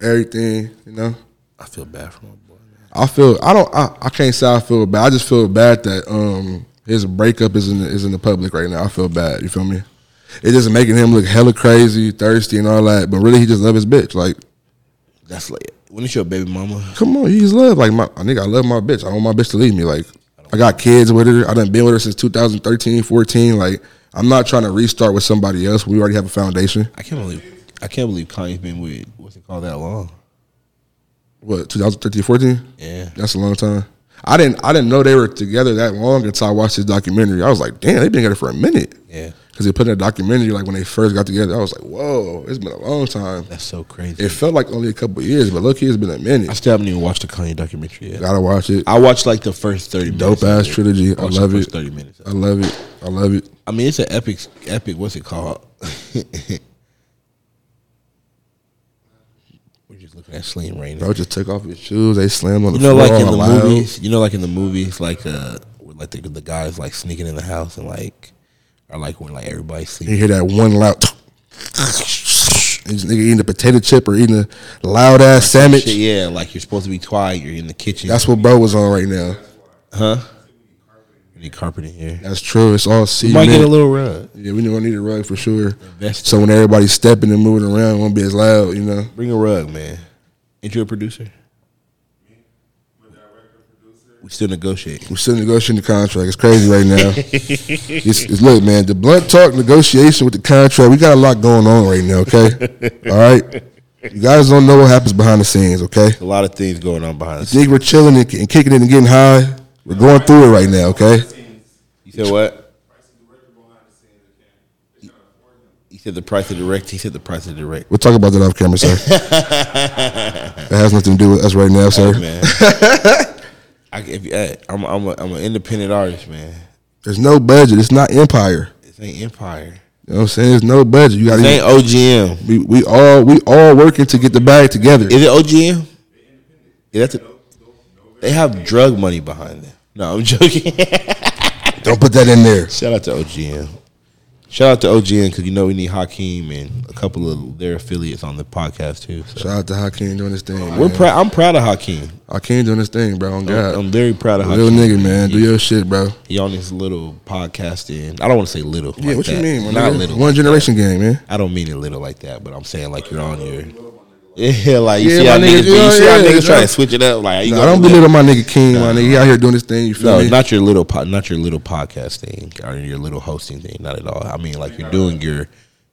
[SPEAKER 2] Everything, you know.
[SPEAKER 1] I feel bad for my boy. Man.
[SPEAKER 2] I feel I don't I, I can't say I feel bad. I just feel bad that um his breakup is in the, is in the public right now. I feel bad. You feel me? It just making him look hella crazy, thirsty, and all that. But really, he just love his bitch. Like,
[SPEAKER 1] That's like when it's your baby mama.
[SPEAKER 2] come on, you just love like my nigga. I love my bitch. I want my bitch to leave me. Like, I got kids with her. I done been with her since 2013, 14. Like, I'm not trying to restart with somebody else. We already have a foundation.
[SPEAKER 1] I can't believe I can't believe Kanye's been with what's it called that long.
[SPEAKER 2] What 2013, 14?
[SPEAKER 1] Yeah,
[SPEAKER 2] That's a long time. I didn't I didn't know they were together that long until I watched this documentary. I was like, damn, they've been together for a minute.
[SPEAKER 1] yeah.
[SPEAKER 2] Because they put in a documentary like when they first got together. I was like, whoa, it's been a long time.
[SPEAKER 1] That's so crazy.
[SPEAKER 2] It felt like only a couple years, but look, it's been a
[SPEAKER 1] I
[SPEAKER 2] minute.
[SPEAKER 1] still haven't even watched the Kanye documentary yet.
[SPEAKER 2] Gotta watch it.
[SPEAKER 1] I watched like the first thirty minutes
[SPEAKER 2] Dope
[SPEAKER 1] of
[SPEAKER 2] ass
[SPEAKER 1] it.
[SPEAKER 2] trilogy. I
[SPEAKER 1] watched the
[SPEAKER 2] love
[SPEAKER 1] first
[SPEAKER 2] it.
[SPEAKER 1] Thirty minutes.
[SPEAKER 2] I love it. I love it.
[SPEAKER 1] I mean, it's an epic, epic. What's it called? We're just looking at Slim right now.
[SPEAKER 2] Bro just took off his shoes. They slammed on the
[SPEAKER 1] You know,
[SPEAKER 2] floor.
[SPEAKER 1] like in the
[SPEAKER 2] loud.
[SPEAKER 1] movies. You know, like in the movies, like uh, where, like the, the guys like sneaking in the house and like, or like when like everybody's
[SPEAKER 2] You
[SPEAKER 1] sleeping.
[SPEAKER 2] hear that one loud. These nigga eating a potato chip or eating a loud ass sandwich.
[SPEAKER 1] Shit, yeah, like you're supposed to be quiet. You're in the kitchen.
[SPEAKER 2] That's what bro was on right now.
[SPEAKER 1] you need carpet in here.
[SPEAKER 2] That's true. It's all
[SPEAKER 1] You
[SPEAKER 2] cement.
[SPEAKER 1] might get a little rug.
[SPEAKER 2] Yeah, we gonna need a rug for sure.
[SPEAKER 1] Invest
[SPEAKER 2] So when everybody's stepping and moving around, it won't be as loud, you know.
[SPEAKER 1] Bring a rug, man. Ain't you a producer? We still negotiate.
[SPEAKER 2] We're still negotiating the contract. It's crazy right now. it's, it's look, man. The blunt talk negotiation with the contract. We got a lot going on right now. Okay, all right. You guys don't know what happens behind the scenes. Okay,
[SPEAKER 1] A lot of things going on behind the scenes.
[SPEAKER 2] think we're chilling and, and kicking it and getting high. We're going through it right now. Okay,
[SPEAKER 1] You said what?
[SPEAKER 5] behind the scenes again. They trying to afford him.
[SPEAKER 1] He said the price of direct. He said the price of direct.
[SPEAKER 2] we'll talk about that off camera, sir. that has nothing to do with us right now, sir.
[SPEAKER 1] Hey, man. I, if, you- hey, I'm I'm a, I'm an independent artist, man.
[SPEAKER 2] There's no budget. It's not Empire.
[SPEAKER 1] This ain't Empire.
[SPEAKER 2] You know what I'm saying? There's no budget. You got
[SPEAKER 1] This
[SPEAKER 2] to.
[SPEAKER 1] ain't OGM.
[SPEAKER 2] We, we all we all working to get the bag together.
[SPEAKER 1] Is it OGM? Yeah, that's a, they have drug money behind them. No, I'm joking.
[SPEAKER 2] Don't put that in there.
[SPEAKER 1] Shout out to OGM. Shout out to OGN because you know we need Hakeem and a couple of their affiliates on the podcast too. so.
[SPEAKER 2] Shout out to Hakeem doing this thing.
[SPEAKER 1] We're
[SPEAKER 2] man.
[SPEAKER 1] proud. I'm proud of Hakeem.
[SPEAKER 2] Hakeem doing this thing, bro. On God,
[SPEAKER 1] I'm, I'm very proud of
[SPEAKER 2] real
[SPEAKER 1] Hakeem.
[SPEAKER 2] nigga, man. Do your shit, bro.
[SPEAKER 1] He on his little podcasting. I don't want to say little.
[SPEAKER 2] Yeah,
[SPEAKER 1] like
[SPEAKER 2] what you
[SPEAKER 1] that.
[SPEAKER 2] mean? my
[SPEAKER 1] Not
[SPEAKER 2] nigga?
[SPEAKER 1] little.
[SPEAKER 2] One generation game, man.
[SPEAKER 1] I don't mean it little like that, but I'm saying like you're on your. Yeah, like you
[SPEAKER 2] Yeah,
[SPEAKER 1] see how
[SPEAKER 2] my
[SPEAKER 1] niggas,
[SPEAKER 2] niggas,
[SPEAKER 1] be- you
[SPEAKER 2] yeah,
[SPEAKER 1] see how
[SPEAKER 2] yeah,
[SPEAKER 1] niggas
[SPEAKER 2] yeah.
[SPEAKER 1] try to switch it up. Like you
[SPEAKER 2] Nah, I
[SPEAKER 1] gonna
[SPEAKER 2] don't
[SPEAKER 1] do that?
[SPEAKER 2] belittle my nigga King, my nigga. He out here doing this thing. You feel
[SPEAKER 1] No,
[SPEAKER 2] me?
[SPEAKER 1] not your little, po- not your little podcast thing or your little hosting thing. Not at all. I mean, like you're doing your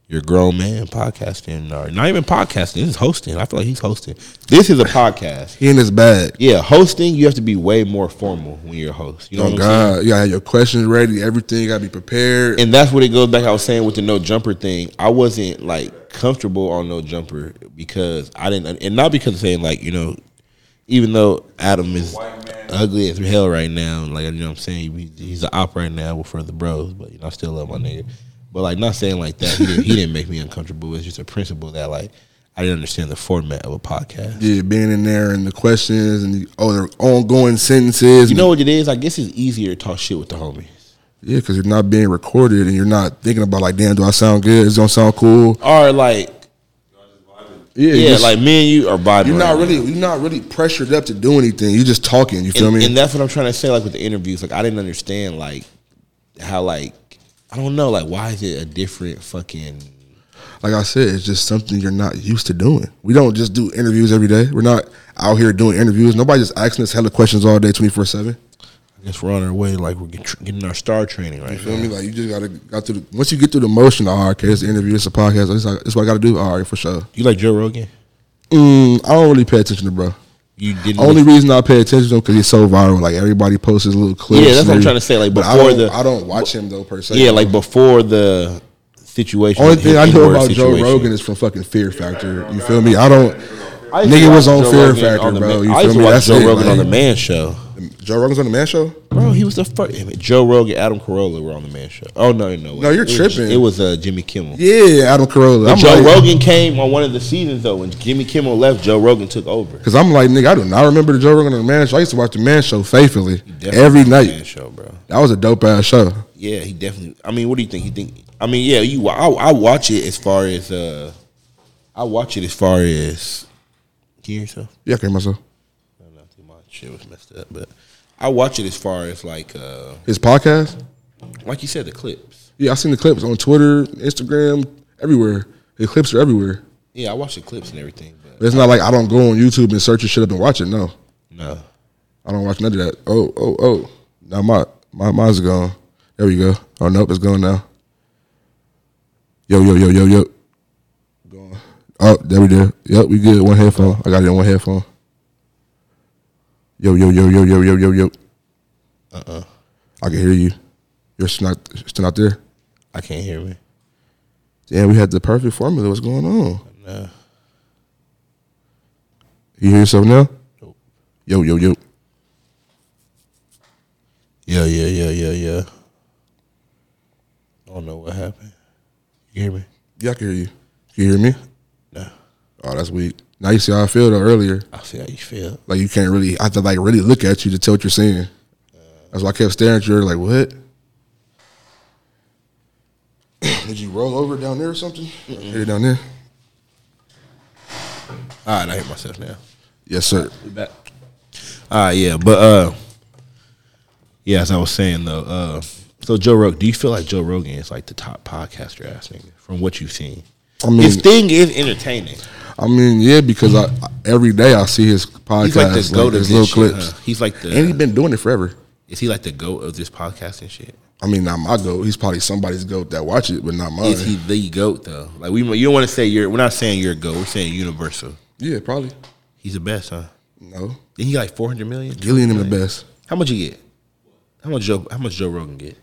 [SPEAKER 1] your grown man podcasting or not even podcasting. This is hosting. I feel like he's hosting. This is a podcast.
[SPEAKER 2] he in his bag.
[SPEAKER 1] Yeah, hosting. You have to be way more formal when you're a host. You know
[SPEAKER 2] Oh
[SPEAKER 1] what I'm saying?
[SPEAKER 2] God, you gotta have your questions ready. Everything you gotta be prepared.
[SPEAKER 1] And that's what it goes back. I was saying with the no jumper thing. I wasn't like comfortable on no jumper because I didn't, and not because of saying like you know, even though Adam is ugly as hell right now, like you know what I'm saying he- he's an op right now for the bros, but you know I still love my nigga. But like not saying like that, he didn't, he didn't make me uncomfortable. It's just a principle that like I didn't understand the format of a podcast.
[SPEAKER 2] Yeah, being in there and the questions and the, oh, the ongoing sentences.
[SPEAKER 1] You know what it is? I guess it's easier to talk shit with the homies.
[SPEAKER 2] yeah, because you're not being recorded and you're not thinking about like, damn, do I sound good? Is it gonna sound cool?
[SPEAKER 1] Or like
[SPEAKER 2] Yeah, you
[SPEAKER 1] yeah,
[SPEAKER 2] just-
[SPEAKER 1] like me and you are vibing.
[SPEAKER 2] you're
[SPEAKER 1] right
[SPEAKER 2] not
[SPEAKER 1] now.
[SPEAKER 2] really you're not really pressured up to do anything. You're just talking. You feel
[SPEAKER 1] and,
[SPEAKER 2] me?
[SPEAKER 1] and that's what I'm trying to say. Like with the interviews, like I didn't understand like how like I don't know like why is it a different fucking
[SPEAKER 2] like I said, it's just something you're not used to doing. We don't just do interviews every day. We're not out here doing interviews. Nobody just asking us hella questions all day, twenty four seven.
[SPEAKER 1] I guess we're on our way like we're get- getting our star training right
[SPEAKER 2] You feel me?
[SPEAKER 1] now.
[SPEAKER 2] Like you just gotta got through. The, once you get through the motion, all right, okay, it's an interview, it's a podcast. It's like, it's what I gotta do. All right, for sure.
[SPEAKER 1] You like Joe Rogan?
[SPEAKER 2] Mm, I don't really pay attention to bro.
[SPEAKER 1] You didn't
[SPEAKER 2] Only reason I pay attention to him because he's so viral. Like everybody posts his little clips.
[SPEAKER 1] Yeah, that's
[SPEAKER 2] and
[SPEAKER 1] what I'm
[SPEAKER 2] every-
[SPEAKER 1] trying to say, like,
[SPEAKER 2] but I
[SPEAKER 1] before
[SPEAKER 2] don't,
[SPEAKER 1] the-
[SPEAKER 2] I don't watch him though per se.
[SPEAKER 1] yeah like before the situation.
[SPEAKER 2] Only
[SPEAKER 1] the
[SPEAKER 2] thing I know
[SPEAKER 1] N-word
[SPEAKER 2] about Joe
[SPEAKER 1] situation.
[SPEAKER 2] Rogan is from fucking Fear Factor. You feel me? I don't.
[SPEAKER 1] I used
[SPEAKER 2] Nigga
[SPEAKER 1] to watch
[SPEAKER 2] was on
[SPEAKER 1] Joe
[SPEAKER 2] Fear
[SPEAKER 1] Rogan
[SPEAKER 2] Factor,
[SPEAKER 1] the
[SPEAKER 2] bro.
[SPEAKER 1] Man-
[SPEAKER 2] You
[SPEAKER 1] I
[SPEAKER 2] feel
[SPEAKER 1] used to
[SPEAKER 2] me?
[SPEAKER 1] watch
[SPEAKER 2] That's
[SPEAKER 1] Joe
[SPEAKER 2] it,
[SPEAKER 1] Rogan on the
[SPEAKER 2] like-
[SPEAKER 1] Man Show.
[SPEAKER 2] Joe Rogan's on the Man Show.
[SPEAKER 1] Bro, he was the first. Joe Rogan, Adam Carolla were on the Man Show. Oh no, no,
[SPEAKER 2] No, you're
[SPEAKER 1] it was-
[SPEAKER 2] tripping.
[SPEAKER 1] it was uh, Jimmy Kimmel.
[SPEAKER 2] Yeah, Adam Carolla.
[SPEAKER 1] But Joe Rogan came on one of the seasons though. When Jimmy Kimmel left, Joe Rogan took over.
[SPEAKER 2] Because I'm like, nigga, I do not remember the Joe Rogan on the Man Show. I used to watch the Man Show faithfully
[SPEAKER 1] Definitely
[SPEAKER 2] every
[SPEAKER 1] on
[SPEAKER 2] night.
[SPEAKER 1] Man show, bro.
[SPEAKER 2] That was a dope ass show.
[SPEAKER 1] Yeah, he definitely. I mean, what do you think? He think? I mean, yeah, you. I, I watch it as far as. uh I watch it as far as. Can you hear yourself?
[SPEAKER 2] Yeah, I can hear myself.
[SPEAKER 1] I don't know. I think My shit was messed up, but I watch it as far as like, uh
[SPEAKER 2] His podcast.
[SPEAKER 1] like you said, the clips.
[SPEAKER 2] Yeah, I seen the clips on Twitter, Instagram, everywhere. The clips are everywhere.
[SPEAKER 1] Yeah, I watch the clips and everything, but
[SPEAKER 2] But it's not like I don't go on YouTube and search your shit up and watch it. No,
[SPEAKER 1] no.
[SPEAKER 2] I don't watch none of that. Oh, oh, oh. Now my my mine's gone. There we go. Oh nope, it's gone now. Yo, yo, yo, yo, yo. Gone. Oh, there we go. Yep, we good. One headphone. I got it in one headphone. Yo, yo, yo, yo, yo, yo, yo, yo. Uh uh I can hear you. You're still not still not there.
[SPEAKER 1] I can't hear me.
[SPEAKER 2] Damn, we had the perfect formula. What's going on?
[SPEAKER 1] No.
[SPEAKER 2] You hear yourself now?
[SPEAKER 1] Nope.
[SPEAKER 2] Yo, yo, yo.
[SPEAKER 1] Yeah, yeah, yeah, yeah, yeah. I don't know what happened. You hear me?
[SPEAKER 2] Yeah, I can hear you. You hear me?
[SPEAKER 1] No.
[SPEAKER 2] Oh, that's weak. Now you see how I feel though earlier.
[SPEAKER 1] I see how you feel.
[SPEAKER 2] Like you can't really I have to like really look at you to tell what you're saying. That's why I kept staring at you like, what? Did you roll over down there or something?
[SPEAKER 1] Mm-hmm.
[SPEAKER 2] Hit it down there.
[SPEAKER 1] All right, I hear myself now.
[SPEAKER 2] Yes, sir.
[SPEAKER 1] back. Uh yeah, but uh yeah, as I was saying though, uh so Joe Rogan, do you feel like Joe Rogan is like the top podcaster ass nigga from what you've seen?
[SPEAKER 2] I mean-
[SPEAKER 1] His thing is entertaining.
[SPEAKER 2] I mean, yeah, because I I- every day I see his podcast,
[SPEAKER 1] He's like the
[SPEAKER 2] like,
[SPEAKER 1] goat of
[SPEAKER 2] his
[SPEAKER 1] this
[SPEAKER 2] little
[SPEAKER 1] shit,
[SPEAKER 2] clips,
[SPEAKER 1] huh? He's like the
[SPEAKER 2] and he's been doing it forever.
[SPEAKER 1] is he like the goat of this podcasting shit?
[SPEAKER 2] I mean, not my goat. He's probably somebody's goat that watch it, but not mine.
[SPEAKER 1] Is he the goat though? Like we you don't want to say you're we're not saying you're a goat, we're saying universal.
[SPEAKER 2] yeah, probably.
[SPEAKER 1] He's the best, huh?
[SPEAKER 2] No,
[SPEAKER 1] Did he get, like four hundred million?
[SPEAKER 2] Gillian him the best.
[SPEAKER 1] How much you get? How much Joe how much Joe Rogan get?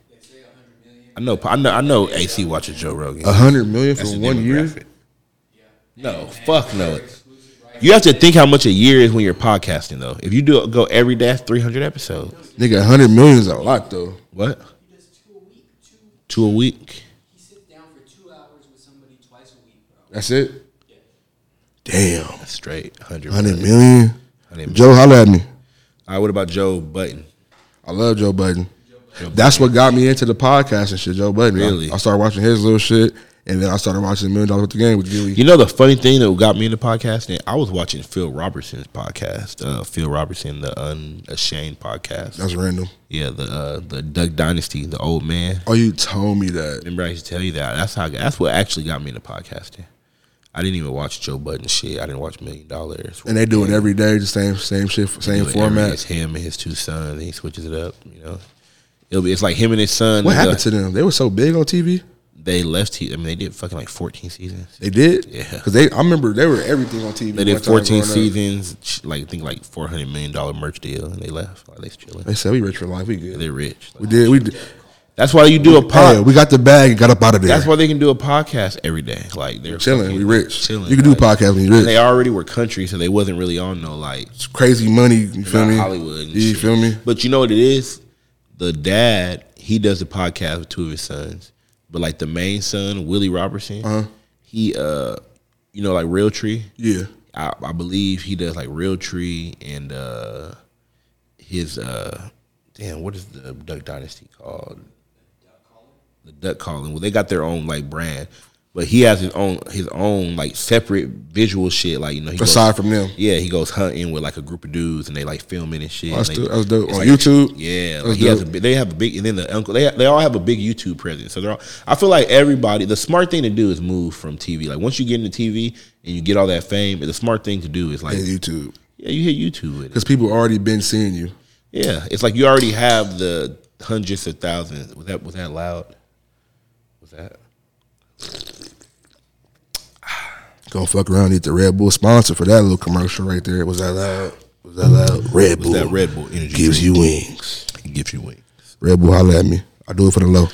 [SPEAKER 1] I know I know I know AC watches Joe Rogan.
[SPEAKER 2] A hundred million Uh, for
[SPEAKER 1] That's the
[SPEAKER 2] one year.
[SPEAKER 1] demographic. No, fuck no. You have to think how much a year is when you're podcasting though. If you do go every day, that's 300 episodes.
[SPEAKER 2] Nigga, a hundred million is a lot though.
[SPEAKER 1] What?
[SPEAKER 4] He does two a week. Two.
[SPEAKER 1] Two a week.
[SPEAKER 4] He sits down for two hours with somebody twice a week, bro.
[SPEAKER 2] That's it. Damn,
[SPEAKER 1] That's Straight 100
[SPEAKER 2] hundred
[SPEAKER 1] million.
[SPEAKER 2] million.
[SPEAKER 1] 100 million.
[SPEAKER 2] Joe, holla at me.
[SPEAKER 1] All right, what about Joe Button?
[SPEAKER 2] I love Joe Budden. That's what got me into the podcast and shit, Joe Budden. I-
[SPEAKER 1] Really?
[SPEAKER 2] I, started watching his little shit, and then I started watching Million Dollar Worth the Game with Gilly.
[SPEAKER 1] You know the funny thing that got me into podcasting? I was watching Phil Robertson's podcast. Uh, Phil Robertson, the Unashamed podcast.
[SPEAKER 2] That's random.
[SPEAKER 1] yeah, the uh, the Duck Dynasty, the old man.
[SPEAKER 2] Oh, you told me that.
[SPEAKER 1] Remember I used to tell you that. That's how. That's what actually got me into podcasting. I didn't even watch Joe Budden shit. I didn't watch Million Dollars.
[SPEAKER 2] And they do it every day, the same same shit, same
[SPEAKER 1] Do it every-
[SPEAKER 2] format.
[SPEAKER 1] It's him and his two sons. And he switches it up. You know, it'll be. It's like him and his son.
[SPEAKER 2] What
[SPEAKER 1] and, uh,
[SPEAKER 2] happened to them? They were so big on TV.
[SPEAKER 1] They left. He, I mean, they did fucking like fourteen seasons.
[SPEAKER 2] They did,
[SPEAKER 1] Yeah.
[SPEAKER 2] Because they, I remember they were everything on TV.
[SPEAKER 1] They
[SPEAKER 2] one
[SPEAKER 1] did
[SPEAKER 2] time growing
[SPEAKER 1] fourteen
[SPEAKER 2] up.
[SPEAKER 1] seasons. sh- Like I think like four hundred million dollar merch deal, and they left. Like they chilling.
[SPEAKER 2] They said we rich for life. We good.
[SPEAKER 1] They're rich.
[SPEAKER 2] We did. We did.
[SPEAKER 1] That's why you do a
[SPEAKER 2] Hey,
[SPEAKER 1] pod.
[SPEAKER 2] we got the bag. and Got up out of there.
[SPEAKER 1] That's why they can do a podcast every day. Like they're
[SPEAKER 2] chilling.
[SPEAKER 1] fucking
[SPEAKER 2] We rich.
[SPEAKER 1] Chilling.
[SPEAKER 2] you can do
[SPEAKER 1] like,
[SPEAKER 2] podcasts when
[SPEAKER 1] And
[SPEAKER 2] you rich.
[SPEAKER 1] they already were country, so they wasn't really on no like
[SPEAKER 2] It's crazy money. You feel
[SPEAKER 1] not
[SPEAKER 2] me?
[SPEAKER 1] Hollywood. And
[SPEAKER 2] You
[SPEAKER 1] shit.
[SPEAKER 2] feel me?
[SPEAKER 1] But you know what it is? The dad he does a podcast with two of his sons, but like the main son Willie Robertson,
[SPEAKER 2] Uh-huh.
[SPEAKER 1] he uh, you know like Realtree.
[SPEAKER 2] Yeah.
[SPEAKER 1] I, I believe he does like Real Tree and uh his uh damn what is the Duck Dynasty called? The Duck Calling. Well, they got their own like brand, but he has his own his own like separate visual shit. Like you know, he goes-
[SPEAKER 2] Aside from them.
[SPEAKER 1] yeah, he goes hunting with like a group of dudes and they like filming and shit.
[SPEAKER 2] Oh, that's
[SPEAKER 1] and they,
[SPEAKER 2] dope. That's dope.
[SPEAKER 1] it's
[SPEAKER 2] On YouTube?
[SPEAKER 1] Yeah,
[SPEAKER 2] That's
[SPEAKER 1] like he has a
[SPEAKER 2] dope.
[SPEAKER 1] big, they have a big and then the uncle they they all have a big YouTube presence. So they're all I feel like everybody the smart thing to do is move from TV. Like once you get into TV and you get all that fame, the smart thing to do is like
[SPEAKER 2] And YouTube.
[SPEAKER 1] yeah, you hit YouTube with it.
[SPEAKER 2] Because people already been seeing you.
[SPEAKER 1] Yeah, it's like you already have the hundreds of thousands. Was that was that loud? Was that?
[SPEAKER 2] Gonna fuck around and eat the Red Bull sponsor for that little commercial right there. Was that loud? Was that loud? Red
[SPEAKER 1] Was
[SPEAKER 2] Bull.
[SPEAKER 1] that Red Bull energy?
[SPEAKER 2] Gives
[SPEAKER 1] drink?
[SPEAKER 2] you wings.
[SPEAKER 1] Gives you wings.
[SPEAKER 2] Red Bull, holla at me. I do it for the low.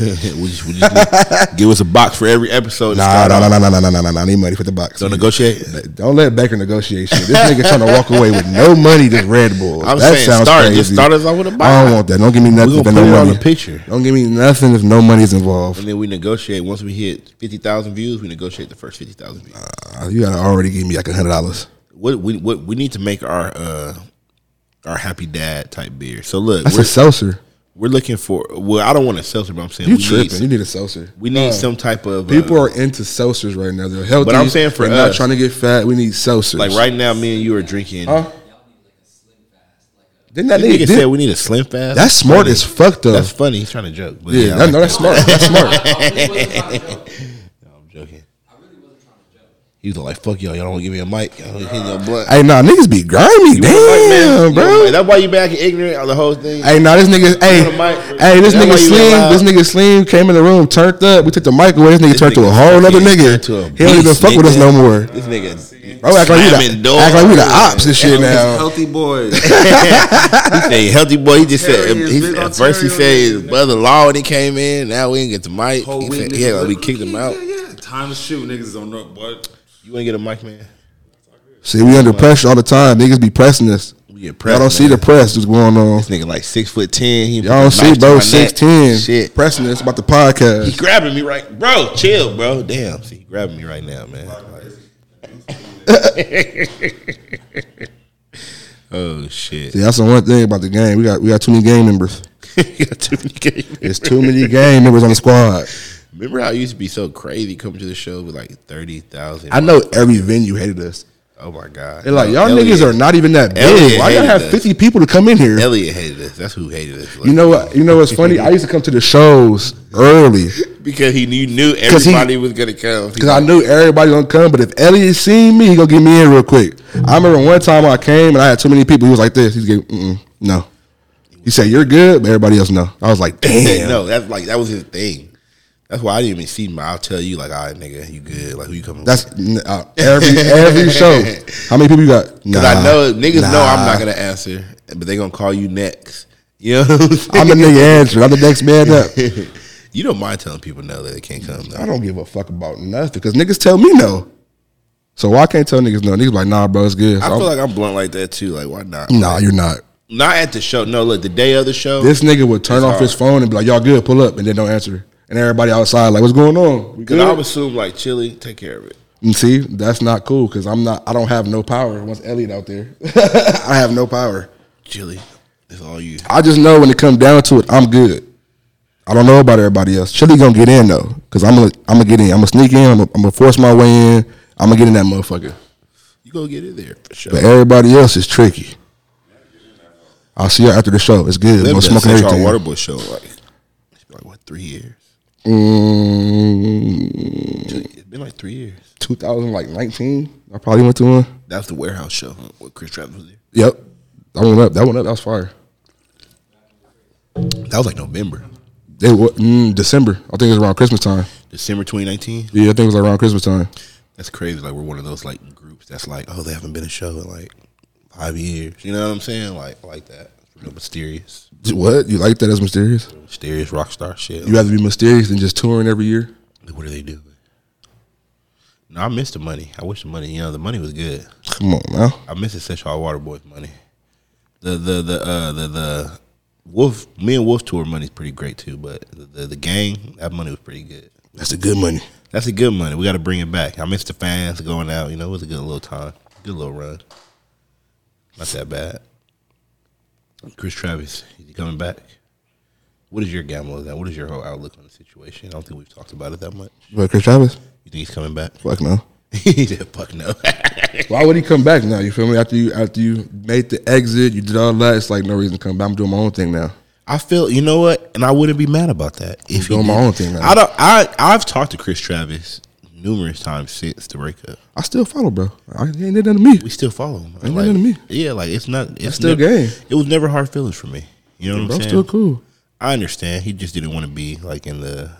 [SPEAKER 1] we just, we just need- give us a box for every episode. to
[SPEAKER 2] Nah,
[SPEAKER 1] start
[SPEAKER 2] nah,
[SPEAKER 1] off.
[SPEAKER 2] nah, nah, nah, nah, nah, nah, nah. I need money for the box.
[SPEAKER 1] Don't negotiate.
[SPEAKER 2] Don't let Baker negotiate shit. This nigga trying to walk away with no money. This Red Bull.
[SPEAKER 1] I'm
[SPEAKER 2] that
[SPEAKER 1] saying
[SPEAKER 2] sounds
[SPEAKER 1] start.
[SPEAKER 2] crazy.
[SPEAKER 1] Just start us off with a box.
[SPEAKER 2] I don't want that. Don't give me nothing.
[SPEAKER 1] We
[SPEAKER 2] if
[SPEAKER 1] gonna
[SPEAKER 2] no
[SPEAKER 1] put it on
[SPEAKER 2] money.
[SPEAKER 1] the picture.
[SPEAKER 2] Don't give me nothing if no money's involved.
[SPEAKER 1] And then we negotiate. Once we hit fifty thousand views, we negotiate the first fifty thousand views.
[SPEAKER 2] Uh, you gotta already give me like a hundred dollars.
[SPEAKER 1] What we what we need to make our uh our happy dad type beer. So look,
[SPEAKER 2] That's
[SPEAKER 1] we're,
[SPEAKER 2] a seltzer.
[SPEAKER 1] we're looking for. Well, I don't want a seltzer, but I'm saying
[SPEAKER 2] You
[SPEAKER 1] we
[SPEAKER 2] tripping?
[SPEAKER 1] need
[SPEAKER 2] you
[SPEAKER 1] some,
[SPEAKER 2] need a seltzer.
[SPEAKER 1] we need some type of
[SPEAKER 2] People
[SPEAKER 1] uh,
[SPEAKER 2] are into seltzers right now. They're healthy.
[SPEAKER 1] But I'm saying for
[SPEAKER 2] they're not
[SPEAKER 1] us-
[SPEAKER 2] trying to get fat. We need seltzers.
[SPEAKER 1] like right now. Me and you are drinking.
[SPEAKER 2] Huh? Didn't that
[SPEAKER 1] That
[SPEAKER 2] nigga?
[SPEAKER 1] nigga
[SPEAKER 2] did-
[SPEAKER 1] said we need a slim fast.
[SPEAKER 2] that's smart
[SPEAKER 1] funny.
[SPEAKER 2] as fuck though.
[SPEAKER 1] That's funny. He's trying to joke. But
[SPEAKER 2] yeah,
[SPEAKER 1] I like
[SPEAKER 2] that- no, that's smart. That's smart.
[SPEAKER 1] that. No, I'm joking. He was like, "Fuck y'all, y'all don't wanna give me a mic. Y'all don't hit your butt."
[SPEAKER 2] Hey, nah, niggas be grimy. Damn,
[SPEAKER 1] You
[SPEAKER 2] bro.
[SPEAKER 1] know, That's why you back in ignorant on the whole thing.
[SPEAKER 2] Hey, nah, this nigga. Hey,
[SPEAKER 1] on the mic.
[SPEAKER 2] hey, this
[SPEAKER 1] That's
[SPEAKER 2] nigga
[SPEAKER 1] why you
[SPEAKER 2] Slim.
[SPEAKER 1] allowed-
[SPEAKER 2] This nigga Slim came in the room, turned up. We took the mic away. This nigga
[SPEAKER 1] This
[SPEAKER 2] turned to a
[SPEAKER 1] nigga
[SPEAKER 2] whole other
[SPEAKER 1] fucking
[SPEAKER 2] nigga.
[SPEAKER 1] turned to a
[SPEAKER 2] He don't even
[SPEAKER 1] beast,
[SPEAKER 2] fuck with us
[SPEAKER 1] nigga.
[SPEAKER 2] no more.
[SPEAKER 1] This nigga,
[SPEAKER 2] Bro, act like we
[SPEAKER 1] slamming
[SPEAKER 2] the
[SPEAKER 1] doors.
[SPEAKER 2] act like we the ops and shit now.
[SPEAKER 1] Healthy boy. he said healthy boy. He just said
[SPEAKER 6] Terry is
[SPEAKER 1] he,
[SPEAKER 6] big on
[SPEAKER 1] at first he said
[SPEAKER 6] Terry.
[SPEAKER 1] his brother Law when he came in. Now we didn't get the mic.
[SPEAKER 6] Whole
[SPEAKER 1] He
[SPEAKER 6] week,
[SPEAKER 1] said,
[SPEAKER 6] niggas
[SPEAKER 1] yeah, we
[SPEAKER 6] like,
[SPEAKER 1] kicked him out.
[SPEAKER 6] Yeah, yeah. Time to shoot niggas is on the what?
[SPEAKER 1] You ain't get a mic, man.
[SPEAKER 2] See, we under pressure all the time. Niggas be pressing us.
[SPEAKER 1] We get
[SPEAKER 2] Y'all
[SPEAKER 1] pressed.
[SPEAKER 2] don't see the
[SPEAKER 1] man.
[SPEAKER 2] press that's going on.
[SPEAKER 1] This nigga like six foot ten. He
[SPEAKER 2] Y'all don't
[SPEAKER 1] put a knife
[SPEAKER 2] see,
[SPEAKER 1] to
[SPEAKER 2] bro.
[SPEAKER 1] my
[SPEAKER 2] Six
[SPEAKER 1] neck.
[SPEAKER 2] ten.
[SPEAKER 1] Shit.
[SPEAKER 2] Pressing us about the
[SPEAKER 1] He
[SPEAKER 2] podcast.
[SPEAKER 1] grabbing me right, bro. Chill, bro. Damn, see, he grabbing me right now, man. Like- oh shit!
[SPEAKER 2] See, that's the one thing about the game. We got we got too many game members.
[SPEAKER 1] You got too many games.
[SPEAKER 2] It's too many game members on the squad.
[SPEAKER 1] Remember how it used to be so crazy coming to the show with like 30,000?
[SPEAKER 2] I know every venue hated us.
[SPEAKER 1] Oh my God.
[SPEAKER 2] They're like,
[SPEAKER 1] No,
[SPEAKER 2] y'all
[SPEAKER 1] Elliot-
[SPEAKER 2] niggas are not even that big.
[SPEAKER 1] Elliot
[SPEAKER 2] Why y'all
[SPEAKER 1] hated
[SPEAKER 2] have
[SPEAKER 1] us.
[SPEAKER 2] fifty people to come in here?
[SPEAKER 1] Elliot hated us. That's who hated us. Like,
[SPEAKER 2] You know what? You know what's funny? I used to come to the shows early
[SPEAKER 1] because he knew, knew
[SPEAKER 2] he-
[SPEAKER 1] everybody was going to come. He
[SPEAKER 2] because I knew everybody gonna come. But if Elliot seen me, he gonna get me in real quick. I remember one time I came and I had too many people. He was like this. He's like, Mm-mm, no. He said you're good, but everybody else no. I was like,
[SPEAKER 1] said
[SPEAKER 2] damn.
[SPEAKER 1] no, that's like, that was his thing. That's why I didn't even see him. I'll tell you, like, all right, nigga, you good. Like, who you coming
[SPEAKER 2] That's n- uh, every every show. How many people you got?
[SPEAKER 1] Because I know niggas know I'm
[SPEAKER 2] nah.
[SPEAKER 1] not going to answer, but they going to call you next. You know what I'm saying?
[SPEAKER 2] I'm the nigga answer. I'm the next man up.
[SPEAKER 1] You don't mind telling people no that they can't come.
[SPEAKER 2] I
[SPEAKER 1] Though.
[SPEAKER 2] don't give a fuck about nothing because niggas tell me no. So why I can't tell niggas no? Niggas like, nah, bro, it's good. So
[SPEAKER 1] I
[SPEAKER 2] I'm-
[SPEAKER 1] feel like I'm blunt like that too. Like, why not?
[SPEAKER 2] nah, you're not.
[SPEAKER 1] Not at the show. No, look, the day of the show.
[SPEAKER 2] This nigga would turn off his phone and be like, y'all good, pull up, and then don't answer. And everybody outside like, what's going on? We
[SPEAKER 1] Because I
[SPEAKER 2] good?
[SPEAKER 1] would assume like Chili, take care of it.
[SPEAKER 2] And see, that's not cool because I'm not. I don't have no power. Once Elliot out there, I have no power.
[SPEAKER 1] Chili, It's all you.
[SPEAKER 2] I just know when it comes down to it, I'm good. I don't know about everybody else. Chili gonna get in though, cause I'm gonna I'm gonna get in. I'm gonna sneak in. I'm gonna, I'm gonna force my way in. I'm gonna get in that motherfucker.
[SPEAKER 1] You go get it there for sure.
[SPEAKER 2] But everybody else is tricky. I'll see you after the show. It's good.
[SPEAKER 1] That
[SPEAKER 2] We're
[SPEAKER 1] was
[SPEAKER 2] smoking
[SPEAKER 1] Central
[SPEAKER 2] everything.
[SPEAKER 1] Waterboy show like it's been like what three years?
[SPEAKER 2] Mm,
[SPEAKER 1] It's been like three years.
[SPEAKER 2] 2019. I probably went to one.
[SPEAKER 1] That was the warehouse show where Chris Travis was there.
[SPEAKER 2] Yep, that one up. That one up. That was fire.
[SPEAKER 1] That was like November,
[SPEAKER 2] They were mm, December. I think it was around Christmas time.
[SPEAKER 1] December 2019.
[SPEAKER 2] Yeah, I think it was around Christmas time.
[SPEAKER 1] That's crazy. Like we're one of those like groups that's like, oh, they haven't been a show in like five years. You know what I'm saying? Like I like that. It's real mysterious,
[SPEAKER 2] What you like that as mysterious?
[SPEAKER 1] mysterious rock star shit.
[SPEAKER 2] You rather be mysterious than just touring every year.
[SPEAKER 1] Like, what do they do? No, I miss the money. I wish the money. You know, the money was good.
[SPEAKER 2] Come on now.
[SPEAKER 1] I miss the Sexual Water Boys money. The the the uh the the Wolf me and Wolf tour money's pretty great too, but the, the the gang that money was pretty good.
[SPEAKER 2] That's the good money.
[SPEAKER 1] That's a good money. We got to bring it back. I miss the fans going out. You know, it was a good little time, good little run. Not that bad. Chris Travis, is he coming back? What is your gamble of that? What is your whole outlook on the situation? I don't think we've talked about it that much.
[SPEAKER 2] But Chris Travis?
[SPEAKER 1] You think he's coming back?
[SPEAKER 2] Fuck no.
[SPEAKER 1] he said, "Fuck no."
[SPEAKER 2] Why would he come back now? You feel me? After you after you made the exit, you did all that. It's like no reason to come back. I'm doing my own thing now.
[SPEAKER 1] I feel you know what, and I wouldn't be mad about that if he
[SPEAKER 2] doing my
[SPEAKER 1] did.
[SPEAKER 2] own thing now.
[SPEAKER 1] I don't. I I've talked to Chris Travis numerous times since the breakup.
[SPEAKER 2] I still follow, bro. I, he ain't did nothing to me.
[SPEAKER 1] We still follow him.
[SPEAKER 2] Ain't nothing to me.
[SPEAKER 1] Yeah, like it's not. It's
[SPEAKER 2] still
[SPEAKER 1] never-
[SPEAKER 2] game.
[SPEAKER 1] It was never hard feelings for me. You know what
[SPEAKER 2] Bro,
[SPEAKER 1] I'm saying?
[SPEAKER 2] still cool.
[SPEAKER 1] I understand. He just didn't want to be like in the.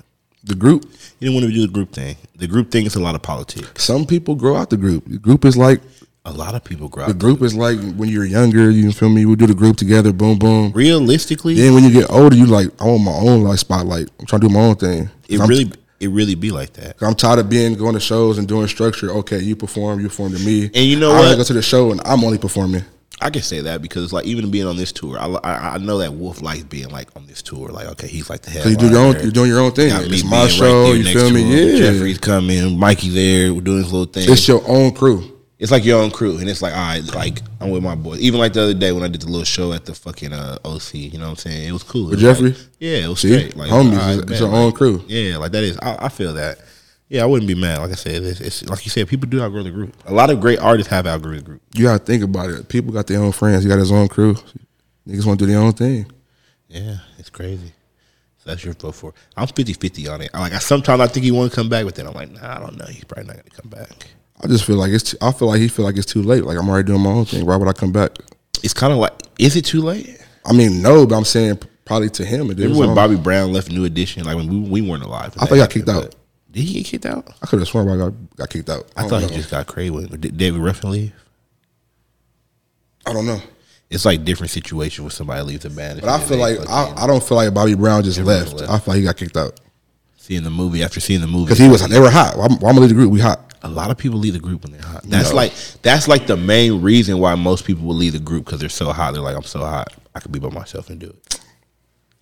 [SPEAKER 2] The group.
[SPEAKER 1] He didn't want to do the group thing. The group thing is a lot of politics.
[SPEAKER 2] Some people grow out the group. The group is like
[SPEAKER 1] A lot of people grow.
[SPEAKER 2] the
[SPEAKER 1] up.
[SPEAKER 2] group is like when you're younger. You feel me? We do the group together. Boom, boom.
[SPEAKER 1] Realistically,
[SPEAKER 2] Then when you get older, you like I want my own like spotlight. I'm trying to do my own thing.
[SPEAKER 1] it
[SPEAKER 2] I'm,
[SPEAKER 1] really it really be like that.
[SPEAKER 2] I'm tired of being going to shows and doing structure. Okay, you perform, you perform to me,
[SPEAKER 1] And you know
[SPEAKER 2] I only
[SPEAKER 1] what?
[SPEAKER 2] go to the show and I'm only performing.
[SPEAKER 1] I can say that because like even being on this tour, I, I I know that Wolf likes being like on this tour. Like okay, he's like the head.
[SPEAKER 2] So you do your own, you're doing your own thing.
[SPEAKER 1] Got me
[SPEAKER 2] It's
[SPEAKER 1] being
[SPEAKER 2] my
[SPEAKER 1] right
[SPEAKER 2] show.
[SPEAKER 1] there
[SPEAKER 2] you
[SPEAKER 1] next
[SPEAKER 2] feel
[SPEAKER 1] to
[SPEAKER 2] me?
[SPEAKER 1] him.
[SPEAKER 2] Yeah.
[SPEAKER 1] Jeffrey's coming. Mikey there. We're doing his little thing.
[SPEAKER 2] It's
[SPEAKER 1] It's,
[SPEAKER 2] your own crew.
[SPEAKER 1] like your own crew, and it's like all right, like I'm with my boys. Even like the other day when I did the little show at the fucking uh, OC, you know what I'm saying? It was cool.
[SPEAKER 2] With
[SPEAKER 1] It was
[SPEAKER 2] Jeffrey?
[SPEAKER 1] like- yeah, it was
[SPEAKER 2] See?
[SPEAKER 1] straight. Like
[SPEAKER 2] Homies,
[SPEAKER 1] all right,
[SPEAKER 2] it's
[SPEAKER 1] bet,
[SPEAKER 2] your own
[SPEAKER 1] like,
[SPEAKER 2] crew.
[SPEAKER 1] Yeah, like that is. I, I feel that. Yeah, I wouldn't be mad. Like I said, it's, it's like you said, people do outgrow the group. A lot of great artists have outgrown the group.
[SPEAKER 2] You gotta think about it. People got their own friends. You got his own crew. Niggas want to do their own thing.
[SPEAKER 1] Yeah, it's crazy. So that's your vote for. I'm 50-50 on it. I- Like I sometimes I think he want to come back, but then I'm like, nah, I don't know. He's probably not gonna come back.
[SPEAKER 2] I just feel like it's. Too, I feel like he feel like it's too late. Like I'm already doing my own thing. Why would I come back?
[SPEAKER 1] It's kind of like, is it too late?
[SPEAKER 2] I mean, no, but I'm saying probably to him. It is
[SPEAKER 1] Remember when
[SPEAKER 2] on.
[SPEAKER 1] Bobby Brown left New Edition? Like when we, we weren't alive.
[SPEAKER 2] I thought y'all kicked out.
[SPEAKER 1] Did he get kicked out?
[SPEAKER 2] I could have sworn I got, got kicked out.
[SPEAKER 1] I,
[SPEAKER 2] don't
[SPEAKER 1] thought
[SPEAKER 2] know.
[SPEAKER 1] he just got crazy. With, did David Ruffin leave?
[SPEAKER 2] I don't know.
[SPEAKER 1] It's like different situation when somebody leaves a band.
[SPEAKER 2] But I
[SPEAKER 1] They-
[SPEAKER 2] feel
[SPEAKER 1] they
[SPEAKER 2] like
[SPEAKER 1] fucking-
[SPEAKER 2] I, I don't feel like Bobby Brown just
[SPEAKER 1] Everyone
[SPEAKER 2] left.
[SPEAKER 1] left.
[SPEAKER 2] I feel like he got kicked out
[SPEAKER 1] seeing the movie after seeing the movie
[SPEAKER 2] because he was they were hot. Why, why am I leave the group? We hot.
[SPEAKER 1] A lot of people leave the group when they're hot. That's like that's like the main reason why most people will leave the group because they're so hot. They're like, I'm so hot, I could be by myself and do it.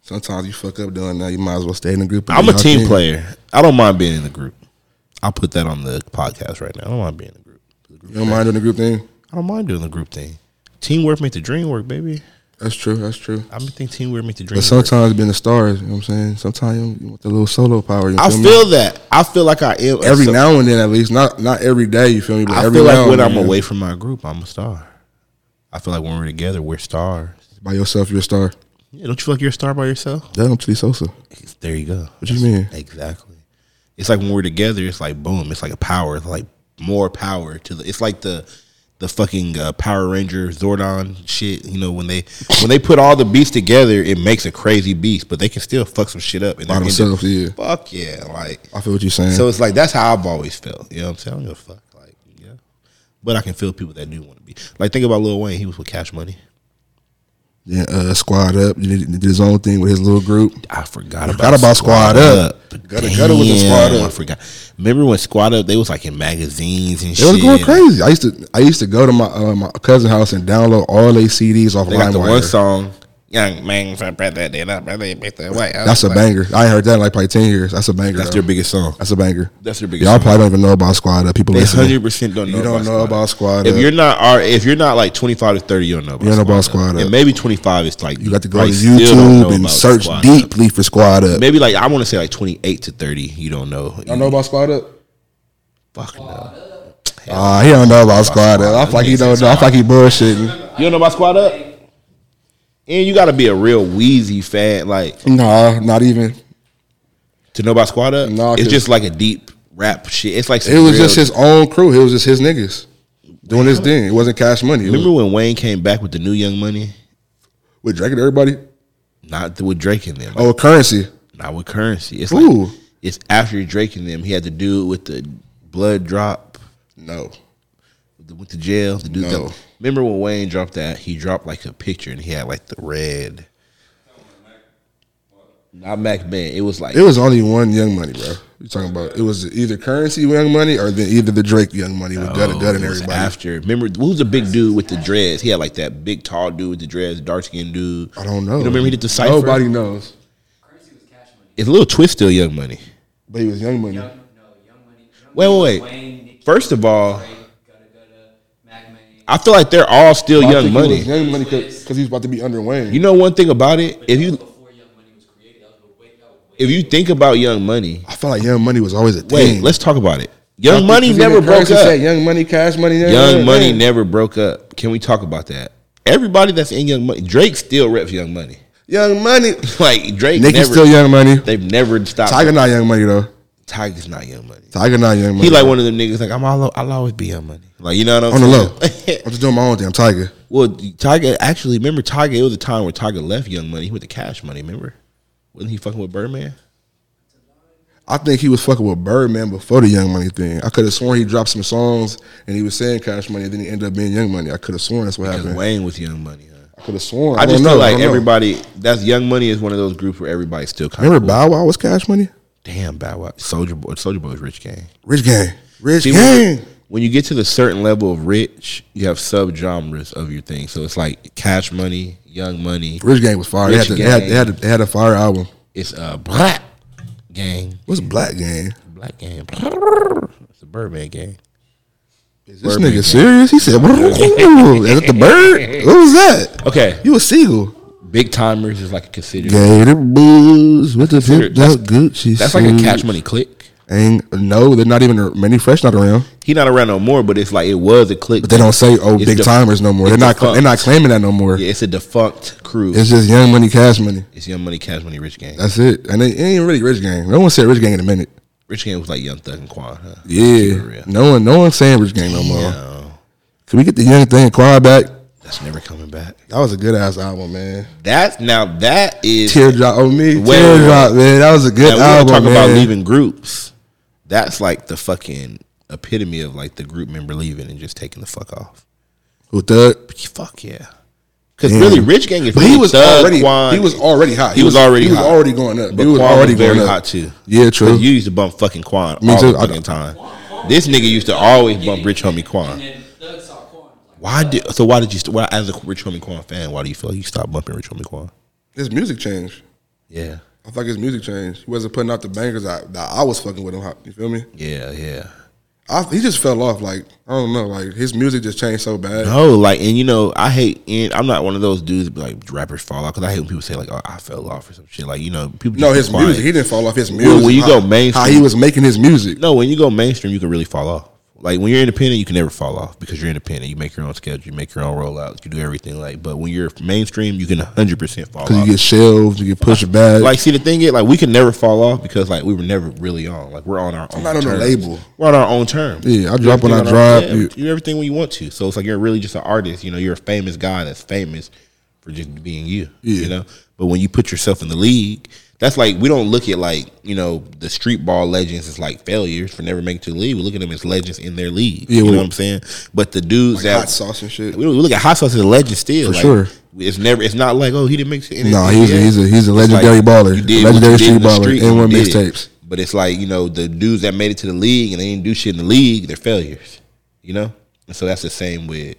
[SPEAKER 2] Sometimes you fuck up doing that. You might as well stay in the group. and
[SPEAKER 1] I'm
[SPEAKER 2] do
[SPEAKER 1] a
[SPEAKER 2] your
[SPEAKER 1] team
[SPEAKER 2] thing.
[SPEAKER 1] player. I don't mind being in the group. I'll put that on the podcast right now. I don't mind being in the group. The group-
[SPEAKER 2] You don't mind doing the group thing.
[SPEAKER 1] I don't mind doing the group thing. Teamwork make the dream work, baby.
[SPEAKER 2] That's true. That's true.
[SPEAKER 1] I think teamwork make the dream
[SPEAKER 2] But
[SPEAKER 1] work.
[SPEAKER 2] sometimes being a star, you know what I'm saying. Sometimes you want the little solo power. You
[SPEAKER 1] I
[SPEAKER 2] me?
[SPEAKER 1] feel that. I feel like I am.
[SPEAKER 2] every
[SPEAKER 1] so-
[SPEAKER 2] now and then, at least not not every day. You feel me? But
[SPEAKER 1] I
[SPEAKER 2] every
[SPEAKER 1] feel
[SPEAKER 2] now
[SPEAKER 1] like when
[SPEAKER 2] and
[SPEAKER 1] I'm
[SPEAKER 2] then,
[SPEAKER 1] away from my group, I'm a star. I feel like when we're together, we're stars.
[SPEAKER 2] by yourself, you're a star.
[SPEAKER 1] Yeah, don't you feel like you're a star by yourself?
[SPEAKER 2] Damn, Chili Sosa.
[SPEAKER 1] There you go.
[SPEAKER 2] What you mean?
[SPEAKER 1] Exactly. It's like when we're together, it's like boom, it's like a power, it's like more power to the. It's like the the fucking uh, Power Ranger Zordon shit. You know when they when they put all the beasts together, it makes a crazy beast, but they can still fuck some shit up and
[SPEAKER 2] By
[SPEAKER 1] they end
[SPEAKER 2] themselves,
[SPEAKER 1] up-
[SPEAKER 2] yeah.
[SPEAKER 1] Fuck yeah, like
[SPEAKER 2] I feel what you're saying.
[SPEAKER 1] so. It's like that's how I've always felt. You know what I'm saying? I don't give a fuck. Like yeah, but I can feel people that do want to be like. Think about Lil Wayne. He was with Cash Money.
[SPEAKER 2] then uh, squad up. Did, did his own thing with his little group.
[SPEAKER 1] I forgot about,
[SPEAKER 2] Forgot about Squad Up. Gutter Gutter was in Squad
[SPEAKER 1] Damn,
[SPEAKER 2] Up.
[SPEAKER 1] I forgot. Remember when Squad Up? They was like in magazines and
[SPEAKER 2] It
[SPEAKER 1] shit.
[SPEAKER 2] was going crazy. I used to I used to go to my uh, my cousin house and download all their CDs off
[SPEAKER 1] They got the one
[SPEAKER 2] LimeWire.
[SPEAKER 1] song. Young man from Brother Did I Brother Pick That Way. I was
[SPEAKER 2] That's a
[SPEAKER 1] like,
[SPEAKER 2] banger. I ain't heard that in like probably ten years. That's a banger.
[SPEAKER 1] That's
[SPEAKER 2] though.
[SPEAKER 1] their biggest song.
[SPEAKER 2] That's a banger.
[SPEAKER 1] That's their biggest.
[SPEAKER 2] Y'all
[SPEAKER 1] song.
[SPEAKER 2] probably don't even know about Squad Up. People
[SPEAKER 1] They
[SPEAKER 2] listening,
[SPEAKER 1] hundred percent don't know.
[SPEAKER 2] you don't
[SPEAKER 1] about
[SPEAKER 2] know
[SPEAKER 1] Squad
[SPEAKER 2] about
[SPEAKER 1] Up.
[SPEAKER 2] Squad
[SPEAKER 1] If
[SPEAKER 2] Up.
[SPEAKER 1] you're not, are if you're not like twenty five to thirty, you don't know. About
[SPEAKER 2] You don't know about Squad Up.
[SPEAKER 1] And maybe twenty five is like
[SPEAKER 2] You got to go
[SPEAKER 1] probably
[SPEAKER 2] to
[SPEAKER 1] still don't know
[SPEAKER 2] YouTube and
[SPEAKER 1] about
[SPEAKER 2] search
[SPEAKER 1] Squad Up.
[SPEAKER 2] deeply for Squad Up.
[SPEAKER 1] Maybe like I want to say like twenty eight to thirty. You don't know. You
[SPEAKER 2] Y'all know about Squad Up?
[SPEAKER 1] Fuck no.
[SPEAKER 2] Ah, he don't know about Squad Up. I feel like he don't know. I feel like he bullshitting.
[SPEAKER 1] You don't know about Squad Up. And you got to be a real Wheezy fan like
[SPEAKER 2] Nah, not even.
[SPEAKER 1] to know about Squad Up.
[SPEAKER 2] Nah,
[SPEAKER 1] it's
[SPEAKER 2] 'cause-
[SPEAKER 1] just like a deep rap shit. It's like some
[SPEAKER 2] It was
[SPEAKER 1] real-
[SPEAKER 2] just his own crew. It was just his niggas doing his thing. It wasn't Cash Money. It was
[SPEAKER 1] Remember when Wayne came back with the new Young Money,
[SPEAKER 2] with Drake and everybody.
[SPEAKER 1] not th- with Drake in them,
[SPEAKER 2] Oh, currency.
[SPEAKER 1] not with Currency. It's
[SPEAKER 2] Ooh.
[SPEAKER 1] like it's after Drake in them. He had to do it with the blood drop.
[SPEAKER 2] No.
[SPEAKER 1] the- went to jail. The dude
[SPEAKER 2] No.
[SPEAKER 1] that- remember when Wayne dropped that? He dropped like a picture and he had like the red. Not Mac Man. It was like
[SPEAKER 2] It was only one Young Money, bro. You talking about it was either currency Young Money or then either the Drake Young Money with Gutter
[SPEAKER 1] Oh,
[SPEAKER 2] Gutter and
[SPEAKER 1] it was
[SPEAKER 2] everybody.
[SPEAKER 1] After remember who was the big dude with the dreads? He had like that big tall dude with the dreads, dark skinned dude.
[SPEAKER 2] I don't know.
[SPEAKER 1] You remember he did the cipher?
[SPEAKER 2] Nobody knows,
[SPEAKER 4] Currency was cash money.
[SPEAKER 1] It's a little twist still, Young Money.
[SPEAKER 2] but he was Young Money.
[SPEAKER 4] Young, no, Young Money. Young
[SPEAKER 1] Wait,
[SPEAKER 4] Money
[SPEAKER 1] wait, wait.
[SPEAKER 4] was Wayne, Nicki,
[SPEAKER 1] First of all,
[SPEAKER 4] Drake, Gutta Gutta, Mac Man.
[SPEAKER 1] I feel like they're all still
[SPEAKER 2] But I
[SPEAKER 1] Young
[SPEAKER 2] think he was
[SPEAKER 1] Money.
[SPEAKER 2] Young Money because he was about to be under Wayne.
[SPEAKER 1] You know one thing about it? If you
[SPEAKER 4] Before Young Money was created, that was way, that was way
[SPEAKER 1] if you think about Young Money,
[SPEAKER 2] I felt like Young Money was always a thing.
[SPEAKER 1] wait, let's talk about it. Young
[SPEAKER 2] Because
[SPEAKER 1] Money
[SPEAKER 2] even
[SPEAKER 1] never broke up.
[SPEAKER 2] Currency said Young Money, Cash Money, Young,
[SPEAKER 1] Young Money never broke up. Can we talk about that? Everybody that's in Young Money, Drake still reps Young Money.
[SPEAKER 2] Young Money.
[SPEAKER 1] Like Drake
[SPEAKER 2] Nicki's
[SPEAKER 1] never,
[SPEAKER 2] still Young Money.
[SPEAKER 1] they've never stopped.
[SPEAKER 2] Tiger not Young Money though.
[SPEAKER 1] Tiger's not Young Money.
[SPEAKER 2] Tiger not Young Money.
[SPEAKER 1] He like one of them niggas. Like I'm, all, I'll always be Young Money. Like you know what I'm
[SPEAKER 2] on the low.
[SPEAKER 1] saying?
[SPEAKER 2] I'm just doing my own damn Tiger.
[SPEAKER 1] well, Tiger actually remember Tiger. It was a time where Tiger left Young Money. He went to Cash Money. Remember? Wasn't he fucking with Birdman?
[SPEAKER 2] I think he was fucking with Birdman before the Young Money thing. I could have sworn he dropped some songs and he was saying Cash Money, and then he ended up being Young Money. I could have sworn that's what
[SPEAKER 1] 'Cause
[SPEAKER 2] happened.
[SPEAKER 1] Wayne was Young Money. Huh?
[SPEAKER 2] I could have sworn.
[SPEAKER 1] I, just
[SPEAKER 2] don't
[SPEAKER 1] feel
[SPEAKER 2] know. I
[SPEAKER 1] like
[SPEAKER 2] don't know.
[SPEAKER 1] everybody. That's Young Money is one of those groups where everybody's still kind
[SPEAKER 2] Remember
[SPEAKER 1] of
[SPEAKER 2] Bow Wow was Cash Money?
[SPEAKER 1] damn Bow Wow, Soldier Boy, Soldier Boy was Rich Gang.
[SPEAKER 2] Rich Gang. Rich
[SPEAKER 1] See,
[SPEAKER 2] Gang.
[SPEAKER 1] when, when you get to the certain level of rich, you have subgenres of your thing. So it's like cash money, young money.
[SPEAKER 2] Rich Gang was fire. They
[SPEAKER 1] Rich
[SPEAKER 2] had, to, they, had,
[SPEAKER 1] Gang.
[SPEAKER 2] they, had, they had a fire album.
[SPEAKER 1] It's a black gang,
[SPEAKER 2] What's Black Gang?
[SPEAKER 1] black gang. It's a Birdman gang.
[SPEAKER 2] Is this nigga serious? He said, "Whoa, "Is that the bird? What was that?
[SPEAKER 1] Okay,
[SPEAKER 2] You a seagull?"
[SPEAKER 1] big timers is like a considered.
[SPEAKER 2] Gator blues with the
[SPEAKER 1] Consider-
[SPEAKER 2] fifth out Gucci.
[SPEAKER 1] That's like a
[SPEAKER 2] suit.
[SPEAKER 1] cash money click.
[SPEAKER 2] Ain't no, they're not even Manny Fresh not around.
[SPEAKER 1] He not around no more, but it's like it was a click.
[SPEAKER 2] But they don't say oh
[SPEAKER 1] It's
[SPEAKER 2] big
[SPEAKER 1] def-
[SPEAKER 2] timers no more.
[SPEAKER 1] it's
[SPEAKER 2] They're not
[SPEAKER 1] defunct.
[SPEAKER 2] they're not claiming that no more.
[SPEAKER 1] Yeah, it's a defunct crew.
[SPEAKER 2] It's just Young Money, Cash Money.
[SPEAKER 1] It's Young Money, Cash Money, Rich Gang.
[SPEAKER 2] That's it. And they, it ain't really Rich Gang. No one said Rich Gang in a minute.
[SPEAKER 1] Rich Gang was like Young Thug and Quad. Huh? For
[SPEAKER 2] Yeah,
[SPEAKER 1] real.
[SPEAKER 2] no one no one's saying Rich Gang no more.
[SPEAKER 1] No,
[SPEAKER 2] Can we get the Young Thing choir back?
[SPEAKER 1] that's never coming back.
[SPEAKER 2] That was a good ass album, man.
[SPEAKER 1] That's now that is
[SPEAKER 2] Teardrop on me,
[SPEAKER 1] Wait,
[SPEAKER 2] Teardrop, man. That was a good
[SPEAKER 1] And we were
[SPEAKER 2] album,
[SPEAKER 1] talking
[SPEAKER 2] man.
[SPEAKER 1] about leaving groups. That's like the fucking epitome of like the group member leaving and just taking the fuck off.
[SPEAKER 2] Who Thug?
[SPEAKER 1] Fuck yeah. Because
[SPEAKER 2] Damn.
[SPEAKER 1] really, Rich Gang is
[SPEAKER 2] But
[SPEAKER 1] really
[SPEAKER 2] he was
[SPEAKER 1] Thug,
[SPEAKER 2] already
[SPEAKER 1] Quan.
[SPEAKER 2] he was already hot.
[SPEAKER 1] He was already
[SPEAKER 2] he was
[SPEAKER 1] hot.
[SPEAKER 2] already going up.
[SPEAKER 1] But
[SPEAKER 2] he was
[SPEAKER 1] Quan
[SPEAKER 2] already
[SPEAKER 1] very
[SPEAKER 2] going up.
[SPEAKER 1] hot too.
[SPEAKER 2] Yeah, true.
[SPEAKER 1] 'Cause You used to bump fucking Quan
[SPEAKER 2] Me
[SPEAKER 1] all
[SPEAKER 2] too.
[SPEAKER 1] the
[SPEAKER 2] I-
[SPEAKER 1] fucking time. This nigga used to always bump Rich Homie Quan.
[SPEAKER 4] And Thug saw Quan. Like,
[SPEAKER 1] Why did so? Why did you? st- Why, as a Rich Homie Quan fan, why do you feel like you stopped bumping Rich Homie Quan?
[SPEAKER 2] his music changed.
[SPEAKER 1] Yeah,
[SPEAKER 2] I feel like his music changed. He wasn't putting out the bangers I, that I was fucking with him. You feel me?
[SPEAKER 1] yeah, yeah.
[SPEAKER 2] I, he just fell off. Like I don't know. Like his music just changed so bad.
[SPEAKER 1] No, like, and you know, I hate, and I'm not one of those dudes, but like rappers fall off because I hate when people say like, "Oh, I fell off" or some shit. Like, you know, people.
[SPEAKER 2] No,
[SPEAKER 1] just
[SPEAKER 2] his
[SPEAKER 1] be quiet.
[SPEAKER 2] music. He didn't fall off. His
[SPEAKER 1] Well,
[SPEAKER 2] music.
[SPEAKER 1] when you go
[SPEAKER 2] how,
[SPEAKER 1] mainstream-
[SPEAKER 2] how he was making his music.
[SPEAKER 1] No, when you go mainstream, you can really fall off. Like when you're independent, you can never fall off because you're independent. You make your own schedule, you make your own rollouts, you do everything. Like, but when you're mainstream, you can 100 percent fall
[SPEAKER 2] Cause
[SPEAKER 1] off.
[SPEAKER 2] you get shelved. You get pushed back.
[SPEAKER 1] like, see, the thing is, like, we can never fall off because like we were never really on. Like, we're on our own.
[SPEAKER 2] not on a
[SPEAKER 1] terms.
[SPEAKER 2] label.
[SPEAKER 1] We're on our own terms.
[SPEAKER 2] Yeah, I
[SPEAKER 1] Do
[SPEAKER 2] drop when
[SPEAKER 1] everything
[SPEAKER 2] I
[SPEAKER 1] on our-
[SPEAKER 2] drop.
[SPEAKER 1] yeah,
[SPEAKER 2] You-
[SPEAKER 1] do everything when you want to. So it's like you're really just an artist. You know, you're a famous guy that's famous for just being you.
[SPEAKER 2] Yeah.
[SPEAKER 1] You know, but when you put yourself in the league, that's like we don't look at like you know the street ball legends as like failures for never making it to the league. We look at them as legends in their league.
[SPEAKER 2] Yeah,
[SPEAKER 1] you know
[SPEAKER 2] we-
[SPEAKER 1] what I'm saying? But the dudes
[SPEAKER 2] Like
[SPEAKER 1] that
[SPEAKER 2] hot sauce and shit.
[SPEAKER 1] we, we look at hot sauce as a legend still.
[SPEAKER 2] For
[SPEAKER 1] like,
[SPEAKER 2] sure.
[SPEAKER 1] It's never. It's not like oh he didn't make shit. in
[SPEAKER 2] No,
[SPEAKER 1] the
[SPEAKER 2] he's a-
[SPEAKER 1] NBA.
[SPEAKER 2] he's a- he's a
[SPEAKER 1] It's like,
[SPEAKER 2] legendary baller.
[SPEAKER 1] you did what
[SPEAKER 2] Legendary
[SPEAKER 1] you did in
[SPEAKER 2] street
[SPEAKER 1] the
[SPEAKER 2] baller.
[SPEAKER 1] street,
[SPEAKER 2] And one
[SPEAKER 1] you did it.
[SPEAKER 2] mixtapes.
[SPEAKER 1] But it's like you know the dudes that made it to the league and they didn't do shit in the league, they're failures. You know, and so that's the same with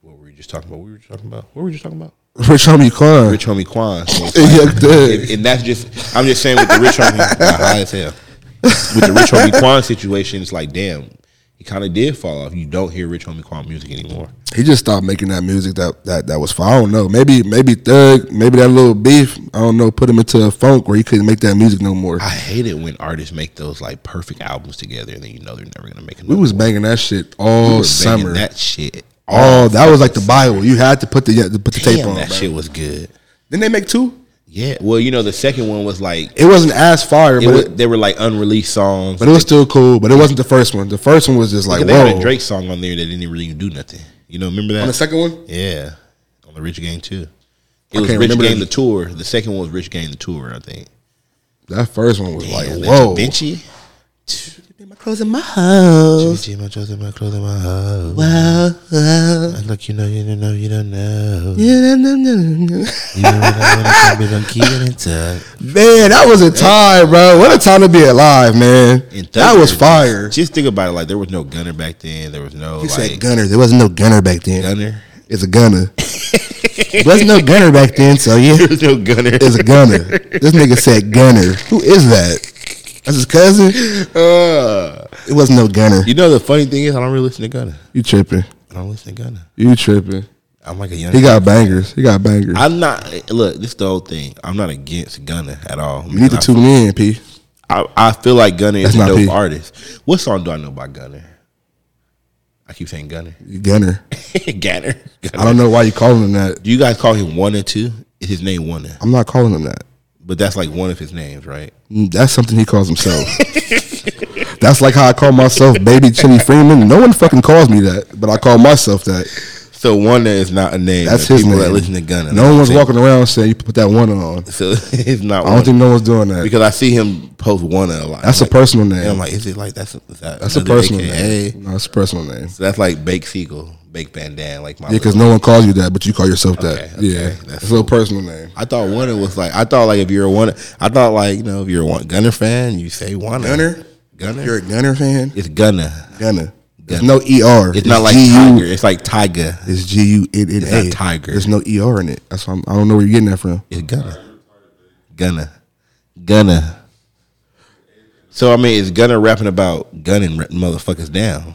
[SPEAKER 1] what we were just talking about. What we were just talking about. What were we just talking about?
[SPEAKER 2] Rich homie Quan.
[SPEAKER 1] Rich homie Quan. So it's
[SPEAKER 2] Yeah,
[SPEAKER 1] like-
[SPEAKER 2] dude.
[SPEAKER 1] and, and that's just I'm just saying with the rich homie nah, high as hell. With the rich homie Quan situation, it's like damn, he kind of did fall off. You don't hear rich homie Quan music anymore.
[SPEAKER 2] He just stopped making that music that, that that was for. I don't know. Maybe maybe Thug. Maybe that little beef. I don't know. Put him into a funk where he couldn't make that music no more.
[SPEAKER 1] I hate it when artists make those like perfect albums together, and then you know they're never gonna make another.
[SPEAKER 2] We was
[SPEAKER 1] one.
[SPEAKER 2] banging that shit
[SPEAKER 1] We
[SPEAKER 2] all
[SPEAKER 1] were banging
[SPEAKER 2] summer.
[SPEAKER 1] that shit.
[SPEAKER 2] oh, that was like the Bible. You had to put the yeah, to put the
[SPEAKER 1] Damn,
[SPEAKER 2] tape on.
[SPEAKER 1] that
[SPEAKER 2] bro.
[SPEAKER 1] shit was good.
[SPEAKER 2] Didn't they make two?
[SPEAKER 1] Yeah. Well, you know the second one was like
[SPEAKER 2] It wasn't as fire,
[SPEAKER 1] it
[SPEAKER 2] but
[SPEAKER 1] was,
[SPEAKER 2] it,
[SPEAKER 1] they were like unreleased songs.
[SPEAKER 2] but it was still cool. But it wasn't the first one. The first one was just like
[SPEAKER 1] Because they had
[SPEAKER 2] whoa.
[SPEAKER 1] a Drake song on there that didn't really do nothing. You know, remember that?
[SPEAKER 2] On the second one,
[SPEAKER 1] Yeah, on the Rich Gang too. It
[SPEAKER 2] I
[SPEAKER 1] was
[SPEAKER 2] can't
[SPEAKER 1] Rich
[SPEAKER 2] remember
[SPEAKER 1] Gang the
[SPEAKER 2] that.
[SPEAKER 1] tour. The second one was Rich Gang the tour. I think.
[SPEAKER 2] that first one was like
[SPEAKER 1] Yeah, that's
[SPEAKER 2] whoa.
[SPEAKER 1] Benchy.
[SPEAKER 2] My clothes in my house.
[SPEAKER 1] Benchy, my dress and my clothes and my house. Wow. Look, you know, you don't know, you don't know. You know what I wanna come, but don't keep it in touch.
[SPEAKER 2] Man, that was a time, bro. What a time to be alive, man.
[SPEAKER 1] And
[SPEAKER 2] That
[SPEAKER 1] Thug
[SPEAKER 2] was
[SPEAKER 1] just-
[SPEAKER 2] fire.
[SPEAKER 1] Just think about it. Like there was no Gunner back then. There was no
[SPEAKER 2] He
[SPEAKER 1] like
[SPEAKER 2] said gunner. There wasn't no gunner back then.
[SPEAKER 1] Gunner.
[SPEAKER 2] It's a gunner. There's no gunner back then, so yeah,
[SPEAKER 1] There was no Gunner.
[SPEAKER 2] it's a gunner. This nigga said gunner. Who is that? That's his cousin.
[SPEAKER 1] Uh,
[SPEAKER 2] It wasn't no gunner.
[SPEAKER 1] you know the funny thing is I don't really listen to Gunner.
[SPEAKER 2] You tripping?
[SPEAKER 1] I don't listen to Gunner.
[SPEAKER 2] You tripping?
[SPEAKER 1] I'm like a young.
[SPEAKER 2] He got bangers. He got bangers.
[SPEAKER 1] I'm not look. This is the whole thing. I'm not against Gunna at all.
[SPEAKER 2] you need to tune in, P.
[SPEAKER 1] I, I feel like Gunna is
[SPEAKER 2] That's
[SPEAKER 1] a
[SPEAKER 2] not
[SPEAKER 1] dope
[SPEAKER 2] P.
[SPEAKER 1] artist. What song do I know by Gunner? I keep saying Gunner.
[SPEAKER 2] You gunner.
[SPEAKER 1] Gunner.
[SPEAKER 2] I don't know why you calling him that.
[SPEAKER 1] Do you guys call him one or two? Is his name one?
[SPEAKER 2] I'm not calling him that.
[SPEAKER 1] But that's like one of his names, right?
[SPEAKER 2] That's something he calls himself. That's like how I call myself Baby Chinny Freeman. No one fucking calls me that, but I call myself that.
[SPEAKER 1] So one is not a name.
[SPEAKER 2] That's
[SPEAKER 1] of
[SPEAKER 2] his
[SPEAKER 1] people
[SPEAKER 2] name.
[SPEAKER 1] that listen to Gunna.
[SPEAKER 2] No one's walking around saying you put that one on.
[SPEAKER 1] So it's not.
[SPEAKER 2] I
[SPEAKER 1] one.
[SPEAKER 2] don't think no one's doing that.
[SPEAKER 1] because I see him post one a lot.
[SPEAKER 2] That's
[SPEAKER 1] I'm
[SPEAKER 2] a
[SPEAKER 1] like,
[SPEAKER 2] personal name.
[SPEAKER 1] And I'm like, is it like that's is that
[SPEAKER 2] that's a
[SPEAKER 1] another
[SPEAKER 2] personal
[SPEAKER 1] AKA?
[SPEAKER 2] name. No, that's a personal name.
[SPEAKER 1] So that's like Bake Siegel, Bake Van Dam, like my.
[SPEAKER 2] Yeah,
[SPEAKER 1] little-
[SPEAKER 2] because no one calls you that, but you call yourself that.
[SPEAKER 1] Okay, okay,
[SPEAKER 2] yeah,
[SPEAKER 1] that's
[SPEAKER 2] it's a little personal name.
[SPEAKER 1] I thought Wanna was like I thought like if you're a Wanna, I thought like you know if you're a Wan- Gunner fan, you say Wanna.
[SPEAKER 2] Gunner?
[SPEAKER 1] Gunner.
[SPEAKER 2] You're a Gunner fan.
[SPEAKER 1] it's Gunner.
[SPEAKER 2] Gunner. There's
[SPEAKER 1] Gunna.
[SPEAKER 2] no er.
[SPEAKER 1] It's, not like
[SPEAKER 2] G-U-
[SPEAKER 1] Tiger. It's like Tiger.
[SPEAKER 2] It's G U N N A.
[SPEAKER 1] It's not Tiger.
[SPEAKER 2] There's no er in it. That's why I'm, I don't know where you're getting that from.
[SPEAKER 1] It's Gunner. Gunner. Gunner. So I mean, it's Gunner rapping about gunning ra- motherfuckers down.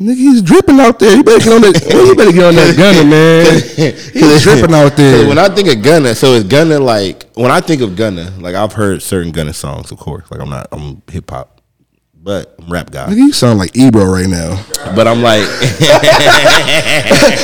[SPEAKER 2] Nigga, he's dripping out there. You better get on that. well, you better get on that gunner, man. He's dripping out there.
[SPEAKER 1] 'Cause When I think of Gunna, so it's Gunna like when I think of Gunna, like I've heard certain Gunna songs, of course. Like I'm not, I'm hip hop, but I'm rap
[SPEAKER 2] Nigga,
[SPEAKER 1] guy.
[SPEAKER 2] you sound like Ebro right now.
[SPEAKER 1] But I'm like,
[SPEAKER 2] I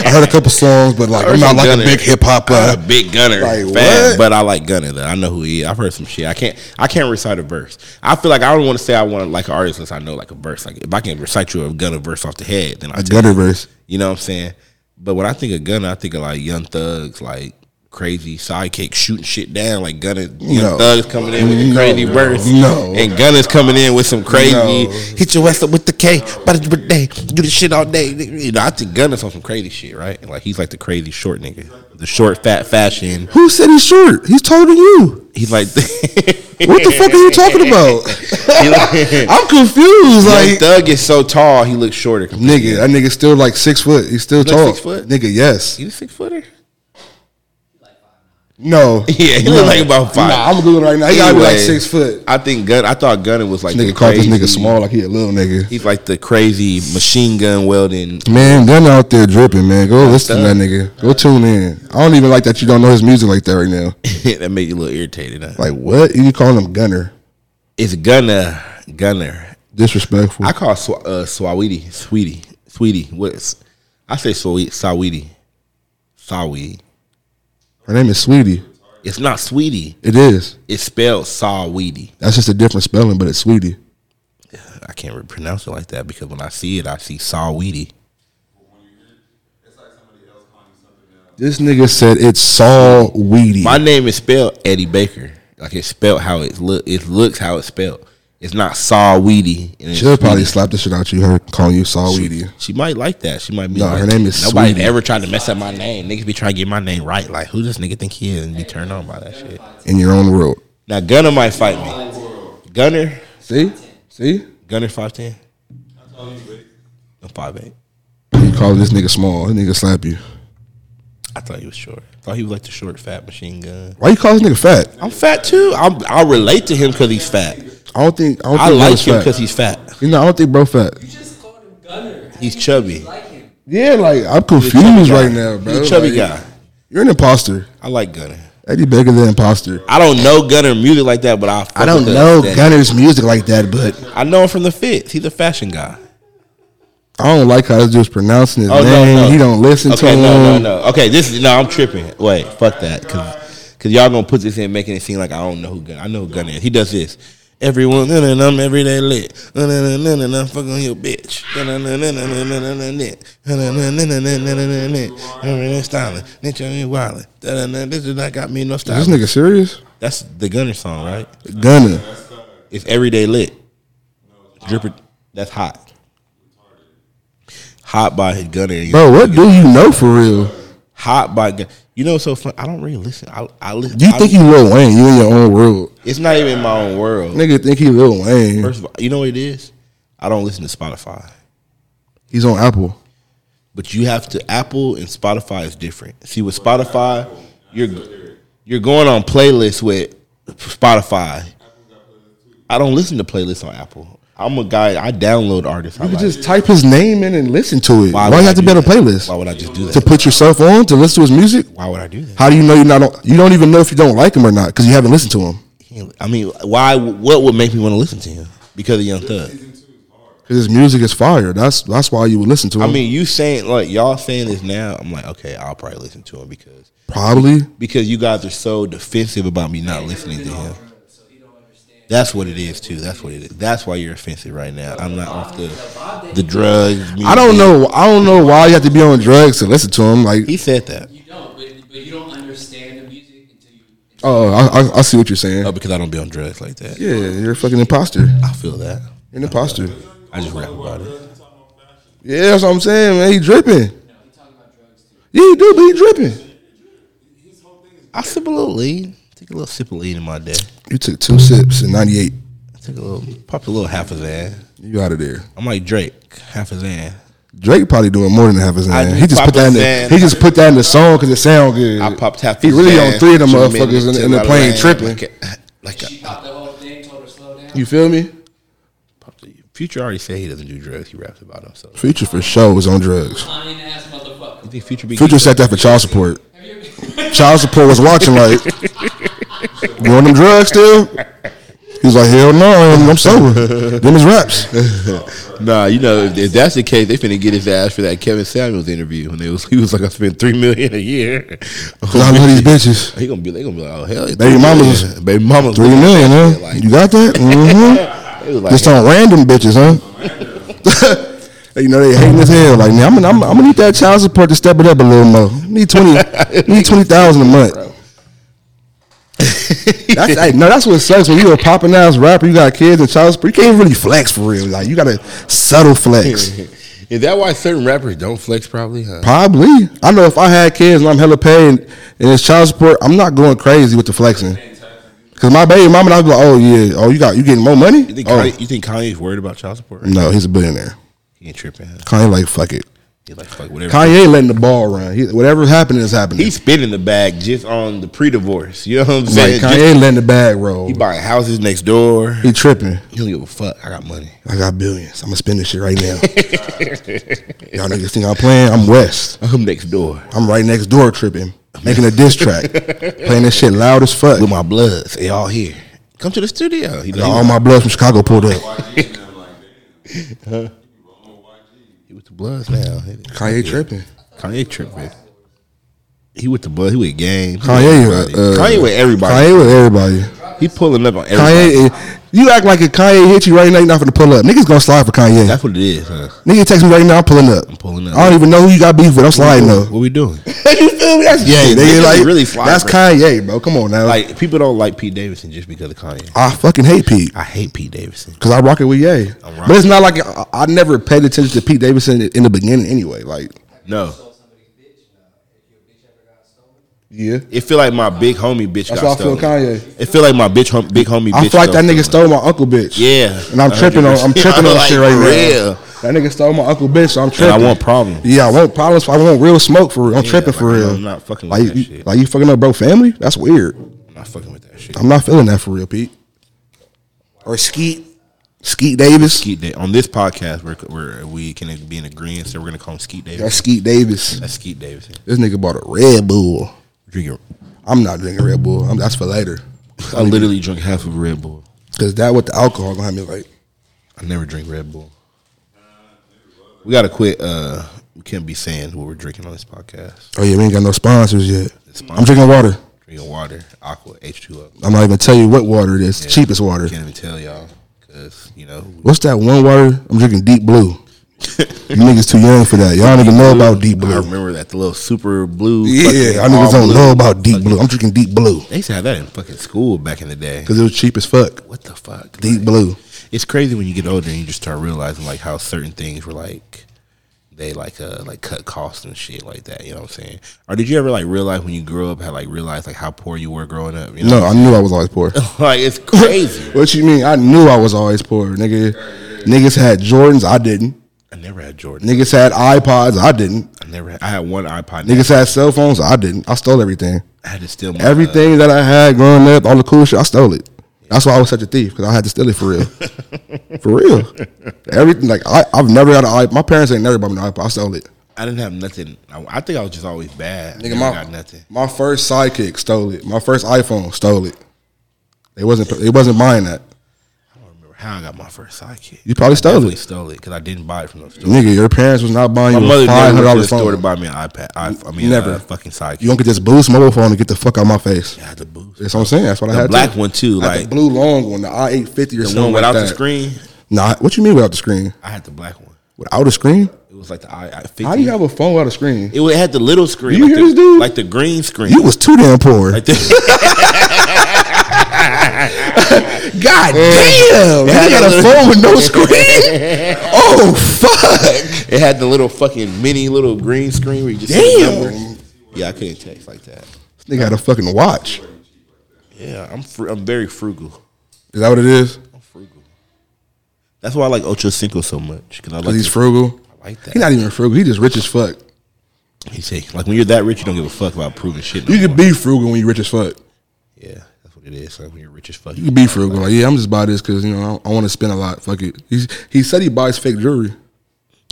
[SPEAKER 2] heard a couple songs, but like I'm not like a big hip hop.
[SPEAKER 1] I'm
[SPEAKER 2] Uh,
[SPEAKER 1] a big Gunner
[SPEAKER 2] Like,
[SPEAKER 1] fan,
[SPEAKER 2] what?
[SPEAKER 1] but I like Gunner. Though. I know who he is. I've heard some shit. I can't. I can't recite a verse. I feel like I don't want to say I want to like an artist unless I know like a verse. Like if I can recite you a Gunner verse off the head, then I
[SPEAKER 2] a
[SPEAKER 1] tell
[SPEAKER 2] gutter verse.
[SPEAKER 1] You know what I'm saying? But when I think of Gunna, I think of like Young Thugs, like crazy sidekick shooting shit down, like Gunna, Young
[SPEAKER 2] No.
[SPEAKER 1] Thugs coming in with a
[SPEAKER 2] No.
[SPEAKER 1] crazy verse,
[SPEAKER 2] No.
[SPEAKER 1] and Gunna's coming in with some crazy
[SPEAKER 2] No.
[SPEAKER 1] hit your ass up with the K, but it's birthday, do the shit all day. You know, I think Gunna's on some crazy shit, right? And like he's like the crazy short nigga, the short fat fashion.
[SPEAKER 2] Who said he's short? He's taller than you.
[SPEAKER 1] He's like.
[SPEAKER 2] What the fuck are you talking about? I'm
[SPEAKER 1] Young
[SPEAKER 2] confused. Like
[SPEAKER 1] Thug is so tall, he looks shorter. compared to
[SPEAKER 2] nigga, that nigga's still like six foot. He's still
[SPEAKER 1] He's like
[SPEAKER 2] tall.
[SPEAKER 1] six foot?
[SPEAKER 2] Nigga, yes.
[SPEAKER 1] you six footer?
[SPEAKER 2] No.
[SPEAKER 1] Yeah, he look like about five.
[SPEAKER 2] Nah, I'm googling right now. He gotta be like
[SPEAKER 1] Anyway.
[SPEAKER 2] six foot.
[SPEAKER 1] I think Gun. I thought Gunna was like
[SPEAKER 2] Nigga
[SPEAKER 1] the
[SPEAKER 2] called this nigga
[SPEAKER 1] crazy-
[SPEAKER 2] small like he a little nigga.
[SPEAKER 1] He's like the crazy machine gun welding.
[SPEAKER 2] Man, gun out there dripping, man. Go listen to that nigga. Go tune in. I don't even like that you don't know his music like that right now.
[SPEAKER 1] that made you a little irritated. Huh?
[SPEAKER 2] Like what? You calling him Gunner?
[SPEAKER 1] It's Gunner, Gunner.
[SPEAKER 2] Disrespectful.
[SPEAKER 1] I call Swa- uh, Swaweetie, Sweetie, Sweetie. What's I say? Sweet, Saweetie, Saweetie.
[SPEAKER 2] Her name is Sweetie.
[SPEAKER 1] It's not Sweetie.
[SPEAKER 2] It is.
[SPEAKER 1] It's spelled Saweetie.
[SPEAKER 2] That's just a different spelling, but it's Sweetie.
[SPEAKER 1] I can't really pronounce it like that because when I see it, I see Saweetie.
[SPEAKER 2] This nigga said it's Saul Weedy.
[SPEAKER 1] My name is spelled Eddie Baker. Like it's spelled how it look. It looks how it's spelled. It's not Saweetie. and it's
[SPEAKER 2] She'll probably
[SPEAKER 1] Sweetie.
[SPEAKER 2] slap the shit out you. Her calling you Saul Weedy.
[SPEAKER 1] She might like that. She might be.
[SPEAKER 2] No,
[SPEAKER 1] like,
[SPEAKER 2] her name is
[SPEAKER 1] Nobody
[SPEAKER 2] Sweetie.
[SPEAKER 1] ever tried to mess up my name. Niggas be trying to get my name right. Like who this nigga think he is and be turned on by that shit.
[SPEAKER 2] in your own world.
[SPEAKER 1] Now Gunner might fight me. Gunner,
[SPEAKER 2] See, see,
[SPEAKER 1] Gunner five ten. I'm five eight.
[SPEAKER 2] you call this nigga small. This nigga slap you.
[SPEAKER 1] I thought he was short. I thought he was like the short, fat machine gun.
[SPEAKER 2] Why you call this nigga fat?
[SPEAKER 1] I'm fat too. I'm, I relate to him because he's fat.
[SPEAKER 2] I don't think I don't
[SPEAKER 1] I
[SPEAKER 2] think
[SPEAKER 1] like him because
[SPEAKER 2] bro's fat.
[SPEAKER 1] he's fat.
[SPEAKER 2] You know, I don't think bro fat.
[SPEAKER 4] You just called him Gunner. How
[SPEAKER 1] He's
[SPEAKER 4] do you
[SPEAKER 1] chubby.
[SPEAKER 4] Like him.
[SPEAKER 2] Yeah, like I'm
[SPEAKER 1] He's a chubby
[SPEAKER 2] confused
[SPEAKER 1] guy.
[SPEAKER 2] right now, bro.
[SPEAKER 1] He's a chubby
[SPEAKER 2] Like,
[SPEAKER 1] guy.
[SPEAKER 2] You're an imposter.
[SPEAKER 1] I like Gunner.
[SPEAKER 2] Eddie Baker, the imposter.
[SPEAKER 1] I don't know Gunner music like that, but I. fuck
[SPEAKER 2] I don't
[SPEAKER 1] with the
[SPEAKER 2] know
[SPEAKER 1] aesthetic.
[SPEAKER 2] Gunner's music like that, but
[SPEAKER 1] I know him from the fits. He's a fashion guy.
[SPEAKER 2] I don't like how this dude's pronouncing his
[SPEAKER 1] Oh
[SPEAKER 2] name.
[SPEAKER 1] no, no,
[SPEAKER 2] He don't listen
[SPEAKER 1] okay,
[SPEAKER 2] to
[SPEAKER 1] no,
[SPEAKER 2] him.
[SPEAKER 1] no, no. Okay, this is no. I'm tripping. Wait, fuck that, because because y'all gonna put this in, making it seem like I don't know who Gunner. I know who Gunner is. He does this. Everyone, nah, nah, nah, I'm every day lit. Nah, nah, nah, nah, nah, nah, fuck on your bitch. Nah, nah, nah, nah, nah, nah, nah, nah, nah, nah. Nah, nah, nah, nah, nah, nah, nah, nah, nah, nah. Every day styling. Nitch on me wildin'. Nah, nah, nah, This is not got me no
[SPEAKER 2] Is this
[SPEAKER 1] style.
[SPEAKER 2] nigga serious?
[SPEAKER 1] That's the Gunner song, right?
[SPEAKER 2] Gunner.
[SPEAKER 1] It's everyday lit. Dripper. That's hot. Hot by Gunner.
[SPEAKER 2] Bro, what do you know for real?
[SPEAKER 1] Hot by Gunner. You know what's so funny? I don't really listen. I I listen.
[SPEAKER 2] You
[SPEAKER 1] I-
[SPEAKER 2] think you Lil Wayne? You in your own world.
[SPEAKER 1] It's not even my own world.
[SPEAKER 2] Nigga think he Lil Wayne.
[SPEAKER 1] First of all, you know what it is. I don't listen to Spotify,
[SPEAKER 2] He's on Apple.
[SPEAKER 1] but you have to. Apple and Spotify is different. See, with Spotify, you're you're going on playlists with Spotify. I don't listen to playlists on Apple. I'm a guy. I download artists. I
[SPEAKER 2] You
[SPEAKER 1] like.
[SPEAKER 2] can just type his name in and listen to it. Why,
[SPEAKER 1] would
[SPEAKER 2] you
[SPEAKER 1] I
[SPEAKER 2] have to
[SPEAKER 1] do
[SPEAKER 2] be on a
[SPEAKER 1] that?
[SPEAKER 2] playlist?
[SPEAKER 1] Why would I just do
[SPEAKER 2] to
[SPEAKER 1] that?
[SPEAKER 2] put yourself on to listen to his music?
[SPEAKER 1] Why would I do that?
[SPEAKER 2] How do you know you not? On, you don't even know if you don't like him or not because you haven't listened to him.
[SPEAKER 1] I mean, why? What would make me want to listen to him? Because of Young Thug.
[SPEAKER 2] Because his music is fire. That's that's why you would listen to him.
[SPEAKER 1] I mean, you saying like y'all saying this now. I'm like, okay, I'll probably listen to him because
[SPEAKER 2] probably.
[SPEAKER 1] because you guys are so defensive about me not listening to him. That's what it is too. That's what it is. That's why you're offensive right now. I'm not off the the drugs.
[SPEAKER 2] I don't know. I don't know why you have to be on drugs to listen to him. Like,
[SPEAKER 1] He said that.
[SPEAKER 4] You don't, but, but you don't understand the music until you.
[SPEAKER 2] oh, I, I, I see what you're saying.
[SPEAKER 1] Oh, because I don't be on drugs like that.
[SPEAKER 2] Yeah, you're a fucking imposter. You're
[SPEAKER 1] I feel that.
[SPEAKER 2] an imposter.
[SPEAKER 1] I just rap about it.
[SPEAKER 2] Yeah, that's what I'm saying, man. He dripping.
[SPEAKER 4] No, he's talking about drugs too.
[SPEAKER 2] Yeah, he do, but he dripping.
[SPEAKER 1] I sip a little lean. Take a little sip of lean in my day.
[SPEAKER 2] You took two sips in '98.
[SPEAKER 1] I took a little, popped a little half a zan.
[SPEAKER 2] You out of there.
[SPEAKER 1] I'm like Drake, half a zan.
[SPEAKER 2] Drake probably doing more than half his
[SPEAKER 1] I
[SPEAKER 2] hand.
[SPEAKER 1] do
[SPEAKER 2] He just put
[SPEAKER 1] pop a
[SPEAKER 2] that in.
[SPEAKER 1] Xan.
[SPEAKER 2] The, he just put that in the song because it sound good.
[SPEAKER 1] I popped half.
[SPEAKER 2] He
[SPEAKER 1] a
[SPEAKER 2] really
[SPEAKER 1] Xan,
[SPEAKER 2] on three of them
[SPEAKER 1] two
[SPEAKER 2] motherfuckers
[SPEAKER 1] minutes,
[SPEAKER 2] in, in the
[SPEAKER 1] two
[SPEAKER 2] plane
[SPEAKER 1] out of
[SPEAKER 2] tripping.
[SPEAKER 1] lane. Like,
[SPEAKER 4] She
[SPEAKER 1] like
[SPEAKER 4] popped the whole thing, told her slow down.
[SPEAKER 2] You feel me?
[SPEAKER 1] I- Future already said he doesn't do drugs. He raps about himself.
[SPEAKER 2] Future for sure was on drugs.
[SPEAKER 4] Lying ass motherfucker.
[SPEAKER 1] You think Future be
[SPEAKER 2] Future set that for child support.
[SPEAKER 4] Have you ever?
[SPEAKER 2] Child support was watching like, you on them drugs still? He was like, hell no, I'm, I'm sober. them is raps.
[SPEAKER 1] Nah, you know, if, if that's the case, they finna get his ass for that Kevin Samuels interview. And it was, he was like, I spent three million a year.
[SPEAKER 2] Cause I love these bitches.
[SPEAKER 1] He gonna be, they gonna be like, oh hell,
[SPEAKER 2] Baby mamas is-
[SPEAKER 1] baby mama's
[SPEAKER 2] Three million, huh?
[SPEAKER 1] Like,
[SPEAKER 2] You got that? Mm-hmm.
[SPEAKER 1] it was like,
[SPEAKER 2] Just on random bitches, huh? you know they hating as hell. Like, man, I'm gonna, I'm, gonna need that child support to step it up a little more. Need twenty, need twenty thousand a month. that's, hey, no, that's what sucks when you're a popping ass rapper. You got kids and child support. You can't really flex for real. Like, you gotta subtle flex.
[SPEAKER 1] is that why certain rappers don't flex? Probably, huh?
[SPEAKER 2] Probably. I know if I had kids and I'm hella paid and it's child support, I'm not going crazy with the flexing. Cause my baby mama, I'd be like, oh yeah, oh you got you getting more money?
[SPEAKER 1] You think,
[SPEAKER 2] Oh,
[SPEAKER 1] Kanye, you think Kanye's worried about child support?
[SPEAKER 2] no, he's a billionaire.
[SPEAKER 1] He ain't tripping. Huh?
[SPEAKER 2] Kanye like fuck it.
[SPEAKER 1] He like fuck whatever.
[SPEAKER 2] Kanye ain't letting the ball run. He, whatever's happening is happening.
[SPEAKER 1] He's spinning the bag just on the pre-divorce. You know what I'm
[SPEAKER 2] like
[SPEAKER 1] saying?
[SPEAKER 2] Kanye
[SPEAKER 1] Just-
[SPEAKER 2] ain't letting the bag roll.
[SPEAKER 1] he
[SPEAKER 2] He,
[SPEAKER 1] buying houses next door.
[SPEAKER 2] tripping.
[SPEAKER 1] He don't give a fuck. I got money.
[SPEAKER 2] I got billions. I'm gonna spend this shit right now. Y'all niggas think I'm playing? I'm West.
[SPEAKER 1] I'm next door
[SPEAKER 2] I'm right next door tripping, making a diss track, playing this shit loud as fuck.
[SPEAKER 1] with my bloods. They all here. Come to the studio. He
[SPEAKER 2] Got all my bloods from Chicago pulled up.
[SPEAKER 1] He with the Bloods now.
[SPEAKER 2] Kanye tripping.
[SPEAKER 1] Kanye tripping. He with the Bloods. He with gang.
[SPEAKER 2] Kanye,
[SPEAKER 1] Everybody.
[SPEAKER 2] uh,
[SPEAKER 1] Kanye with everybody.
[SPEAKER 2] Kanye with everybody.
[SPEAKER 1] he pulling up on everybody.
[SPEAKER 2] Kanye, you act like if Kanye hit you right now, you're not gonna pull up. Niggas gonna slide for Kanye.
[SPEAKER 1] That's what it is. Huh?
[SPEAKER 2] Nigga text me right now, I'm pulling up. I'm
[SPEAKER 1] pulling up.
[SPEAKER 2] I don't even know who you got beef with. I'm sliding though.
[SPEAKER 1] What we doing?
[SPEAKER 2] you feel me? That's
[SPEAKER 1] Yeah,
[SPEAKER 2] yeah,
[SPEAKER 1] niggas
[SPEAKER 2] nigga, like
[SPEAKER 1] really
[SPEAKER 2] really
[SPEAKER 1] fly,
[SPEAKER 2] That's
[SPEAKER 1] bro.
[SPEAKER 2] Kanye, bro. Come on now. Like
[SPEAKER 1] Like people don't like Pete Davidson just because of Kanye.
[SPEAKER 2] I fucking hate Pete
[SPEAKER 1] I hate Pete Davidson.
[SPEAKER 2] because I rock it with Ye.
[SPEAKER 1] I'm
[SPEAKER 2] But it's not like I, I never paid attention to Pete Davidson in the beginning anyway. Like
[SPEAKER 1] No,
[SPEAKER 2] yeah,
[SPEAKER 1] it feel like my big homie bitch.
[SPEAKER 2] that's
[SPEAKER 1] got
[SPEAKER 2] why I feel
[SPEAKER 1] stolen.
[SPEAKER 2] Kanye.
[SPEAKER 1] It feel like my bitch, hom- big homie.
[SPEAKER 2] I
[SPEAKER 1] bitch
[SPEAKER 2] feel like that
[SPEAKER 1] got
[SPEAKER 2] nigga
[SPEAKER 1] stolen.
[SPEAKER 2] stole my uncle bitch.
[SPEAKER 1] Yeah,
[SPEAKER 2] And I'm tripping on- I'm
[SPEAKER 1] 100%.
[SPEAKER 2] tripping on shit right
[SPEAKER 1] for
[SPEAKER 2] now.
[SPEAKER 1] real.
[SPEAKER 2] That nigga stole my uncle bitch, so I'm
[SPEAKER 1] And I
[SPEAKER 2] tripping.
[SPEAKER 1] want problems.
[SPEAKER 2] Yeah, I want problems. I want real smoke for real. I'm tripping
[SPEAKER 1] like,
[SPEAKER 2] for
[SPEAKER 1] I'm
[SPEAKER 2] real.
[SPEAKER 1] not- I'm not fucking with
[SPEAKER 2] like,
[SPEAKER 1] that
[SPEAKER 2] you,
[SPEAKER 1] shit.
[SPEAKER 2] Like you fucking up, bro. Family? That's weird.
[SPEAKER 1] I'm not fucking with that shit.
[SPEAKER 2] I'm not feeling that for real, Pete. Or Skeet, Skeet Davis.
[SPEAKER 1] Skeet Day. On this podcast, we're, we're, we can be in agreement, so we're going to call him Skeet Davis.
[SPEAKER 2] That's Skeet Davis.
[SPEAKER 1] That's Skeet Davidson.
[SPEAKER 2] This nigga bought a Red Bull.
[SPEAKER 1] Drinking,
[SPEAKER 2] I'm not drinking Red Bull. I'm, that's for later.
[SPEAKER 1] I literally drink half of Red Bull.
[SPEAKER 2] Cause that with the alcohol gonna have me like,
[SPEAKER 1] I never drink Red Bull. We gotta quit. Uh, we can't be saying what we're drinking on this podcast.
[SPEAKER 2] oh yeah, we ain't got no sponsors yet. I'm
[SPEAKER 1] sponsors.
[SPEAKER 2] drinking water.
[SPEAKER 1] Drinking water, Aqua, H two O.
[SPEAKER 2] I'm not even tell you what water it is. The cheapest water.
[SPEAKER 1] Can't even tell y'all because you know
[SPEAKER 2] What's that one water? I'm drinking Deep Blue. you niggas too young for that. Y'all don't even know about Deep
[SPEAKER 1] I
[SPEAKER 2] Blue.
[SPEAKER 1] remember that the little super blue. fucking
[SPEAKER 2] Yeah, I niggas
[SPEAKER 1] all
[SPEAKER 2] don't
[SPEAKER 1] blue.
[SPEAKER 2] know about Deep Blue. I'm drinking Deep Blue
[SPEAKER 1] They used to have that in fucking school back in the day.
[SPEAKER 2] because it was cheap as fuck.
[SPEAKER 1] What the fuck?
[SPEAKER 2] Deep
[SPEAKER 1] Like,
[SPEAKER 2] Blue.
[SPEAKER 1] It's crazy when you get older and you just start realizing like how certain things were like they like uh like cut costs and shit like that. You know what I'm saying? Or did you ever like realize when you grew up how like realize like how poor you were growing up? You know?
[SPEAKER 2] No, I knew I was always poor.
[SPEAKER 1] like it's crazy.
[SPEAKER 2] What you mean? I knew I was always poor, nigga. Niggas had Jordans, I didn't.
[SPEAKER 1] I never had Jordan.
[SPEAKER 2] Niggas had iPods, I didn't.
[SPEAKER 1] I never. Had, I had one iPod.
[SPEAKER 2] Niggas had cell phones, I didn't. I stole everything.
[SPEAKER 1] I had to steal my,
[SPEAKER 2] Everything that I had growing up, all the cool shit, I stole it. That's why I was such a thief because I had to steal it for real, for real. Everything like I, I've never had an iPod. My parents ain't never bought me an iPod. I stole it.
[SPEAKER 1] uh, I didn't have nothing. I, I think I was just always bad. I
[SPEAKER 2] Nigga,
[SPEAKER 1] never
[SPEAKER 2] my
[SPEAKER 1] got nothing.
[SPEAKER 2] my first sidekick stole it. My first iPhone stole it. They wasn't they wasn't buying that.
[SPEAKER 1] I don't remember how I got my first sidekick.
[SPEAKER 2] You probably stole
[SPEAKER 1] Definitely
[SPEAKER 2] it.
[SPEAKER 1] stole it because I didn't buy it from those. Stores.
[SPEAKER 2] Nigga, your parents was not buying
[SPEAKER 1] My
[SPEAKER 2] you a
[SPEAKER 1] mother
[SPEAKER 2] five
[SPEAKER 1] never went to
[SPEAKER 2] hundred dollar
[SPEAKER 1] the store to
[SPEAKER 2] phone.
[SPEAKER 1] buy me an iPad. I, I mean,
[SPEAKER 2] Never.
[SPEAKER 1] never fucking sidekick.
[SPEAKER 2] You don't get this boost mobile phone and get the fuck out of my face.
[SPEAKER 1] I had the boost.
[SPEAKER 2] That's what I'm saying. That's what I
[SPEAKER 1] The
[SPEAKER 2] had.
[SPEAKER 1] black
[SPEAKER 2] too.
[SPEAKER 1] one, too,
[SPEAKER 2] I had
[SPEAKER 1] like-
[SPEAKER 2] the blue long one, the I eight fifty or
[SPEAKER 1] The
[SPEAKER 2] something.
[SPEAKER 1] one
[SPEAKER 2] like
[SPEAKER 1] without the
[SPEAKER 2] that.
[SPEAKER 1] screen.
[SPEAKER 2] Nah, what you mean without the screen?
[SPEAKER 1] I had the black one.
[SPEAKER 2] Without a screen?
[SPEAKER 1] It was like the I. I
[SPEAKER 2] How do you have a phone without a screen?
[SPEAKER 1] it had the little screen.
[SPEAKER 2] You
[SPEAKER 1] like
[SPEAKER 2] hear
[SPEAKER 1] the,
[SPEAKER 2] this dude?
[SPEAKER 1] Like the green screen.
[SPEAKER 2] You was too damn poor.
[SPEAKER 1] like the,
[SPEAKER 2] God damn!
[SPEAKER 1] had
[SPEAKER 2] He got
[SPEAKER 1] a
[SPEAKER 2] a
[SPEAKER 1] little-
[SPEAKER 2] phone with no screen. oh fuck!
[SPEAKER 1] it had the little fucking mini little green screen where you just see
[SPEAKER 2] Damn.
[SPEAKER 1] numbers. Yeah, I couldn't text like that.
[SPEAKER 2] They got a fucking watch.
[SPEAKER 1] Yeah, I'm fr- I'm very frugal.
[SPEAKER 2] Is that what it is?
[SPEAKER 1] I'm frugal. That's why I like Ocho Cinco so much because I like
[SPEAKER 2] Cause he's
[SPEAKER 1] to-
[SPEAKER 2] frugal.
[SPEAKER 1] I like that.
[SPEAKER 2] He's not even frugal. He just rich as fuck.
[SPEAKER 1] He say like when you're that rich, you don't give a fuck about proving shit. No
[SPEAKER 2] You
[SPEAKER 1] more.
[SPEAKER 2] can be frugal when you rich as fuck.
[SPEAKER 1] yeah, that's what it is. Like when you're rich as fuck,
[SPEAKER 2] You can be frugal. Like yeah, I'm just buy this because you know I, I want to spend a lot. Fuck it. He's, he said he buys fake jewelry.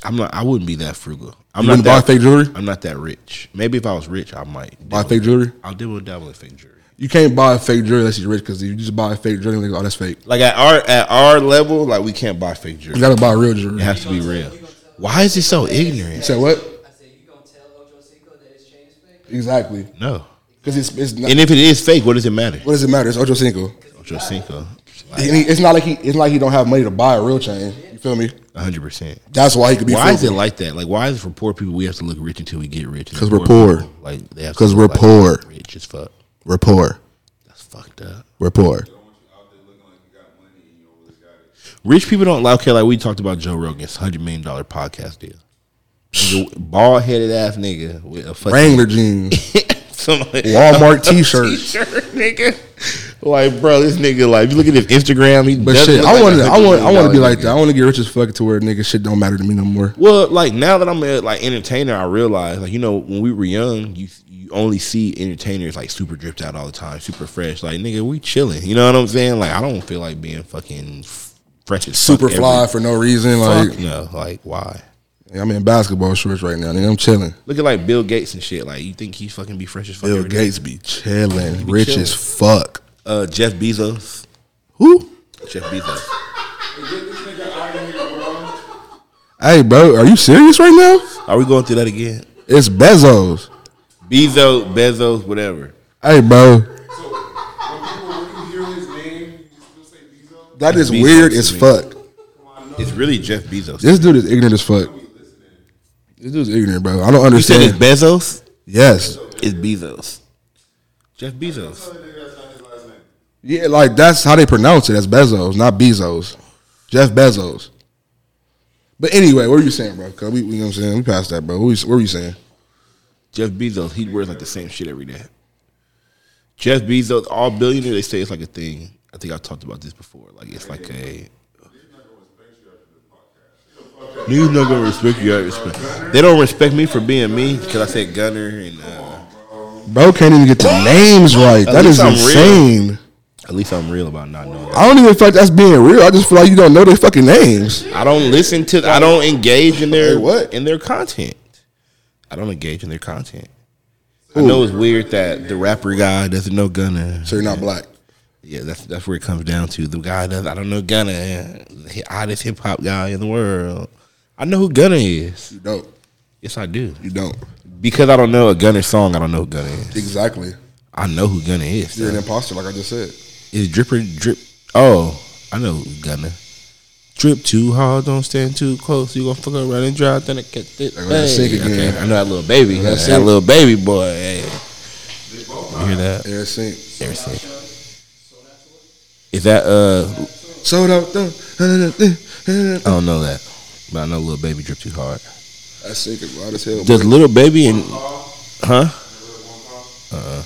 [SPEAKER 1] I'm not. I wouldn't be that frugal. I'm
[SPEAKER 2] You
[SPEAKER 1] not
[SPEAKER 2] wouldn't buy
[SPEAKER 1] that,
[SPEAKER 2] fake jewelry.
[SPEAKER 1] I'm not that rich. Maybe if I was rich, I might
[SPEAKER 2] Buy
[SPEAKER 1] dabble-
[SPEAKER 2] fake jewelry.
[SPEAKER 1] I'll deal with dabble in fake jewelry.
[SPEAKER 2] You can't buy fake jewelry unless you're rich because you just buy fake jewelry. Like, oh, that's fake.
[SPEAKER 1] Like at our at our level, like we can't buy fake
[SPEAKER 2] You
[SPEAKER 1] jewelry.
[SPEAKER 2] gotta buy real jewelry.
[SPEAKER 1] It has to be real. Why is he so ignorant?
[SPEAKER 2] Say what?
[SPEAKER 4] I said, you gonna tell Ocho Cinco that his chain is fake?
[SPEAKER 2] Exactly.
[SPEAKER 1] No.
[SPEAKER 2] Because it's it's not,
[SPEAKER 1] And if it is fake, what does it matter?
[SPEAKER 2] what does it matter? It's Ocho Cinco.
[SPEAKER 1] Ocho Cinco,
[SPEAKER 2] And he- it's not like he it's not like he don't have money to buy a real chain. You feel me?
[SPEAKER 1] 100. percent
[SPEAKER 2] That's why he could be.
[SPEAKER 1] Why is it like that? Like, why is it for poor people we have to look rich until we get rich?
[SPEAKER 2] 'Cause we're poor.
[SPEAKER 1] people, Like, they have to
[SPEAKER 2] 'Cause
[SPEAKER 1] look
[SPEAKER 2] we're poor.
[SPEAKER 1] Rich as fuck.
[SPEAKER 2] We're poor.
[SPEAKER 1] That's fucked up.
[SPEAKER 2] We're poor.
[SPEAKER 5] I want you out there looking like you got money and you don't really got it.
[SPEAKER 1] Rich people don't like. Okay, like we talked about Joe Rogan's hundred million dollar podcast deal. Bald headed ass nigga with a fucking
[SPEAKER 2] Wrangler jeans,
[SPEAKER 1] some like,
[SPEAKER 2] Walmart T-shirts.
[SPEAKER 1] t-shirt, nigga. Like, bro, this nigga. Like, if you look at his Instagram. He
[SPEAKER 2] But
[SPEAKER 1] does
[SPEAKER 2] shit,
[SPEAKER 1] look
[SPEAKER 2] I
[SPEAKER 1] like
[SPEAKER 2] want
[SPEAKER 1] a
[SPEAKER 2] to, I want, I want to be
[SPEAKER 1] $100
[SPEAKER 2] like
[SPEAKER 1] nigga.
[SPEAKER 2] that. I want to get rich as fuck to where nigga shit don't matter to me no more.
[SPEAKER 1] Well, like now that I'm a like entertainer, I realize like you know when we were young, you you only see entertainers like super dripped out all the time, super fresh. Like nigga, we chilling. You know what I'm saying? Like I don't feel like being fucking f- fresh as
[SPEAKER 2] Super
[SPEAKER 1] fuck
[SPEAKER 2] fly
[SPEAKER 1] every-
[SPEAKER 2] for no reason.
[SPEAKER 1] fuck
[SPEAKER 2] Like
[SPEAKER 1] no, like why?
[SPEAKER 2] I'm in basketball shorts right now. Nigga, I'm chilling.
[SPEAKER 1] Look at like Bill Gates and shit. Like you think he fucking be fresh as fuck?
[SPEAKER 2] Bill
[SPEAKER 1] every day?
[SPEAKER 2] Gates be chilling, rich
[SPEAKER 1] chilling.
[SPEAKER 2] as fuck.
[SPEAKER 1] uh, Jeff Bezos,
[SPEAKER 2] Who?
[SPEAKER 1] Jeff Bezos.
[SPEAKER 2] Hey, bro, are you serious right now?
[SPEAKER 1] Are we going through that again?
[SPEAKER 2] It's Bezos.
[SPEAKER 1] Bezos, Bezos, whatever.
[SPEAKER 2] Hey, bro,
[SPEAKER 5] So when people when you hear his name, you still say Bezos.
[SPEAKER 2] that is
[SPEAKER 1] Bezos
[SPEAKER 2] weird
[SPEAKER 1] to
[SPEAKER 2] as
[SPEAKER 1] me.
[SPEAKER 2] fuck.
[SPEAKER 1] It's really Jeff Bezos.
[SPEAKER 2] This dude is ignorant as fuck. This dude's ignorant, bro. I don't
[SPEAKER 1] You said it's
[SPEAKER 2] understand.
[SPEAKER 1] Bezos.
[SPEAKER 2] Yes.
[SPEAKER 1] It's Bezos. Jeff Bezos.
[SPEAKER 5] That's not his last name.
[SPEAKER 2] Yeah, like that's how they pronounce it. That's Bezos, not Bezos. Jeff Bezos. But anyway, what were you saying, bro? 'Cause we, you know what I'm saying? We passed that, bro. What were you, what were you saying?
[SPEAKER 1] Jeff Bezos, he wears like the same shit every day. Jeff Bezos, all billionaires, they say it's like a thing. I think I've talked about this before. Like it's like a. Niggas not gonna respect you. I respect. They don't respect me for being me because I said Gunner and uh,
[SPEAKER 2] Bro can't even get the names right. That is
[SPEAKER 1] least I'm real.
[SPEAKER 2] insane.
[SPEAKER 1] at least I'm real about not knowing.
[SPEAKER 2] I don't even feel like that's being real. I just feel like you don't know their fucking names.
[SPEAKER 1] I don't listen to. I don't engage in their
[SPEAKER 2] Hey, what?
[SPEAKER 1] in their content. I don't engage in their content. I know it's weird that the rapper guy doesn't know Gunna.
[SPEAKER 2] So you're not black.
[SPEAKER 1] Yeah, that's that's where it comes down to. The guy does. I don't know Gunna, the hottest hip hop guy in the world. I know who Gunna is.
[SPEAKER 2] You don't.
[SPEAKER 1] Yes, I do.
[SPEAKER 2] You don't.
[SPEAKER 1] Because I don't know a Gunner song, I don't know who Gunna is.
[SPEAKER 2] Exactly.
[SPEAKER 1] I know who Gunna is.
[SPEAKER 2] You're an
[SPEAKER 1] though.
[SPEAKER 2] imposter, like I just said.
[SPEAKER 1] Is dripper drip? Oh, I know who Gunna. Drip too hard, don't stand too close. You gonna fuck around and drive, then I catch it.
[SPEAKER 2] Like, let's
[SPEAKER 1] Hey,
[SPEAKER 2] sing again.
[SPEAKER 1] okay, I know that little baby.
[SPEAKER 2] Let's
[SPEAKER 1] that
[SPEAKER 2] sing.
[SPEAKER 1] little baby boy. Hey. You hear that?
[SPEAKER 2] Air sync.
[SPEAKER 1] There it is. Is that uh?
[SPEAKER 2] Sold out.
[SPEAKER 1] I don't know that, but I know little baby drip too hard.
[SPEAKER 2] That sync is loud as hell.
[SPEAKER 1] Does little baby and huh? Uh,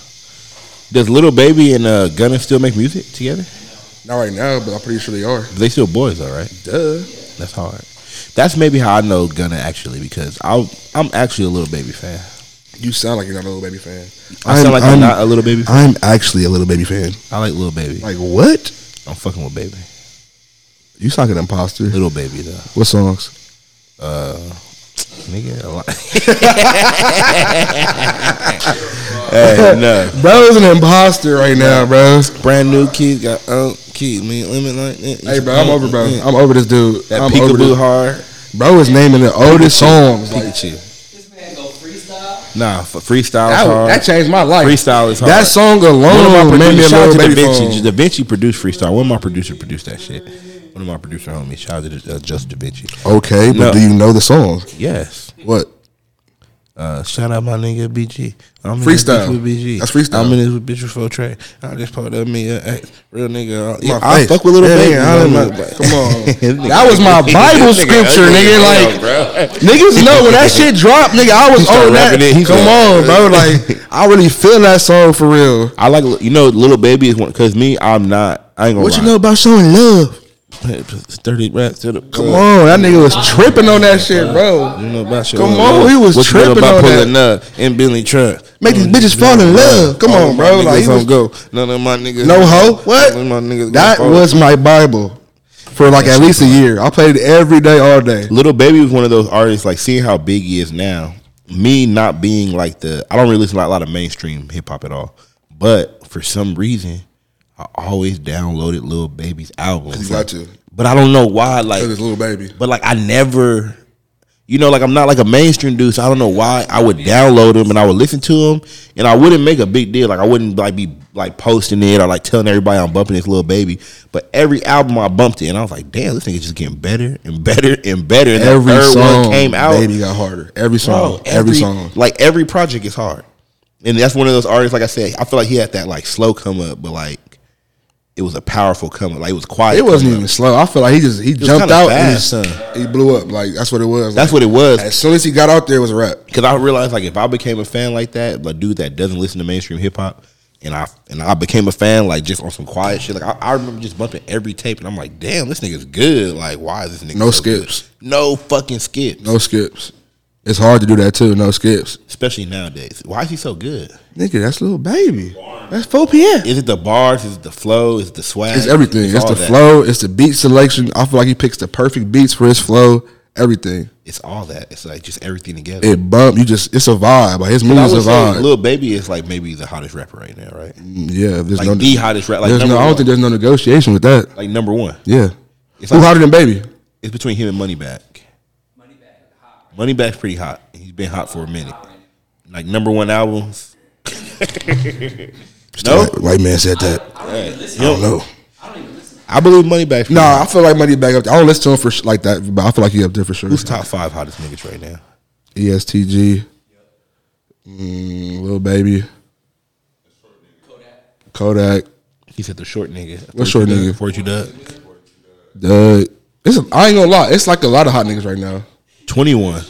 [SPEAKER 1] does little baby and uh Gunna still make music together?
[SPEAKER 2] Not right now, but I'm pretty sure they are.
[SPEAKER 1] They still boys, all right.
[SPEAKER 2] Duh.
[SPEAKER 1] That's hard. That's maybe how I know Gunna actually because I I'm actually a little baby fan.
[SPEAKER 2] You sound like you're not a little baby fan.
[SPEAKER 1] I sound like I'm, not a little baby. Fan.
[SPEAKER 2] I'm actually a little baby fan.
[SPEAKER 1] I like little baby.
[SPEAKER 2] Like what?
[SPEAKER 1] I'm fucking with baby.
[SPEAKER 2] You sound like an imposter.
[SPEAKER 1] Little baby though,
[SPEAKER 2] What songs?
[SPEAKER 1] Uh, nigga. A lot. hey, no.
[SPEAKER 2] Bro is an imposter right now, bro.
[SPEAKER 1] Brand new kids got um kids man lemon like that.
[SPEAKER 2] Hey, bro, I'm over, bro. I'm over this dude.
[SPEAKER 1] That
[SPEAKER 2] I'm over
[SPEAKER 1] peekaboo
[SPEAKER 2] this.
[SPEAKER 1] hard.
[SPEAKER 2] Bro is naming the oldest songs. Like,
[SPEAKER 1] Pikachu.
[SPEAKER 3] This man go freestyle.
[SPEAKER 1] Nah, for freestyle is
[SPEAKER 2] that,
[SPEAKER 1] hard.
[SPEAKER 2] that changed my life.
[SPEAKER 1] freestyle is hard.
[SPEAKER 2] That song
[SPEAKER 1] One of my
[SPEAKER 2] alone made me
[SPEAKER 1] producers,
[SPEAKER 2] a
[SPEAKER 1] shout out
[SPEAKER 2] little
[SPEAKER 1] to Da
[SPEAKER 2] baby
[SPEAKER 1] Vinci.
[SPEAKER 2] fan.
[SPEAKER 1] Da Vinci produced Freestyle. One of my producers produced that shit. One of my producer homies. Shout out to uh, Just Da Vinci.
[SPEAKER 2] Okay, but
[SPEAKER 1] No.
[SPEAKER 2] do you know the song?
[SPEAKER 1] Yes.
[SPEAKER 2] What?
[SPEAKER 1] Uh, shout out my nigga BG. I'm In
[SPEAKER 2] Freestyle.
[SPEAKER 1] this bitch with BG.
[SPEAKER 2] That's freestyle.
[SPEAKER 1] I'm in this with bitch with full tray. I just pulled up me a a real nigga.
[SPEAKER 2] My
[SPEAKER 1] Yeah, I
[SPEAKER 2] face.
[SPEAKER 1] fuck with little
[SPEAKER 2] Yeah,
[SPEAKER 1] baby.
[SPEAKER 2] nigga, I
[SPEAKER 1] I
[SPEAKER 2] don't know. Come on. That was my Bible scripture, nigga. Like, niggas know when that shit dropped, nigga. I was
[SPEAKER 1] started
[SPEAKER 2] on that.
[SPEAKER 1] rapping it. He
[SPEAKER 2] Come
[SPEAKER 1] said-
[SPEAKER 2] on, bro. Like, I really feel that song for real.
[SPEAKER 1] I like you know little baby is one because me I'm not I ain't gonna
[SPEAKER 2] What
[SPEAKER 1] lie.
[SPEAKER 2] you know about showing love?
[SPEAKER 1] thirty racks to the
[SPEAKER 2] Come on, that nigga was tripping on that shit, bro.
[SPEAKER 1] You know about your
[SPEAKER 2] Come
[SPEAKER 1] little
[SPEAKER 2] on,
[SPEAKER 1] love.
[SPEAKER 2] he was
[SPEAKER 1] What you know
[SPEAKER 2] tripping
[SPEAKER 1] about
[SPEAKER 2] on
[SPEAKER 1] pulling up in Billy Trump. Mm-hmm. Oh,
[SPEAKER 2] Make these bitches fall in love. Come on, bro. Like, he
[SPEAKER 1] don't
[SPEAKER 2] was,
[SPEAKER 1] go. None of my niggas.
[SPEAKER 2] no hoe. What?
[SPEAKER 1] None of my niggas
[SPEAKER 2] That
[SPEAKER 1] gonna fall.
[SPEAKER 2] was my Bible for like at least a year. I played it every day, all day.
[SPEAKER 1] Little Baby was one of those artists. Like seeing how big he is now, me not being like the. I don't really listen to a lot of mainstream hip hop at all, but for some reason, I always downloaded Little Baby's albums.
[SPEAKER 2] you got to.
[SPEAKER 1] But I don't know why. Like
[SPEAKER 2] little baby.
[SPEAKER 1] But like I never, you know, like I'm not like a mainstream dude, so I don't know why I would download them and I would listen to them, and I wouldn't make a big deal. Like I wouldn't like be like posting it or like telling everybody I'm bumping this little baby. But every album I bumped it, and I was like, damn, this nigga just getting better and better and better. And
[SPEAKER 2] Every
[SPEAKER 1] the third
[SPEAKER 2] song
[SPEAKER 1] one came out.
[SPEAKER 2] Baby got harder. Every
[SPEAKER 1] Bro,
[SPEAKER 2] song. every, song.
[SPEAKER 1] Like every project is hard. And that's one of those artists, like I said, I feel like he had that like slow come up, but like it was a powerful come up. Like it was quiet.
[SPEAKER 2] It wasn't
[SPEAKER 1] come up.
[SPEAKER 2] even slow. I feel like he just he
[SPEAKER 1] was
[SPEAKER 2] jumped
[SPEAKER 1] kinda
[SPEAKER 2] out
[SPEAKER 1] fast,
[SPEAKER 2] and
[SPEAKER 1] huh?
[SPEAKER 2] he, he blew up. Like that's what it was.
[SPEAKER 1] That's what it was.
[SPEAKER 2] As soon as he got out there, it was a rap.
[SPEAKER 1] because I realized like if I became a fan like that, like dude that doesn't listen to mainstream hip hop, and I and I became a fan like just on some quiet shit. Like I, I remember just bumping every tape, and I'm like, damn, this nigga's good. Like why is this nigga
[SPEAKER 2] No
[SPEAKER 1] so good?
[SPEAKER 2] skips.
[SPEAKER 1] no fucking skips,
[SPEAKER 2] No skips. It's hard to do that too. No skips.
[SPEAKER 1] especially nowadays. Why is he so good?
[SPEAKER 2] Nigga, that's little baby. That's 4 p.m.
[SPEAKER 1] Is it the bars? Is it the flow? Is it the swag?
[SPEAKER 2] It's everything. It's,
[SPEAKER 1] all
[SPEAKER 2] the
[SPEAKER 1] that.
[SPEAKER 2] flow. It's the beat selection. I feel like he picks the perfect beats for his flow. Everything.
[SPEAKER 1] It's all that. It's like just everything together.
[SPEAKER 2] It bump. You just. It's a vibe. Like his
[SPEAKER 1] I
[SPEAKER 2] music's a
[SPEAKER 1] would say
[SPEAKER 2] vibe. Mm,
[SPEAKER 1] Lil Baby is like maybe the hottest rapper right now, right?
[SPEAKER 2] yeah. There's
[SPEAKER 1] Like
[SPEAKER 2] no.
[SPEAKER 1] the hottest rapper. Like
[SPEAKER 2] there's
[SPEAKER 1] number
[SPEAKER 2] no. I don't
[SPEAKER 1] one.
[SPEAKER 2] think there's no negotiation with that.
[SPEAKER 1] like number one.
[SPEAKER 2] Yeah.
[SPEAKER 1] It's
[SPEAKER 2] Who
[SPEAKER 1] like-
[SPEAKER 2] hotter than baby?
[SPEAKER 1] It's between him and Moneybag.
[SPEAKER 4] Moneybag, hot.
[SPEAKER 1] Moneybag's pretty hot. He's been hot for a minute. Like number one albums. no,
[SPEAKER 2] White, white man said that.
[SPEAKER 4] I don't even listen.
[SPEAKER 1] I don't
[SPEAKER 2] No.
[SPEAKER 4] I don't even listen.
[SPEAKER 1] I believe Moneybag's. pretty
[SPEAKER 2] No,
[SPEAKER 1] hot.
[SPEAKER 2] I feel like Money back up. There. I don't listen to him for sh- like that, but I feel like he up there for sure.
[SPEAKER 1] who's top five hottest niggas right now?
[SPEAKER 2] E ESTG, mm, Little Baby,
[SPEAKER 4] Kodak.
[SPEAKER 2] Kodak,
[SPEAKER 1] He said the short nigga.
[SPEAKER 2] What short nigga?
[SPEAKER 1] Forty Doug.
[SPEAKER 2] Doug. It's a, I ain't gonna lie. It's like a lot of hot niggas right now.
[SPEAKER 1] Twenty one.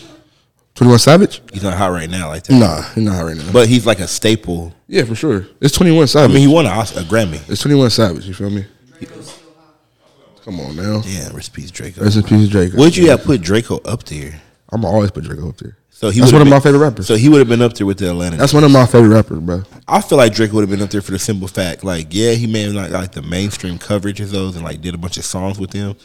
[SPEAKER 2] Twenty One Savage?
[SPEAKER 1] He's not hot right now like that.
[SPEAKER 2] Nah, he's not hot right now.
[SPEAKER 1] But he's like a staple.
[SPEAKER 2] yeah, for sure. It's Twenty One
[SPEAKER 1] I
[SPEAKER 2] Savage.
[SPEAKER 1] mean, he won an Oscar, a Grammy.
[SPEAKER 2] it's Twenty One Savage. You feel me? Come on now.
[SPEAKER 1] Damn, rest in peace, Draco.
[SPEAKER 2] Rest in peace, Draco.
[SPEAKER 1] Would you have put Draco up there?
[SPEAKER 2] I'm gonna always put Draco up there.
[SPEAKER 1] So he
[SPEAKER 2] That's
[SPEAKER 1] would've
[SPEAKER 2] one of my
[SPEAKER 1] been-
[SPEAKER 2] favorite rappers.
[SPEAKER 1] So he would have been up there with the Atlanta.
[SPEAKER 2] That's one of my favorite rappers, bro.
[SPEAKER 1] I feel like Drake would have been up there for the simple fact, like, yeah, he may have not got like the mainstream coverage of those and like did a bunch of songs with them.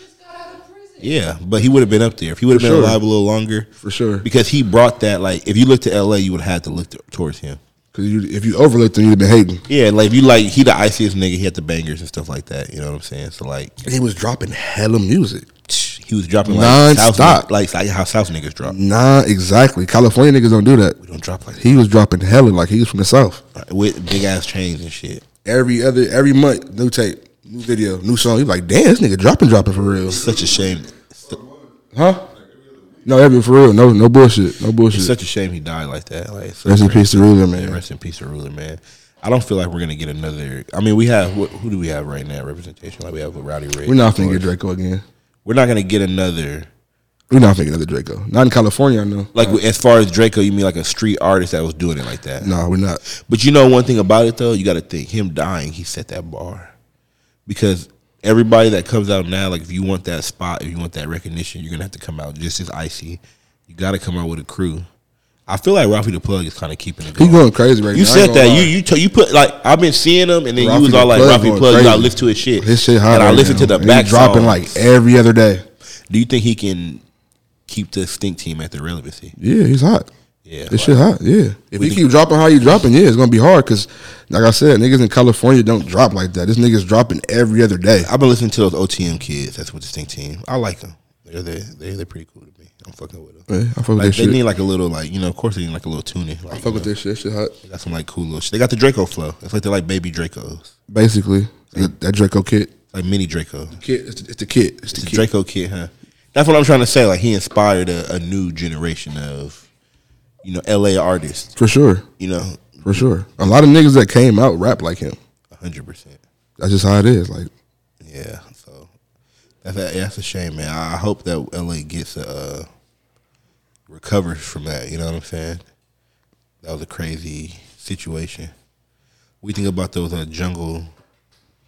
[SPEAKER 1] Yeah, but he would have been up there if he would have
[SPEAKER 2] For
[SPEAKER 1] been
[SPEAKER 2] sure.
[SPEAKER 1] alive a little longer,
[SPEAKER 2] For sure.
[SPEAKER 1] because he brought that. Like, if you looked to LA, you would have to look t- towards him.
[SPEAKER 2] Because you, if you overlooked him, you'd have been hating.
[SPEAKER 1] Yeah, like if you like, he the iciest nigga. He had the bangers and stuff like that. You know what I'm saying? So like,
[SPEAKER 2] And He was dropping hella music.
[SPEAKER 1] he was dropping like
[SPEAKER 2] Nonstop.
[SPEAKER 1] South, like, like how South niggas drop.
[SPEAKER 2] Nah, exactly. California niggas don't do that.
[SPEAKER 1] We don't drop like
[SPEAKER 2] He was dropping hella like he was from the south.
[SPEAKER 1] that. with big ass chains and shit.
[SPEAKER 2] Every other every month, new tape, new video, new song. You like, damn, this nigga dropping, dropping for real,
[SPEAKER 1] Such a shame.
[SPEAKER 2] huh? No, every for real. No, no bullshit. No
[SPEAKER 1] It's
[SPEAKER 2] bullshit.
[SPEAKER 1] such a shame he died like that. Like, it's
[SPEAKER 2] Rest in
[SPEAKER 1] such a-
[SPEAKER 2] peace to Ruler,
[SPEAKER 1] Yeah,
[SPEAKER 2] man.
[SPEAKER 1] rest in peace, to ruler man. I don't feel like we're gonna get another. I mean, we have what, who do we have right now? Representation like we have with Rowdy Ray.
[SPEAKER 2] We're not finna get Draco again.
[SPEAKER 1] We're not gonna get another.
[SPEAKER 2] We're not finna get another Draco. Not in California, I know.
[SPEAKER 1] Like as far as Draco, you mean like a street artist that was doing it like that?
[SPEAKER 2] Nah, we're not.
[SPEAKER 1] But you know one thing about it though, you got to think him dying, he set that bar because everybody that comes out now, like if you want that spot, if you want that recognition, you're gonna have to come out just as icy. You got to come out with a crew. I feel like Ralphie the Plug is kind of keeping it
[SPEAKER 2] He
[SPEAKER 1] going.
[SPEAKER 2] going crazy right now.
[SPEAKER 1] You
[SPEAKER 2] I ain't
[SPEAKER 1] said
[SPEAKER 2] gonna
[SPEAKER 1] that.
[SPEAKER 2] lie.
[SPEAKER 1] You you t- you put like I've been seeing him, and then
[SPEAKER 2] Ralphie
[SPEAKER 1] you was all
[SPEAKER 2] the
[SPEAKER 1] like
[SPEAKER 2] Plug
[SPEAKER 1] Ralphie
[SPEAKER 2] going
[SPEAKER 1] Plug. You gotta
[SPEAKER 2] crazy.
[SPEAKER 1] listen to his shit.
[SPEAKER 2] His shit hot.
[SPEAKER 1] And I
[SPEAKER 2] right
[SPEAKER 1] listen
[SPEAKER 2] now.
[SPEAKER 1] to the
[SPEAKER 2] He
[SPEAKER 1] back
[SPEAKER 2] dropping
[SPEAKER 1] songs.
[SPEAKER 2] like eh. every other day.
[SPEAKER 1] Do you think he can keep the stink team at the relevancy?
[SPEAKER 2] Yeah, he's hot.
[SPEAKER 1] Yeah,
[SPEAKER 2] This shit
[SPEAKER 1] like,
[SPEAKER 2] hot, yeah. If
[SPEAKER 1] We
[SPEAKER 2] you
[SPEAKER 1] can-
[SPEAKER 2] keep dropping how you dropping, yeah, it's gonna be hard because, like I said, niggas in California don't drop like that. This nigga's dropping every other day.
[SPEAKER 1] I've been listening to those OTM kids. That's what the stink team. I like them. They're they they're, they're pretty cool to me. I'm fucking with them.
[SPEAKER 2] Yeah, I fuck with
[SPEAKER 1] Like
[SPEAKER 2] this
[SPEAKER 1] they need
[SPEAKER 2] shit.
[SPEAKER 1] like a little like you know of course they need like a little tuning. Like,
[SPEAKER 2] I fuck with
[SPEAKER 1] you know,
[SPEAKER 2] this shit. This shit hot.
[SPEAKER 1] They got some like cool little. shit. They got the Draco flow. It's like they're like baby Dracos,
[SPEAKER 2] Basically, that, that Draco kit.
[SPEAKER 1] like mini Draco.
[SPEAKER 2] Kit, it's, it's the kit. It's the
[SPEAKER 1] It's a
[SPEAKER 2] kit.
[SPEAKER 1] Draco kid, huh? That's what I'm trying to say. Like he inspired a, a new generation of you know LA artists.
[SPEAKER 2] for sure,
[SPEAKER 1] you know,
[SPEAKER 2] for sure. A lot of niggas that came out rap like him.
[SPEAKER 1] hundred percent.
[SPEAKER 2] That's just how it is. Like,
[SPEAKER 1] Yeah, so that's a, that's a shame, man. I I hope that LA gets a uh, recovers from that. You know what I'm saying? That was a crazy situation. We think about those uh, jungle.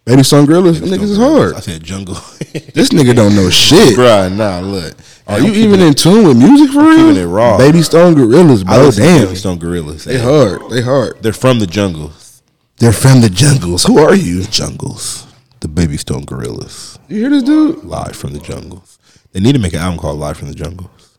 [SPEAKER 2] baby son gorillas, them niggas is
[SPEAKER 1] I
[SPEAKER 2] hard.
[SPEAKER 1] said jungle,
[SPEAKER 2] This nigga don't know shit.
[SPEAKER 1] Bruh, Nah, look.
[SPEAKER 2] Are
[SPEAKER 1] I'm
[SPEAKER 2] you
[SPEAKER 1] keeping
[SPEAKER 2] even
[SPEAKER 1] it-
[SPEAKER 2] in tune with music for real?
[SPEAKER 1] keeping it raw.
[SPEAKER 2] Baby Stone Gorillas,
[SPEAKER 1] I
[SPEAKER 2] bro.
[SPEAKER 1] listen to
[SPEAKER 2] Damn,
[SPEAKER 1] Baby Stone Gorillas.
[SPEAKER 2] they hard. They hard.
[SPEAKER 1] They're from the jungles.
[SPEAKER 2] They're from the jungles. Who are you?
[SPEAKER 1] Jungles. The Baby Stone Gorillas.
[SPEAKER 2] You hear this dude?
[SPEAKER 1] Live from the jungles. They need to make an album called Live from the Jungles.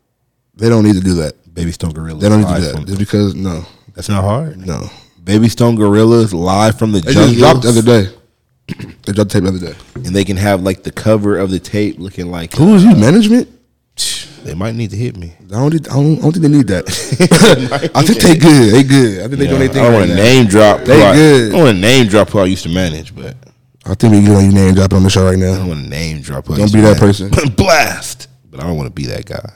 [SPEAKER 2] They don't need to do that.
[SPEAKER 1] Baby Stone Gorillas.
[SPEAKER 2] They don't need to
[SPEAKER 1] live
[SPEAKER 2] do
[SPEAKER 1] from-
[SPEAKER 2] that. Just because no,
[SPEAKER 1] That's not hard.
[SPEAKER 2] no.
[SPEAKER 1] Baby Stone Gorillas live from the
[SPEAKER 2] They
[SPEAKER 1] jungle,
[SPEAKER 2] just dropped the other day. They dropped the tape the other day.
[SPEAKER 1] and they can have like the cover of the tape looking like
[SPEAKER 2] Who is you management?
[SPEAKER 1] they might need to hit me.
[SPEAKER 2] I don't, need, I, don't, I don't think they need that. I think they good. They good. I think they
[SPEAKER 1] You
[SPEAKER 2] doing
[SPEAKER 1] know,
[SPEAKER 2] their
[SPEAKER 1] I
[SPEAKER 2] thing
[SPEAKER 1] don't
[SPEAKER 2] right
[SPEAKER 1] want to
[SPEAKER 2] now.
[SPEAKER 1] name drop.
[SPEAKER 2] They
[SPEAKER 1] who I-
[SPEAKER 2] good.
[SPEAKER 1] I don't want to name drop who I used to manage, but
[SPEAKER 2] I think we doing you name dropping on the show right
[SPEAKER 1] I don't
[SPEAKER 2] now.
[SPEAKER 1] want to name drop. who I
[SPEAKER 2] Don't
[SPEAKER 1] used
[SPEAKER 2] be
[SPEAKER 1] to
[SPEAKER 2] that
[SPEAKER 1] manage.
[SPEAKER 2] person.
[SPEAKER 1] Blast! But I don't want to be that guy.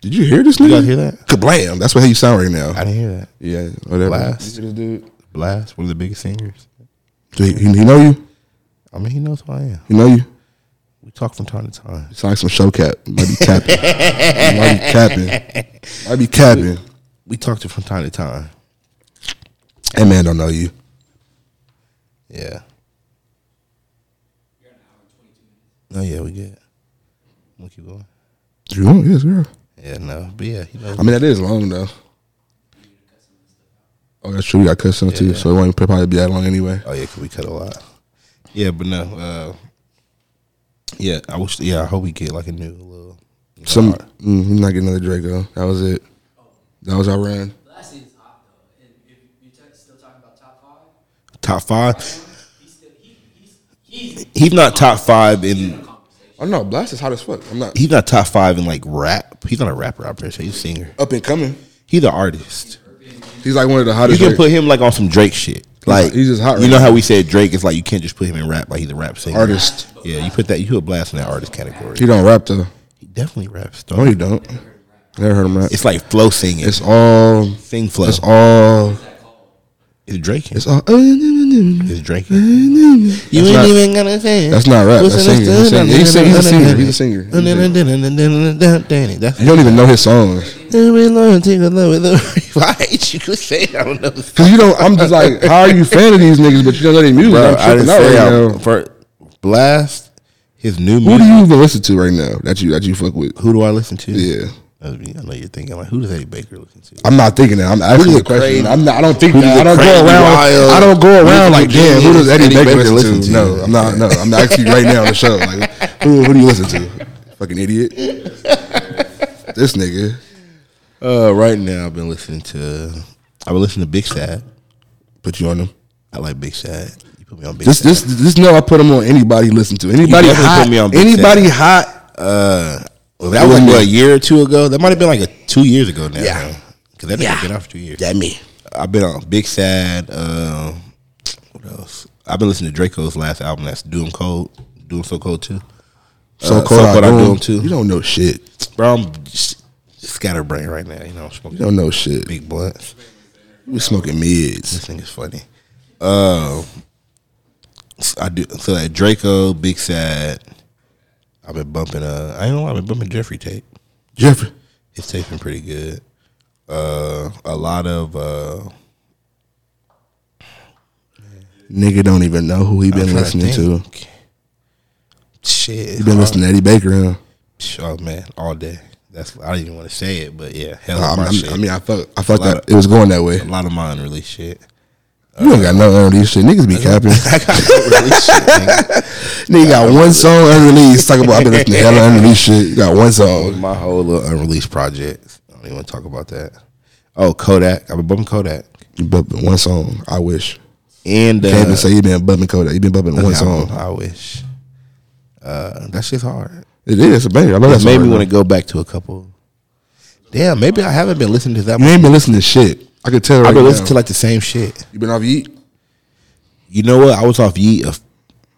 [SPEAKER 2] Did you hear this? Nigga?
[SPEAKER 1] You guys hear that?
[SPEAKER 2] Kablam! That's what how you sound right now.
[SPEAKER 1] I didn't hear that.
[SPEAKER 2] yeah, whatever.
[SPEAKER 1] Blast.
[SPEAKER 2] You hear this dude?
[SPEAKER 1] Blast, one of the biggest singers.
[SPEAKER 2] Do He, he know you.
[SPEAKER 1] I mean, he knows who I am.
[SPEAKER 2] He know you.
[SPEAKER 1] We talk from time to time.
[SPEAKER 2] Sound like some show cap. Might be capping. Might be capping. Might be capping.
[SPEAKER 1] We talk to from time to time.
[SPEAKER 2] That man don't know you.
[SPEAKER 1] Yeah. Oh yeah, we good. We'll keep going.
[SPEAKER 2] You know, yes, girl.
[SPEAKER 1] Yeah, no, but yeah, you know,
[SPEAKER 2] I mean, that is long though. Oh, that's true. We got cut some too, so it won't probably be that long anyway.
[SPEAKER 1] Oh yeah, 'cause we cut a lot. Yeah, but no. Uh, yeah, I wish. Yeah, I hope we get like a new little.
[SPEAKER 2] Some, mm, we not getting another Draco. That was it. That was our run.
[SPEAKER 4] Last season's hot though, and if you're t- still talking about top five,
[SPEAKER 1] top five.
[SPEAKER 4] he's still he, he's he's
[SPEAKER 1] He's not top five in.
[SPEAKER 2] Oh no, Blast is hot as fuck. I'm not
[SPEAKER 1] He's not top five in like rap. He's not a rapper out there. So he's a singer.
[SPEAKER 2] up and coming.
[SPEAKER 1] He's an artist.
[SPEAKER 2] He's like one of the
[SPEAKER 1] You
[SPEAKER 2] hottest.
[SPEAKER 1] can
[SPEAKER 2] Drake-
[SPEAKER 1] put him like on some Drake shit. Like
[SPEAKER 2] he's just hot
[SPEAKER 1] You
[SPEAKER 2] right
[SPEAKER 1] know
[SPEAKER 2] now.
[SPEAKER 1] how we said Drake is like you can't just put him in rap. Like he's a rap singer.
[SPEAKER 2] Artist.
[SPEAKER 1] Yeah, you put that. You put blast in that artist category.
[SPEAKER 2] he don't rap though.
[SPEAKER 1] He definitely raps.
[SPEAKER 2] No,
[SPEAKER 1] Don't.
[SPEAKER 2] he don't. Never heard him rap. It's,
[SPEAKER 1] It's like flow singing. It's
[SPEAKER 2] all.
[SPEAKER 1] sing flow.
[SPEAKER 2] It's
[SPEAKER 1] It's,
[SPEAKER 2] all.
[SPEAKER 1] Drake. It's,
[SPEAKER 2] It's all. uh,
[SPEAKER 1] Drake. You ain't
[SPEAKER 2] not-
[SPEAKER 1] even gonna say.
[SPEAKER 2] That's not rap. That's singing. He's, singing. He's, sing- he's a singer. He's a singer. He's a singer.
[SPEAKER 1] That's
[SPEAKER 2] You don't even know his songs.
[SPEAKER 1] Why ain't you could say I don't know?
[SPEAKER 2] Cause you don't. I'm just like, how are you fan of these niggas? But you don't know their music.
[SPEAKER 1] Bro,
[SPEAKER 2] I'm
[SPEAKER 1] I
[SPEAKER 2] tripping
[SPEAKER 1] didn't
[SPEAKER 2] out
[SPEAKER 1] say
[SPEAKER 2] right
[SPEAKER 1] I,
[SPEAKER 2] now.
[SPEAKER 1] for blast. His new
[SPEAKER 2] Who
[SPEAKER 1] music.
[SPEAKER 2] do you even listen to right now that you that you fuck with?
[SPEAKER 1] who do I listen to?
[SPEAKER 2] Yeah,
[SPEAKER 1] I mean, I know you're thinking like, who does Eddie Baker listen to?
[SPEAKER 2] I'm not thinking that. I'm asking
[SPEAKER 1] the
[SPEAKER 2] the question.
[SPEAKER 1] crazy-
[SPEAKER 2] I'm not. I don't think
[SPEAKER 1] who's
[SPEAKER 2] that.
[SPEAKER 1] the
[SPEAKER 2] I don't go
[SPEAKER 1] crazy
[SPEAKER 2] around.
[SPEAKER 1] wild-
[SPEAKER 2] I don't go around
[SPEAKER 1] who's
[SPEAKER 2] like,
[SPEAKER 1] the
[SPEAKER 2] damn, who does
[SPEAKER 1] genius
[SPEAKER 2] Eddie,
[SPEAKER 1] Eddie
[SPEAKER 2] Baker,
[SPEAKER 1] Baker
[SPEAKER 2] listen to?
[SPEAKER 1] listen to?
[SPEAKER 2] No, I'm not. No, I'm asking you right now on the show. Like, who, who do you listen to? Fucking idiot. this nigga.
[SPEAKER 1] Uh, right now, I've been listening to. I've been listening to Big Sad.
[SPEAKER 2] Put you on him.
[SPEAKER 1] I like Big Sad. You put me on Big
[SPEAKER 2] This
[SPEAKER 1] Sad.
[SPEAKER 2] this this no. I put him on anybody. Listen to anybody
[SPEAKER 1] definitely
[SPEAKER 2] hot.
[SPEAKER 1] put me on Big
[SPEAKER 2] anybody hot.
[SPEAKER 1] uh, well, that was what, a year or two ago. That might have been like a two years ago now.
[SPEAKER 2] Yeah.
[SPEAKER 1] because that didn't been out for two years.
[SPEAKER 2] That me.
[SPEAKER 1] I've been on Big Sad. Um, what else? I've been listening to Draco's last album. That's Doom Cold. Doom So Cold too.
[SPEAKER 2] So
[SPEAKER 1] Uh,
[SPEAKER 2] cold.
[SPEAKER 1] so
[SPEAKER 2] I,
[SPEAKER 1] cold I
[SPEAKER 2] do
[SPEAKER 1] do
[SPEAKER 2] him
[SPEAKER 1] 'em too.
[SPEAKER 2] You don't know shit.
[SPEAKER 1] Bro, I'm just scatterbrained right now. You know, I'm smoking
[SPEAKER 2] You don't know shit.
[SPEAKER 1] big blunts.
[SPEAKER 2] We smoking mids.
[SPEAKER 1] This thing is funny. Uh, I do so that Draco, Big Sad. I've been bumping. Uh, I ain't know. I've been bumping Jeffrey tape.
[SPEAKER 2] Jeffrey.
[SPEAKER 1] His tape been pretty good. Uh, a lot of uh,
[SPEAKER 2] Nigga don't even know who he
[SPEAKER 1] I'm
[SPEAKER 2] been
[SPEAKER 1] trying
[SPEAKER 2] listening to.
[SPEAKER 1] think. Shit,
[SPEAKER 2] He been listening to Eddie Baker. Huh?
[SPEAKER 1] Oh man, all day. That's I didn't even want to say it, but yeah, hell, of
[SPEAKER 2] I,
[SPEAKER 1] Oh, my
[SPEAKER 2] I,
[SPEAKER 1] shit.
[SPEAKER 2] I mean, I fuck, I fucked
[SPEAKER 1] lot
[SPEAKER 2] up. It was going that way.
[SPEAKER 1] a lot of mine release shit.
[SPEAKER 2] You don't got no unreleased shit. Niggas be capping.
[SPEAKER 1] I got no release shit. nigga.
[SPEAKER 2] Nigga got one song unreleased. Talk about I've been listening to hella unreleased shit. You got one song.
[SPEAKER 1] My whole little unreleased project. I don't even want to talk about that. Oh, Kodak. I've been bumping Kodak.
[SPEAKER 2] You bumping one song. I wish.
[SPEAKER 1] And uh,
[SPEAKER 2] Can't even say you been bumping Kodak. You been bumping one
[SPEAKER 1] Yeah,
[SPEAKER 2] song.
[SPEAKER 1] I wish. Uh, that shit's hard.
[SPEAKER 2] It is. It's a banger. I love that
[SPEAKER 1] It
[SPEAKER 2] song.
[SPEAKER 1] made me
[SPEAKER 2] right
[SPEAKER 1] want to
[SPEAKER 2] now.
[SPEAKER 1] go back to a couple. Damn, maybe I haven't been listening to that.
[SPEAKER 2] You
[SPEAKER 1] Much.
[SPEAKER 2] ain't been listening to shit. I could tell right
[SPEAKER 1] I've been
[SPEAKER 2] now.
[SPEAKER 1] listening to like the same shit.
[SPEAKER 2] you been off Yeet?
[SPEAKER 1] You know what? I was off Yeet a f-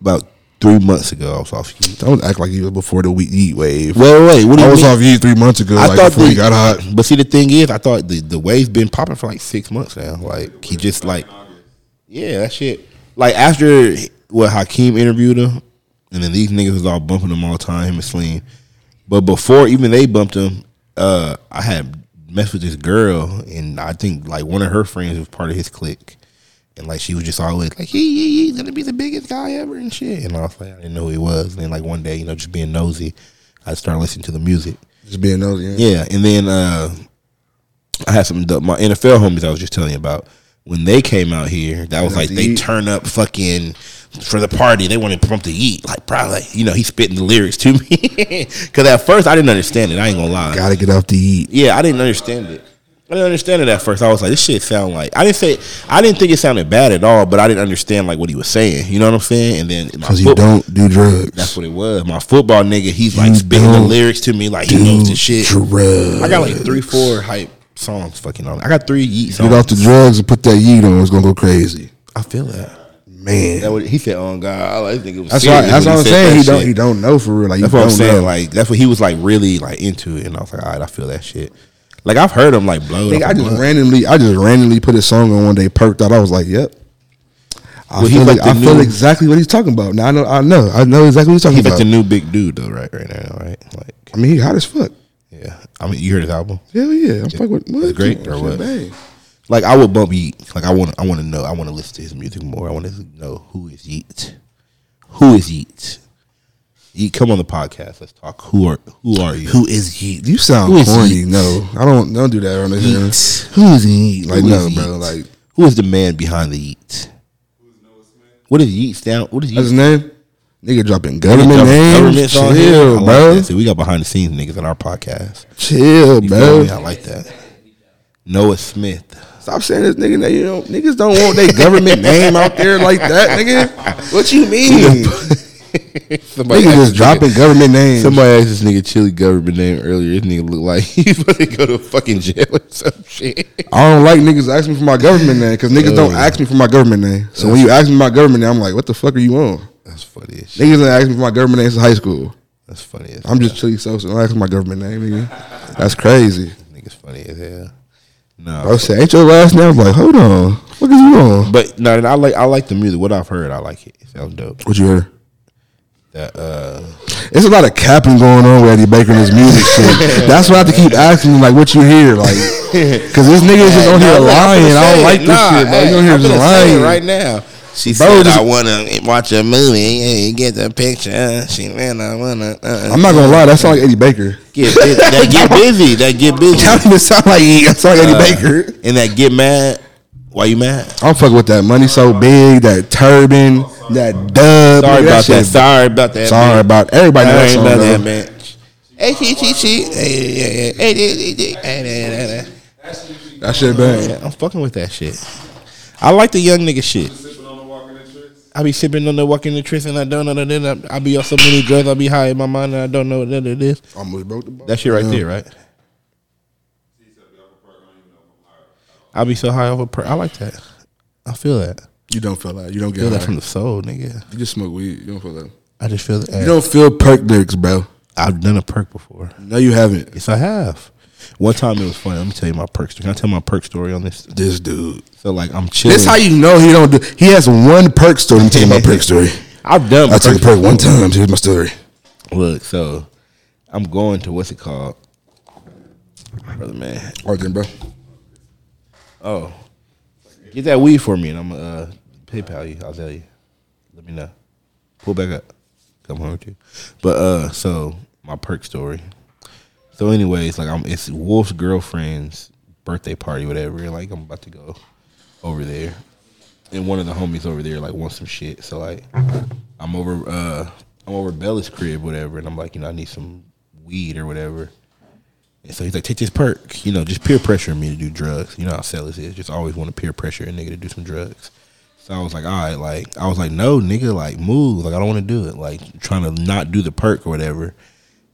[SPEAKER 1] about three months ago. I was off Yeet.
[SPEAKER 2] Don't act like you was before the week Yeet wave.
[SPEAKER 1] Wait, wait. What do
[SPEAKER 2] I
[SPEAKER 1] you
[SPEAKER 2] was
[SPEAKER 1] mean?
[SPEAKER 2] off Yeet three months ago.
[SPEAKER 1] I
[SPEAKER 2] like
[SPEAKER 1] thought
[SPEAKER 2] before
[SPEAKER 1] the,
[SPEAKER 2] we got hot.
[SPEAKER 1] But see, the thing is, I thought the the wave's been popping for like six months now. Like he just like, yeah, that shit. Like after what Hakeem interviewed him, and then these niggas was all bumping him all the time, him and Slim. But before even they bumped him, uh, I had messed with this girl, and I think like one of her friends was part of his clique. And like she was just always like, he, he he's gonna be the biggest guy ever and shit. And I was like, I didn't know who he was. And then like one day, you know, just being nosy, I started listening to the music.
[SPEAKER 2] Just being nosy. Yeah.
[SPEAKER 1] Yeah, and then uh, I had some the, my NFL homies I was just telling you about when they came out here. That was
[SPEAKER 2] Wanted
[SPEAKER 1] like
[SPEAKER 2] to
[SPEAKER 1] they
[SPEAKER 2] eat.
[SPEAKER 1] turn up fucking for the party. They wanted Pump to eat like probably you know he spitting the lyrics to me because at first I didn't understand it. I ain't gonna lie.
[SPEAKER 2] Gotta get off the Yeet.
[SPEAKER 1] Yeah, I didn't understand it. I didn't understand it at first. I was like, this shit sound like I didn't say I didn't think it sounded bad at all, but I didn't understand like what he was saying. You know what I'm saying? And then my
[SPEAKER 2] Because you
[SPEAKER 1] foot-
[SPEAKER 2] don't do drugs.
[SPEAKER 1] That's what it was. My football nigga, he's like
[SPEAKER 2] You
[SPEAKER 1] spitting the
[SPEAKER 2] don't
[SPEAKER 1] lyrics to me like he
[SPEAKER 2] do
[SPEAKER 1] knows the shit.
[SPEAKER 2] Drugs.
[SPEAKER 1] I got like three, four hype songs fucking on. I got three yeet songs.
[SPEAKER 2] Get off the drugs and put that yeet on. It's gonna go crazy,
[SPEAKER 1] I feel that.
[SPEAKER 2] man.
[SPEAKER 1] That what he said. Oh God, I like think it was.
[SPEAKER 2] that's
[SPEAKER 1] serious
[SPEAKER 2] why. That's
[SPEAKER 1] when
[SPEAKER 2] what I'm
[SPEAKER 1] said
[SPEAKER 2] saying.
[SPEAKER 1] that
[SPEAKER 2] He don't.
[SPEAKER 1] shit.
[SPEAKER 2] He don't know for real. Like
[SPEAKER 1] that's
[SPEAKER 2] you
[SPEAKER 1] what I'm
[SPEAKER 2] don't
[SPEAKER 1] saying.
[SPEAKER 2] know.
[SPEAKER 1] Like that's what he was like really like into, it. and I was like, all right, I feel that shit. Like I've heard him like blow. it
[SPEAKER 2] Nigga,
[SPEAKER 1] up
[SPEAKER 2] I
[SPEAKER 1] a
[SPEAKER 2] just
[SPEAKER 1] blunt.
[SPEAKER 2] randomly. I just randomly put a song on one day. Perked out. I was like, yep. I
[SPEAKER 1] Well, he
[SPEAKER 2] feel,
[SPEAKER 1] like
[SPEAKER 2] like-
[SPEAKER 1] the
[SPEAKER 2] I feel
[SPEAKER 1] new-
[SPEAKER 2] exactly what he's talking about. Now I know. I know. I know exactly what he's talking
[SPEAKER 1] He's like
[SPEAKER 2] about.
[SPEAKER 1] the new big dude though, right? Right now, right? Like,
[SPEAKER 2] I mean, he hot as fuck.
[SPEAKER 1] yeah. I mean, you heard his album.
[SPEAKER 2] Hell yeah. I'm fucking with. What?
[SPEAKER 1] great,
[SPEAKER 2] Shit,
[SPEAKER 1] or what?
[SPEAKER 2] bang.
[SPEAKER 1] Like I would bump Yeet. Like I want. I want to know. I want to listen to his music more. I want to know who is Yeet. Who is Yeet? Yeet, come on the podcast. Let's talk. Who are Who are you?
[SPEAKER 2] Who is Yeet? You sound
[SPEAKER 1] Who is
[SPEAKER 2] corny.
[SPEAKER 1] Yeet?
[SPEAKER 2] No, I don't. Don't do that on this. channel.
[SPEAKER 1] Yeet.
[SPEAKER 2] Who is Yeet? Like
[SPEAKER 1] Who
[SPEAKER 2] no,
[SPEAKER 1] is
[SPEAKER 2] bro.
[SPEAKER 1] Yeet?
[SPEAKER 2] Like
[SPEAKER 1] who is the man behind the Yeet? What is Yeet down? What is
[SPEAKER 2] that's his
[SPEAKER 1] Yeet?
[SPEAKER 2] name. Nigga dropping
[SPEAKER 1] Government
[SPEAKER 2] government names.
[SPEAKER 1] government's on here? I
[SPEAKER 2] Chill,
[SPEAKER 1] like
[SPEAKER 2] bro.
[SPEAKER 1] that. See, we got behind the scenes niggas on our podcast.
[SPEAKER 2] Chill,
[SPEAKER 1] You feel
[SPEAKER 2] bro.
[SPEAKER 1] me? I like that. Noah Smith.
[SPEAKER 2] Stop saying this nigga name. You know, niggas don't want their government name out there like that, nigga. What you mean?
[SPEAKER 1] Somebody
[SPEAKER 2] nigga
[SPEAKER 1] asked
[SPEAKER 2] just
[SPEAKER 1] this
[SPEAKER 2] dropping
[SPEAKER 1] nigga-
[SPEAKER 2] government names.
[SPEAKER 1] Somebody asked this nigga Chili government name earlier. This nigga look like he's about to go to fucking jail or some shit.
[SPEAKER 2] I don't like niggas asking me for my government name because niggas don't ask me for my government name. So when you ask me my government name, I'm like, what the fuck are you on?
[SPEAKER 1] That's funny as shit.
[SPEAKER 2] Niggas done asked me for my government name since high school.
[SPEAKER 1] That's funny as
[SPEAKER 2] I'm just chilly Sosa. Don't ask me my government name, nigga. That's crazy.
[SPEAKER 1] niggas funny as hell. No,
[SPEAKER 2] I was saying, ain't your last name? I'm like, hold on. What is you on?
[SPEAKER 1] but no, I like I like the music. What I've heard, I like it. It sounds dope.
[SPEAKER 2] What you heard?
[SPEAKER 1] That uh,
[SPEAKER 2] It's a lot of capping going on with Eddie Baker and his music shit. That's why I have to keep asking him, like, what you hear? Like, because this nigga is just on here lying. I don't like this shit, bro. He's on here just lying.
[SPEAKER 1] right now. She
[SPEAKER 2] Bro,
[SPEAKER 1] said,
[SPEAKER 2] just-
[SPEAKER 1] "I wanna watch a movie. Yeah, you get the picture." She man, I wanna. Uh,
[SPEAKER 2] I'm not gonna lie, that sound like Eddie Baker.
[SPEAKER 1] get bu- that get busy. That get busy. Uh,
[SPEAKER 2] That don't even sound like Eddie. That sound like Eddie Baker.
[SPEAKER 1] And that get mad. Why you mad?
[SPEAKER 2] I'm fucking with that money so big, that turban, that dub.
[SPEAKER 1] Sorry about
[SPEAKER 2] nigga,
[SPEAKER 1] that.
[SPEAKER 2] shit-
[SPEAKER 1] Sorry about that.
[SPEAKER 2] Sorry
[SPEAKER 1] man.
[SPEAKER 2] about everybody.
[SPEAKER 1] Sorry
[SPEAKER 2] Sorry
[SPEAKER 1] about that,
[SPEAKER 2] that
[SPEAKER 1] man. Hey, she, she, she. Hey, yeah, yeah. Hey, yeah, yeah, yeah. Hey, yeah, yeah, yeah.
[SPEAKER 2] song. That shit bang.
[SPEAKER 1] Yeah, I'm fucking with that shit. I like the young nigga shit.
[SPEAKER 5] Sipping on the walking and tricks.
[SPEAKER 1] I be sipping on the walking the tricks and I don't know that then I, I be on so many drugs I be high in my mind and I don't know what that it is.
[SPEAKER 2] Almost broke the ball.
[SPEAKER 1] That shit right there, right?
[SPEAKER 5] He said, "Y'all can park. I don't even know if I'm high."
[SPEAKER 1] I be so high over. Per- I like that. I feel that.
[SPEAKER 2] You don't feel that. You don't
[SPEAKER 1] Feel
[SPEAKER 2] get
[SPEAKER 1] that from
[SPEAKER 2] that.
[SPEAKER 1] the soul, nigga.
[SPEAKER 2] You just smoke weed. You don't feel that.
[SPEAKER 1] I just feel that.
[SPEAKER 2] You don't feel perk lyrics, bro.
[SPEAKER 1] I've done a perk before.
[SPEAKER 2] No, you haven't.
[SPEAKER 1] Yes, I have. One time it was funny. Let me tell you my perk story. Can I tell my perk story on this?
[SPEAKER 2] This dude.
[SPEAKER 1] So like I'm chilling.
[SPEAKER 2] This how you know he don't do. He has one perk story. I'm telling you my perk story.
[SPEAKER 1] I've done.
[SPEAKER 2] I took a perk one time. Here's my story.
[SPEAKER 1] Look, so I'm going to what's it called, brother man.
[SPEAKER 2] All right, then, bro.
[SPEAKER 1] Oh, get that weed for me, and I'm uh PayPal you. I'll tell you. Let me know. Pull back up. Come home with you. But uh, so my perk story. So, anyways, like I'm, it's Wolf's girlfriend's birthday party, whatever. And like I'm about to go over there, and one of the homies over there like wants some shit. So like I'm over, uh, I'm over Bella's crib, whatever. And I'm like, you know, I need some weed or whatever. And so he's like, take this perk, you know, just peer pressure me to do drugs. You know how sellers is, just always want to peer pressure a nigga to do some drugs. So I was like, all right, like I was like, no, nigga, like move, like I don't want to do it, like trying to not do the perk or whatever.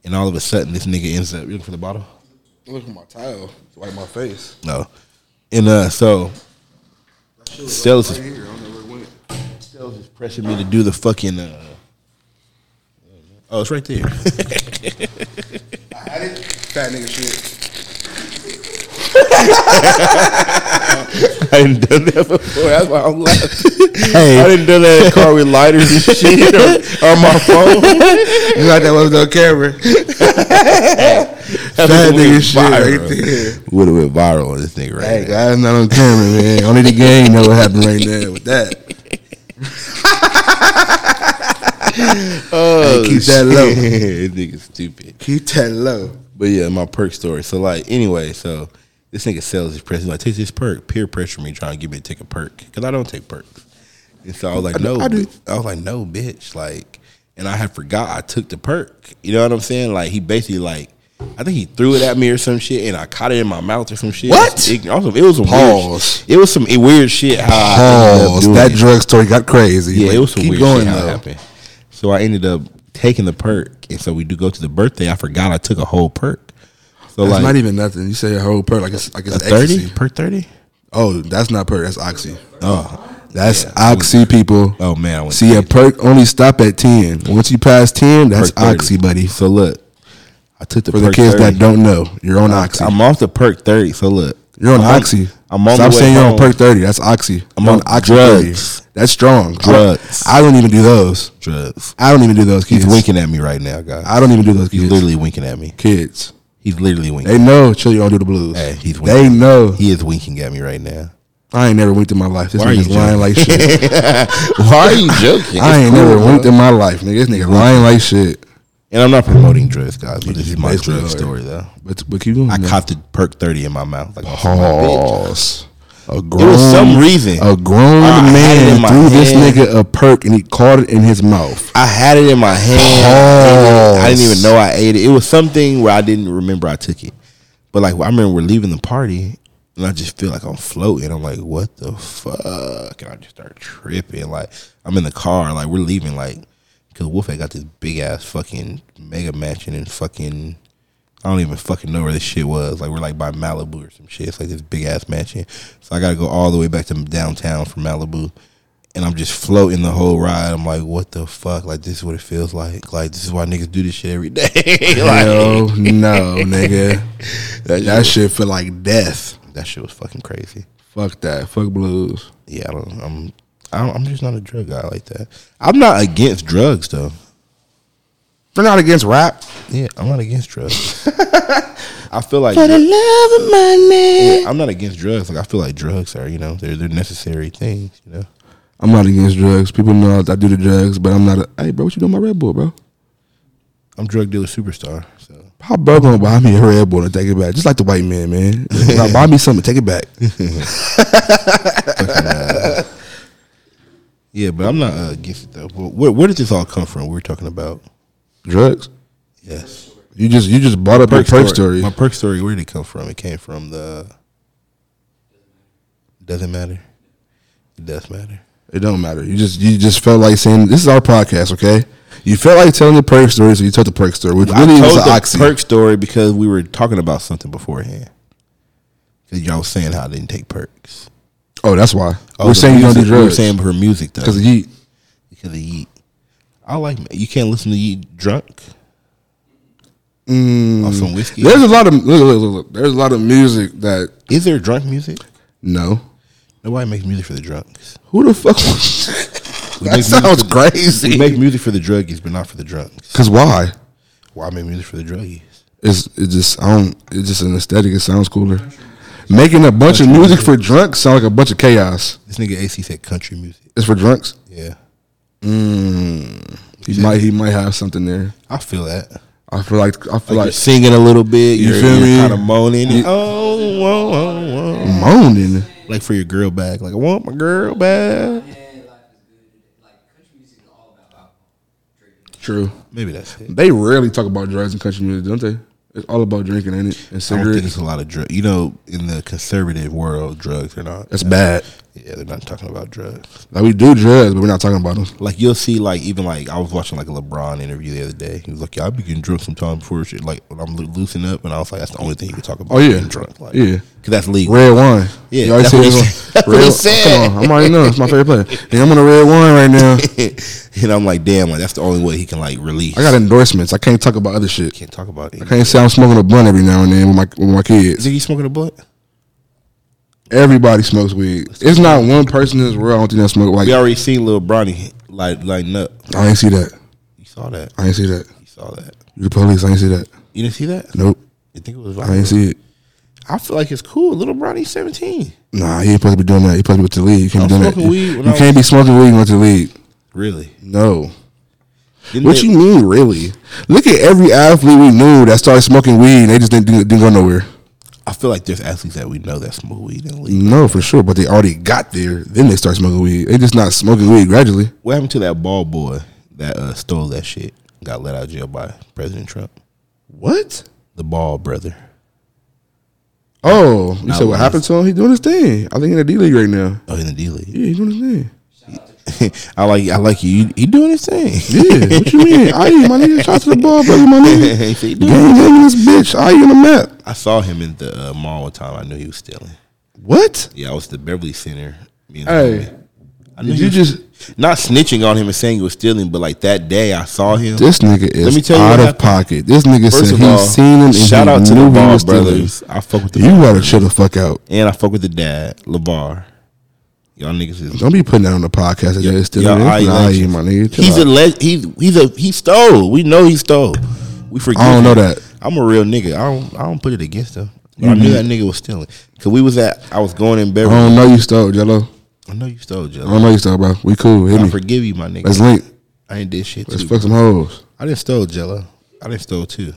[SPEAKER 1] And all of a sudden, this nigga ends up you looking for the bottle.
[SPEAKER 2] Look at my towel. It's like my face.
[SPEAKER 1] No, and uh, so sellers is
[SPEAKER 2] Here, I don't know where it went.
[SPEAKER 1] Sales is pressuring me to do the fucking. Uh, oh, it's right there.
[SPEAKER 2] I did fat nigga shit.
[SPEAKER 1] I didn't done that before. That's why I'm laughing.
[SPEAKER 2] Hey.
[SPEAKER 1] I didn't do that in the car with lighters and shit or, or my phone.
[SPEAKER 2] You like that was no camera. fat nigga shit right there.
[SPEAKER 1] Would have went viral on this nigga right
[SPEAKER 2] Hey,
[SPEAKER 1] now.
[SPEAKER 2] guys, not on camera, man. Only the gang know what happened right there with that. hey, keep that low.
[SPEAKER 1] Oh, this nigga stupid.
[SPEAKER 2] Keep that low.
[SPEAKER 1] But yeah, my perk story. So like, anyway, so this nigga sells his press. He's like, take this perk. Peer pressure me, trying to get me to take a perk because I don't take perks. And so I was like, no,
[SPEAKER 2] I do.
[SPEAKER 1] bi- I was like, no, bitch. Like, and I had forgot I took the perk. You know what I'm saying? Like, he basically like, I think he threw it at me or some shit, and I caught it in my mouth or some shit.
[SPEAKER 2] What?
[SPEAKER 1] It, also, it was some weird.
[SPEAKER 2] Pause.
[SPEAKER 1] It was some weird shit. How I ended up
[SPEAKER 2] Pause.
[SPEAKER 1] doing
[SPEAKER 2] That
[SPEAKER 1] it.
[SPEAKER 2] drug story got crazy.
[SPEAKER 1] Yeah,
[SPEAKER 2] Like,
[SPEAKER 1] it was some
[SPEAKER 2] keep
[SPEAKER 1] weird
[SPEAKER 2] going
[SPEAKER 1] shit how it
[SPEAKER 2] though.
[SPEAKER 1] happened. So I ended up taking the perk, and so we do go to the birthday. I forgot I took a whole perk. So
[SPEAKER 2] That's
[SPEAKER 1] like
[SPEAKER 2] not even nothing. You say a whole perk like it's like it's
[SPEAKER 1] thirty
[SPEAKER 2] ecstasy.
[SPEAKER 1] per thirty.
[SPEAKER 2] Oh, that's not perk. That's oxy.
[SPEAKER 1] Oh,
[SPEAKER 2] That's oxy, people.
[SPEAKER 1] oh man, I went
[SPEAKER 2] See, a perk only stop at ten. Once you pass ten, that's
[SPEAKER 1] Perk 30.
[SPEAKER 2] oxy, buddy.
[SPEAKER 1] So look, I took the
[SPEAKER 2] For the
[SPEAKER 1] perk
[SPEAKER 2] kids
[SPEAKER 1] 30.
[SPEAKER 2] that don't know, you're on oxy.
[SPEAKER 1] I'm off the perk thirty. So look,
[SPEAKER 2] You're on
[SPEAKER 1] I'm
[SPEAKER 2] oxy.
[SPEAKER 1] I'm on.
[SPEAKER 2] Stop
[SPEAKER 1] the way
[SPEAKER 2] saying you're on
[SPEAKER 1] home.
[SPEAKER 2] perk thirty. That's oxy.
[SPEAKER 1] I'm
[SPEAKER 2] You're
[SPEAKER 1] on
[SPEAKER 2] oxy
[SPEAKER 1] drugs.
[SPEAKER 2] 30. That's strong.
[SPEAKER 1] Drugs.
[SPEAKER 2] I, I don't even do those.
[SPEAKER 1] drugs.
[SPEAKER 2] I don't even do those kids.
[SPEAKER 1] He's winking at me right now, guys.
[SPEAKER 2] I don't even do those
[SPEAKER 1] He's
[SPEAKER 2] kids.
[SPEAKER 1] literally winking at me.
[SPEAKER 2] Kids.
[SPEAKER 1] He's literally winking.
[SPEAKER 2] They know chill. You don't do the blues.
[SPEAKER 1] Hey, he's
[SPEAKER 2] they
[SPEAKER 1] winking.
[SPEAKER 2] know.
[SPEAKER 1] He is winking at me right now.
[SPEAKER 2] I ain't never winked in my life. This
[SPEAKER 1] Why are
[SPEAKER 2] nigga's
[SPEAKER 1] you
[SPEAKER 2] lying like shit.
[SPEAKER 1] Why are you joking?
[SPEAKER 2] I
[SPEAKER 1] It's
[SPEAKER 2] ain't
[SPEAKER 1] cool,
[SPEAKER 2] never
[SPEAKER 1] bro.
[SPEAKER 2] winked in my life, nigga. This nigga lying like shit.
[SPEAKER 1] And I'm not promoting drugs, guys. But this is
[SPEAKER 2] just
[SPEAKER 1] my
[SPEAKER 2] basically
[SPEAKER 1] drug
[SPEAKER 2] are.
[SPEAKER 1] story, though.
[SPEAKER 2] But but keep going.
[SPEAKER 1] I
[SPEAKER 2] man.
[SPEAKER 1] copped the perk thirty in my mouth. Like,
[SPEAKER 2] Oh, pause. A grown,
[SPEAKER 1] It was some reason.
[SPEAKER 2] a grown
[SPEAKER 1] I had it in
[SPEAKER 2] man
[SPEAKER 1] my
[SPEAKER 2] threw this
[SPEAKER 1] hand.
[SPEAKER 2] nigga a perk and he caught it in his mouth.
[SPEAKER 1] I had it in my hand. I didn't even know I ate it. It was something where I didn't remember I took it. But like I remember we're leaving the party and I just feel like I'm floating. I'm like, what the fuck? And I just start tripping. Like I'm in the car, like we're leaving, like because Wolf had got this big ass fucking mega mansion and fucking I don't even fucking know where this shit was. Like we're like by Malibu or some shit. It's like this big ass mansion. So I gotta go all the way back to downtown from Malibu. And I'm just floating the whole ride. I'm like, what the fuck? Like this is what it feels like. Like this is why niggas do this shit every day. like
[SPEAKER 2] Hell no, nigga.
[SPEAKER 1] that, shit,
[SPEAKER 2] That
[SPEAKER 1] was-
[SPEAKER 2] shit feel like death.
[SPEAKER 1] that shit was fucking crazy.
[SPEAKER 2] Fuck that. Fuck blues.
[SPEAKER 1] Yeah, I don't. I'm. I don't, I'm just not a drug guy like that. I'm not against drugs though.
[SPEAKER 2] They're not against rap.
[SPEAKER 1] Yeah, I'm not against drugs. I feel like
[SPEAKER 2] love of money.
[SPEAKER 1] yeah, I'm not against drugs. Like I feel like drugs are, you know, they're they're necessary things. You know,
[SPEAKER 2] I'm not against drugs. People know I do the drugs, but I'm not a, hey, bro, what you doing with my Red Bull, bro?
[SPEAKER 1] I'm drug dealer superstar. So
[SPEAKER 2] How bro gonna buy me a Red Bull and take it back? Just like the white man, man. now buy me something, take it back.
[SPEAKER 1] yeah, but I'm not uh, against it though. But where where did this all come from? We are talking about
[SPEAKER 2] Drugs.
[SPEAKER 1] yes,
[SPEAKER 2] You just you just bought up your perk story.
[SPEAKER 1] My perk story. Where did it come from? It came from the. Doesn't matter. It does matter.
[SPEAKER 2] It don't matter. You just you just felt like saying this is our podcast, okay? You felt like telling the perk story, so you told the perk story, which really
[SPEAKER 1] I
[SPEAKER 2] was
[SPEAKER 1] told
[SPEAKER 2] an
[SPEAKER 1] the
[SPEAKER 2] oxy.
[SPEAKER 1] perk story because we were talking about something beforehand. Because y'all was saying how I didn't take perks.
[SPEAKER 2] oh, that's why
[SPEAKER 1] Oh,
[SPEAKER 2] we're
[SPEAKER 1] the
[SPEAKER 2] saying you don't do
[SPEAKER 1] music- we were
[SPEAKER 2] drugs
[SPEAKER 1] saying her music though.
[SPEAKER 2] because you.
[SPEAKER 1] because of Yeet. I like you can't listen to Yeet drunk. Mm, on some whiskey.
[SPEAKER 2] There's a lot of look, look, look, look, there's a lot of music that
[SPEAKER 1] Is there drunk music?
[SPEAKER 2] no.
[SPEAKER 1] Nobody makes music for the drunks.
[SPEAKER 2] Who the fuck?
[SPEAKER 1] We make
[SPEAKER 2] that
[SPEAKER 1] music
[SPEAKER 2] sounds
[SPEAKER 1] for the- We
[SPEAKER 2] crazy.
[SPEAKER 1] make music for the druggies, but not for the drunks.
[SPEAKER 2] Because why?
[SPEAKER 1] Why make music for the druggies?
[SPEAKER 2] It's it just I don't. It's just an aesthetic. It sounds cooler. Making a bunch of music for drunks sound like a bunch of chaos.
[SPEAKER 1] This nigga AC said country music.
[SPEAKER 2] It's for drunks.
[SPEAKER 1] Yeah,
[SPEAKER 2] He might he might have something there.
[SPEAKER 1] I feel that.
[SPEAKER 2] I feel like I feel
[SPEAKER 1] Like, you're
[SPEAKER 2] like,
[SPEAKER 1] singing a little bit.
[SPEAKER 2] You
[SPEAKER 1] You're,
[SPEAKER 2] feel me?
[SPEAKER 1] kind of moaning. oh, oh, oh,
[SPEAKER 2] moaning.
[SPEAKER 1] oh. like for your girl back. Like I want my girl back.
[SPEAKER 4] And life is good. Like country music is all about alcohol, drinking.
[SPEAKER 2] True.
[SPEAKER 1] Maybe that's it.
[SPEAKER 2] They rarely talk about drugs in country music, don't they? It's all about drinking, ain't it? And
[SPEAKER 1] I don't think
[SPEAKER 2] cigarettes.
[SPEAKER 1] it's a lot of drugs. You know, in the conservative world, drugs are not.
[SPEAKER 2] That's bad.
[SPEAKER 1] Yeah, they're not talking about drugs.
[SPEAKER 2] Like we do drugs, but we're not talking about them.
[SPEAKER 1] Like you'll see, like even like I was watching like a LeBron interview the other day. He was like, "Yeah, I be getting drunk sometime before shit. Like when I'm loo- loosening up, and I was like, that's the only thing you can talk about.
[SPEAKER 2] Oh, yeah.
[SPEAKER 1] getting drunk. Like,
[SPEAKER 2] Yeah.
[SPEAKER 1] because that's legal.
[SPEAKER 2] Red wine.
[SPEAKER 1] Yeah,
[SPEAKER 2] You always
[SPEAKER 1] that's
[SPEAKER 2] see
[SPEAKER 1] what he
[SPEAKER 2] this one.
[SPEAKER 1] said. That's what
[SPEAKER 2] red,
[SPEAKER 1] he said.
[SPEAKER 2] Come on, I'm already know. It's my favorite player. Yeah, I'm on a red wine right now.
[SPEAKER 1] and I'm like, damn, like that's the only way he can like release.
[SPEAKER 2] I got endorsements. I can't talk about other shit.
[SPEAKER 1] can't talk about it.
[SPEAKER 2] I can't say I'm smoking a blunt every now and then with my with my kids.
[SPEAKER 1] Is he smoking a blunt?
[SPEAKER 2] Everybody smokes weed. It's not one person in this world I don't think that smoke. Like
[SPEAKER 1] We already seen Lil Bronny like lighten up.
[SPEAKER 2] I ain't see that.
[SPEAKER 1] You saw that.
[SPEAKER 2] I ain't see that.
[SPEAKER 1] You saw that.
[SPEAKER 2] The police. I ain't see that.
[SPEAKER 1] You didn't see that?
[SPEAKER 2] Nope.
[SPEAKER 1] You think it was
[SPEAKER 2] I ain't
[SPEAKER 1] violent?
[SPEAKER 2] see it.
[SPEAKER 1] I feel like it's cool. Little Bronny's 17.
[SPEAKER 2] Nah, he ain't supposed to be doing that. He supposed to be with the league. You can't be
[SPEAKER 1] I'm
[SPEAKER 2] doing that.
[SPEAKER 1] smoking
[SPEAKER 2] You,
[SPEAKER 1] weed when
[SPEAKER 2] you
[SPEAKER 1] I
[SPEAKER 2] can't be smoking weed with the league.
[SPEAKER 1] Really?
[SPEAKER 2] No.
[SPEAKER 1] Didn't
[SPEAKER 2] What
[SPEAKER 1] they-
[SPEAKER 2] you mean, really? Look at every athlete we knew that started smoking weed. and They just didn't, didn't go nowhere.
[SPEAKER 1] I feel like there's athletes that we know that smoke weed and leave.
[SPEAKER 2] No, for sure. But they already got there. Then they start smoking weed. They just not smoking weed gradually.
[SPEAKER 1] What happened to that ball boy that uh, stole that shit? Got let out of jail by President Trump.
[SPEAKER 2] What?
[SPEAKER 1] The ball brother.
[SPEAKER 2] Oh, you
[SPEAKER 1] Not
[SPEAKER 2] said what
[SPEAKER 1] once.
[SPEAKER 2] happened to him? He doing his thing. I think in the D League right now.
[SPEAKER 1] Oh, in the D League.
[SPEAKER 2] Yeah, he doing his thing.
[SPEAKER 1] I like I like you. He doing his thing.
[SPEAKER 2] Yeah, what you mean? I my nigga. Shout out to the ball, brother, my nigga.
[SPEAKER 1] He said he doing
[SPEAKER 2] Gang banging this bitch. I in the map.
[SPEAKER 1] it. I saw him in the uh, mall one time. I knew he was stealing.
[SPEAKER 2] What?
[SPEAKER 1] Yeah, I was at the Beverly Center. Me and
[SPEAKER 2] Hey,
[SPEAKER 1] I knew
[SPEAKER 2] did
[SPEAKER 1] he
[SPEAKER 2] you
[SPEAKER 1] was-
[SPEAKER 2] just
[SPEAKER 1] not snitching on him and saying he was stealing, but like that day I saw him.
[SPEAKER 2] This nigga is
[SPEAKER 1] me tell you
[SPEAKER 2] out
[SPEAKER 1] what
[SPEAKER 2] of
[SPEAKER 1] happened.
[SPEAKER 2] pocket. This nigga
[SPEAKER 1] First
[SPEAKER 2] said
[SPEAKER 1] of
[SPEAKER 2] he
[SPEAKER 1] all,
[SPEAKER 2] seen him and
[SPEAKER 1] shout
[SPEAKER 2] he
[SPEAKER 1] out to
[SPEAKER 2] knew
[SPEAKER 1] the
[SPEAKER 2] he
[SPEAKER 1] Ball
[SPEAKER 2] was stealing.
[SPEAKER 1] brothers. I fuck with the
[SPEAKER 2] You
[SPEAKER 1] Ball
[SPEAKER 2] gotta
[SPEAKER 1] brothers.
[SPEAKER 2] chill the fuck out.
[SPEAKER 1] and I fuck with the dad, Levar. Y'all niggas is
[SPEAKER 2] Don't be putting that on the podcast today. It's still
[SPEAKER 1] y'all
[SPEAKER 2] yeah,
[SPEAKER 1] eye legends.
[SPEAKER 2] my nigga. Chill
[SPEAKER 1] He's a
[SPEAKER 2] out.
[SPEAKER 1] leg. He's he's a he stole. We know he stole. We forget.
[SPEAKER 2] I don't know that. Mm-hmm.
[SPEAKER 1] I'm a real nigga. I don't I don't put it against him. But I knew that nigga was stealing. Cause we was at. I was going in
[SPEAKER 2] I
[SPEAKER 1] Beverly.
[SPEAKER 2] don't know you stole Jello.
[SPEAKER 1] I know you stole,
[SPEAKER 2] I
[SPEAKER 1] Jello.
[SPEAKER 2] don't know you stole, bro. We cool. Hit
[SPEAKER 1] I
[SPEAKER 2] me.
[SPEAKER 1] forgive you, my nigga.
[SPEAKER 2] um, Let's link.
[SPEAKER 1] I ain't did shit.
[SPEAKER 2] Let's
[SPEAKER 1] too.
[SPEAKER 2] fuck some hoes.
[SPEAKER 1] I didn't stole Jello. I didn't stole too. See,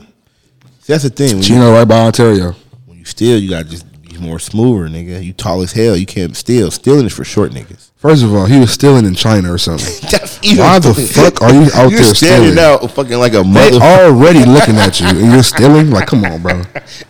[SPEAKER 1] that's the thing. When you,
[SPEAKER 2] Chino right by Ontario.
[SPEAKER 1] when you steal, you gotta just be more smoother, nigga. You tall as hell. You can't steal. Stealing is for short niggas.
[SPEAKER 2] First of all, he was stealing in China or something.
[SPEAKER 1] That's even-
[SPEAKER 2] Why the fuck are you out
[SPEAKER 1] You're
[SPEAKER 2] there
[SPEAKER 1] standing
[SPEAKER 2] stealing?
[SPEAKER 1] out fucking like a
[SPEAKER 2] They
[SPEAKER 1] mother.
[SPEAKER 2] already looking at you and you're stealing. Like, come on, bro.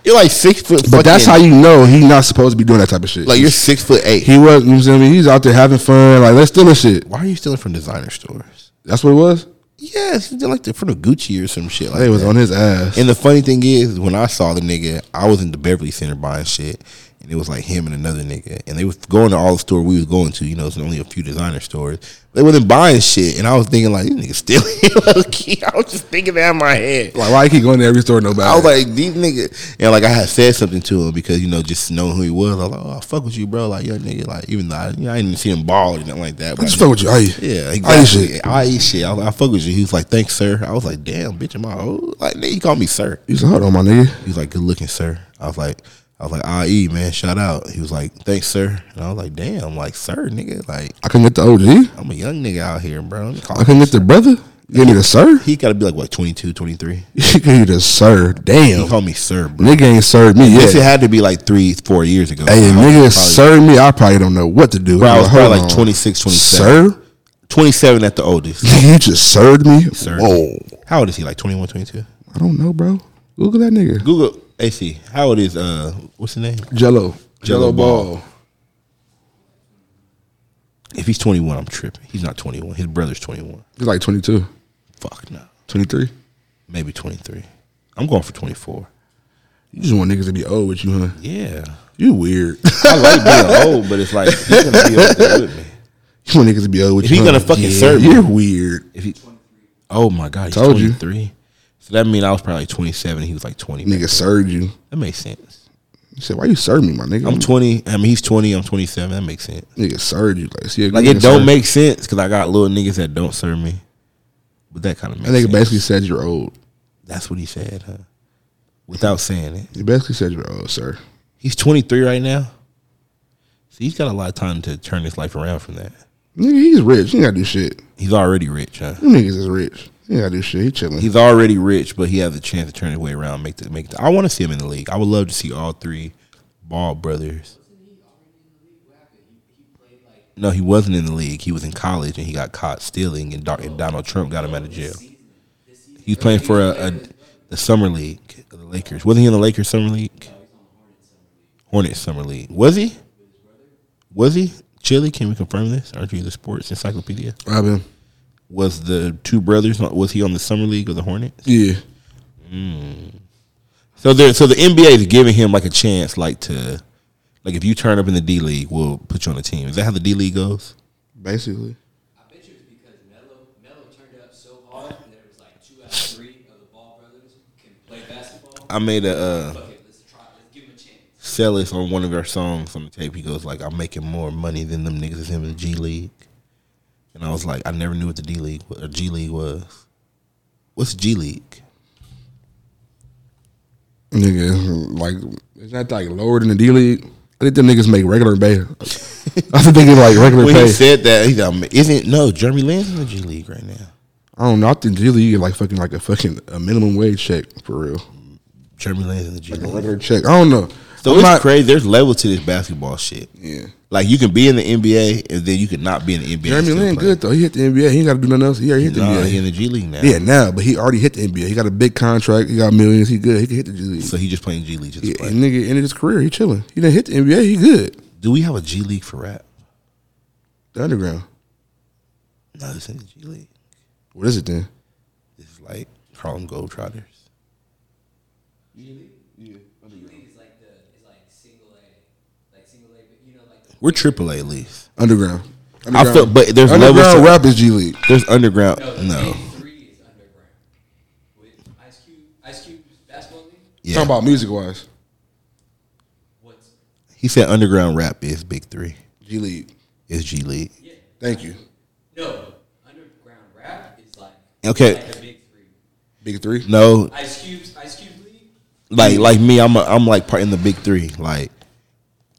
[SPEAKER 1] You're like six foot.
[SPEAKER 2] But that's
[SPEAKER 1] fucking-
[SPEAKER 2] how you know he's not supposed to be doing that type of shit.
[SPEAKER 1] Like you're six foot eight.
[SPEAKER 2] he was, you know what I mean? He's out there having fun. Like, let's steal this shit.
[SPEAKER 1] Why are you stealing from designer stores?
[SPEAKER 2] That's what it was.
[SPEAKER 1] Yes, you did like the from the Gucci or some shit like
[SPEAKER 2] They was
[SPEAKER 1] that.
[SPEAKER 2] on his ass.
[SPEAKER 1] and the funny thing is, when I saw the nigga, I was in the Beverly Center buying shit, and it was like him and another nigga, and they was going to all the store we was going to. You know, it's only a few designer stores. They wasn't buying shit, and I was thinking like, these niggas stealing. low key. I was just thinking that in my head.
[SPEAKER 2] like, why you keep going to every store? Nobody.
[SPEAKER 1] I was like, these niggas, and like I had said something to him because you know just knowing who he was, I was like, oh, I fuck with you, bro. Like, yeah, nigga, like even though I, you know, I didn't even see him ball or nothing like that. but I
[SPEAKER 2] just
[SPEAKER 1] knew-
[SPEAKER 2] fuck with you. Are you?
[SPEAKER 1] Yeah,
[SPEAKER 2] I eat
[SPEAKER 1] exactly.
[SPEAKER 2] shit.
[SPEAKER 1] I eat shit. I, I fuck with you. He was like, thanks, sir. I was like, damn, bitch, am I old? Like, nigga, he called me sir.
[SPEAKER 2] You said, hold on, my nigga.
[SPEAKER 1] He was like, good looking, sir. I was like, I was like, "I.E. man, shout out." He was like, "Thanks, sir," and I was like, "Damn, like, sir, nigga, like,
[SPEAKER 2] I couldn't get the OG.
[SPEAKER 1] I'm a young nigga out here, bro." Let me call
[SPEAKER 2] I couldn't
[SPEAKER 1] him,
[SPEAKER 2] get the brother. You need a sir.
[SPEAKER 1] sir. He got to be like what 22, 23.
[SPEAKER 2] You need a sir.
[SPEAKER 1] He
[SPEAKER 2] Damn,
[SPEAKER 1] called me sir, bro.
[SPEAKER 2] nigga ain't served me
[SPEAKER 1] This it
[SPEAKER 2] yet.
[SPEAKER 1] had to be like three, four years ago.
[SPEAKER 2] Hey,
[SPEAKER 1] I was
[SPEAKER 2] nigga
[SPEAKER 1] probably-
[SPEAKER 2] served me. I probably don't know what to do.
[SPEAKER 1] Bro, I was
[SPEAKER 2] Hold
[SPEAKER 1] probably
[SPEAKER 2] on.
[SPEAKER 1] like 26, 27.
[SPEAKER 2] Sir,
[SPEAKER 1] 27 at the oldest.
[SPEAKER 2] you just served me.
[SPEAKER 1] Sir.
[SPEAKER 2] Whoa,
[SPEAKER 1] How old is he? Like 21, 22?
[SPEAKER 2] I don't know, bro. Google that nigga.
[SPEAKER 1] Google AC. How old is uh what's his name?
[SPEAKER 2] Jello.
[SPEAKER 1] Jello Ball. If he's 21, I'm tripping. He's not 21. His brother's 21.
[SPEAKER 2] He's like 22,
[SPEAKER 1] Fuck no.
[SPEAKER 2] 23.
[SPEAKER 1] Maybe 23. I'm going for 24.
[SPEAKER 2] You just want niggas to be old with you, huh?
[SPEAKER 1] Yeah.
[SPEAKER 2] You weird.
[SPEAKER 1] I like being old, but it's like he's gonna be up there with me.
[SPEAKER 2] you want niggas to be old with
[SPEAKER 1] If
[SPEAKER 2] you.
[SPEAKER 1] he
[SPEAKER 2] huh?
[SPEAKER 1] gonna fucking serve me.
[SPEAKER 2] You're weird.
[SPEAKER 1] If he Oh my god, he's
[SPEAKER 2] Told you.
[SPEAKER 1] 23. So that means I was probably like 27 he was like 20.
[SPEAKER 2] Nigga served you.
[SPEAKER 1] That makes sense.
[SPEAKER 2] You said, why you serve me, my nigga?
[SPEAKER 1] I'm 20. I mean, he's 20. I'm 27. That makes sense.
[SPEAKER 2] Nigga served you. Like, see, a
[SPEAKER 1] Like
[SPEAKER 2] nigga
[SPEAKER 1] it don't
[SPEAKER 2] served-
[SPEAKER 1] make sense because I got little niggas that don't serve me. But that kind of makes
[SPEAKER 2] That nigga
[SPEAKER 1] sense.
[SPEAKER 2] basically said you're old.
[SPEAKER 1] That's what he said, huh? Without saying it,
[SPEAKER 2] He basically said you're old, sir.
[SPEAKER 1] he's 23 right now. So he's got a lot of time to turn his life around from that.
[SPEAKER 2] Nigga, he's rich. He ain't gotta do shit.
[SPEAKER 1] He's already rich, huh?
[SPEAKER 2] Them niggas is rich. He ain't gotta do shit. He chilling.
[SPEAKER 1] He's already rich, but he has a chance to turn his way around. Make the make. The, I want to see him in the league. I would love to see all three Ball brothers. No, he wasn't in the league. He was in college and he got caught stealing, and, Doc, and Donald Trump got him out of jail. He's playing for a, a the summer league, of the Lakers. Wasn't he in the Lakers summer league? Hornets summer league. Was he? Was he? Chili, can we confirm this? Aren't you the sports encyclopedia?
[SPEAKER 2] Robin.
[SPEAKER 1] Was the two brothers? Was he on the summer league of the Hornets?
[SPEAKER 2] Yeah.
[SPEAKER 1] So there, so the NBA is giving him like a chance, like to, like if you turn up in the D League, we'll put you on the team. Is that how the D League goes?
[SPEAKER 2] Basically.
[SPEAKER 4] I bet you it's because Melo Melo turned up so hard that it was like two out of three of the Ball brothers can play basketball.
[SPEAKER 1] I made a uh,
[SPEAKER 4] Fuck it, let's try. Let's give him a chance.
[SPEAKER 1] sell this on one of our songs on the tape. He goes like, "I'm making more money than them niggas is in the G League," and I was like, "I never knew what the D League wa- or G League was. What's G League?
[SPEAKER 2] Nigga, like it's not like lower than the D League. I think them niggas make regular pay. I think they get like regular
[SPEAKER 1] When
[SPEAKER 2] pay.
[SPEAKER 1] he said that, he's like, "Isn't no Jeremy Lin's in the G League right now?
[SPEAKER 2] I don't know. I think G League is like fucking like a fucking a minimum wage check for real.
[SPEAKER 1] Jeremy Lin's in the G
[SPEAKER 2] A
[SPEAKER 1] League."
[SPEAKER 2] regular check. I don't know.
[SPEAKER 1] So
[SPEAKER 2] I'm
[SPEAKER 1] it's
[SPEAKER 2] not-
[SPEAKER 1] crazy. There's levels to this basketball shit.
[SPEAKER 2] Yeah.
[SPEAKER 1] Like you can be in the NBA and then you can not be in the NBA.
[SPEAKER 2] Jeremy Lin good though. He hit the NBA. He ain't got to do nothing else. He already hit the
[SPEAKER 1] Nah,
[SPEAKER 2] NBA.
[SPEAKER 1] he in the G League now.
[SPEAKER 2] yeah, now, but he already hit the NBA. He got a big contract. He got millions. He good. He can hit the G League.
[SPEAKER 1] So he just playing G League. Just to
[SPEAKER 2] Yeah,
[SPEAKER 1] play.
[SPEAKER 2] and nigga ended his career. He chilling. He didn't hit the NBA. He good.
[SPEAKER 1] Do we have a G League for rap?
[SPEAKER 2] The underground.
[SPEAKER 1] No, this ain't the G League.
[SPEAKER 2] What is it then?
[SPEAKER 1] This is like Harlem Globetrotters.
[SPEAKER 4] It's like the it's like single A, like single A, but you know like the
[SPEAKER 1] We're triple A leagues.
[SPEAKER 2] Underground.
[SPEAKER 1] I feel, but there's levels.
[SPEAKER 2] underground
[SPEAKER 1] to-
[SPEAKER 2] rap is G League.
[SPEAKER 1] There's underground.
[SPEAKER 4] No,
[SPEAKER 1] No,
[SPEAKER 4] Three is underground. With Ice Cube, Ice Cube's basketball league.
[SPEAKER 1] yeah.
[SPEAKER 2] Talking about music wise,
[SPEAKER 4] What's
[SPEAKER 1] He said underground rap is big three.
[SPEAKER 2] G League.
[SPEAKER 1] Is G League.
[SPEAKER 4] yeah?
[SPEAKER 2] Thank you.
[SPEAKER 4] No, underground rap is like
[SPEAKER 1] Okay.
[SPEAKER 4] like the big three.
[SPEAKER 2] Big three.
[SPEAKER 1] No,
[SPEAKER 4] Ice Cube's Ice Cube league.
[SPEAKER 1] like like me, I'm a, I'm like part in the big three. Like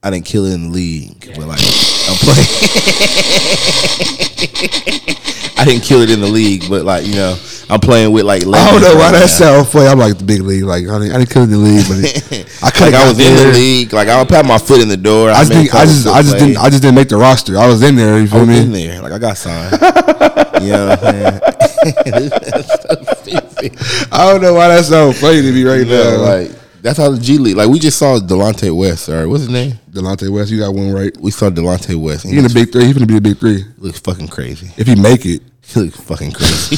[SPEAKER 1] I didn't kill it in the league, but like I'm playing. I didn't kill it in the league, but like you know, I'm playing with like.
[SPEAKER 2] I don't know why that
[SPEAKER 1] legends right now.
[SPEAKER 2] sound funny. I'm like the big league. Like I didn't, I didn't come in the league, but I could
[SPEAKER 1] like I
[SPEAKER 2] got
[SPEAKER 1] was
[SPEAKER 2] there.
[SPEAKER 1] in the league. Like I would pat my foot in the door.
[SPEAKER 2] I just,
[SPEAKER 1] made a
[SPEAKER 2] think, I
[SPEAKER 1] couple
[SPEAKER 2] just,
[SPEAKER 1] good
[SPEAKER 2] I just
[SPEAKER 1] plays.
[SPEAKER 2] didn't, I just didn't make the roster. I was in there. You
[SPEAKER 1] I
[SPEAKER 2] feel
[SPEAKER 1] was in
[SPEAKER 2] me?
[SPEAKER 1] there. Like I got signed. you know what I'm saying?
[SPEAKER 2] I don't know why that sound funny to me right
[SPEAKER 1] Yeah,
[SPEAKER 2] now. Like
[SPEAKER 1] like that's how the G League. Like we just saw Delonte West. All right, what's his name?
[SPEAKER 2] Delonte West, you got one right.
[SPEAKER 1] We saw Delonte West. and
[SPEAKER 2] He
[SPEAKER 1] He
[SPEAKER 2] in the big three. He gonna be the big three
[SPEAKER 1] looks fucking crazy.
[SPEAKER 2] if he make it.
[SPEAKER 1] He looks fucking crazy.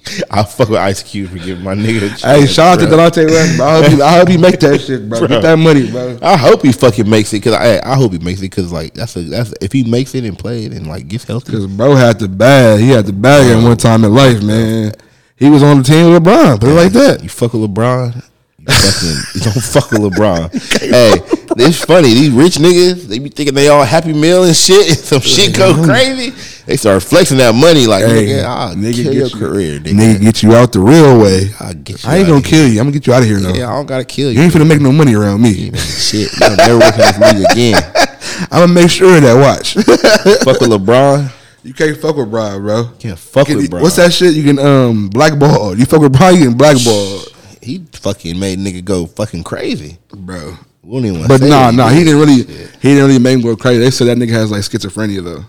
[SPEAKER 1] I fuck with Ice Cube for giving my nigga. A chance,
[SPEAKER 2] Hey, shout
[SPEAKER 1] bro.
[SPEAKER 2] out to Delonte West. Bro. I hope he, I hope he make that shit, bro. Get that money, bro.
[SPEAKER 1] I hope he fucking makes it because I, I hope he makes it because like that's a that's if he makes it and play it and like gets healthy.
[SPEAKER 2] Cause bro had the bag. He had the bag at one time in life, man. He was on the team with LeBron, but like that.
[SPEAKER 1] You fuck with LeBron. You fucking you don't fuck with LeBron. hey, it's funny. These rich niggas, they be thinking they all happy meal and shit, and some shit go crazy. They start flexing that money like,
[SPEAKER 2] Hey,
[SPEAKER 1] nigga, I'll
[SPEAKER 2] nigga,
[SPEAKER 1] kill
[SPEAKER 2] get
[SPEAKER 1] your
[SPEAKER 2] you-
[SPEAKER 1] career, nigga.
[SPEAKER 2] Nigga, get you out the real way.
[SPEAKER 1] I'll get you
[SPEAKER 2] I ain't
[SPEAKER 1] outta
[SPEAKER 2] gonna
[SPEAKER 1] here.
[SPEAKER 2] kill you. I'm gonna get you out of here though.
[SPEAKER 1] Yeah, I don't gotta kill
[SPEAKER 2] You
[SPEAKER 1] you.
[SPEAKER 2] ain't finna make no money around me.
[SPEAKER 1] Shit, I'm never working with me again.
[SPEAKER 2] I'm gonna make sure of that. Watch.
[SPEAKER 1] Fuck with LeBron.
[SPEAKER 2] you can't fuck with Brian, bro.
[SPEAKER 1] Can't fuck
[SPEAKER 2] Get-
[SPEAKER 1] with LeBron.
[SPEAKER 2] What's that shit? You can um blackball. You fuck with Brian, you can blackball,
[SPEAKER 1] He fucking made nigga go fucking crazy.
[SPEAKER 2] bro.
[SPEAKER 1] We don't even. wanna
[SPEAKER 2] But
[SPEAKER 1] say
[SPEAKER 2] nah,
[SPEAKER 1] that.
[SPEAKER 2] nah, he didn't really, he didn't really make him go crazy. They said that nigga has like schizophrenia though.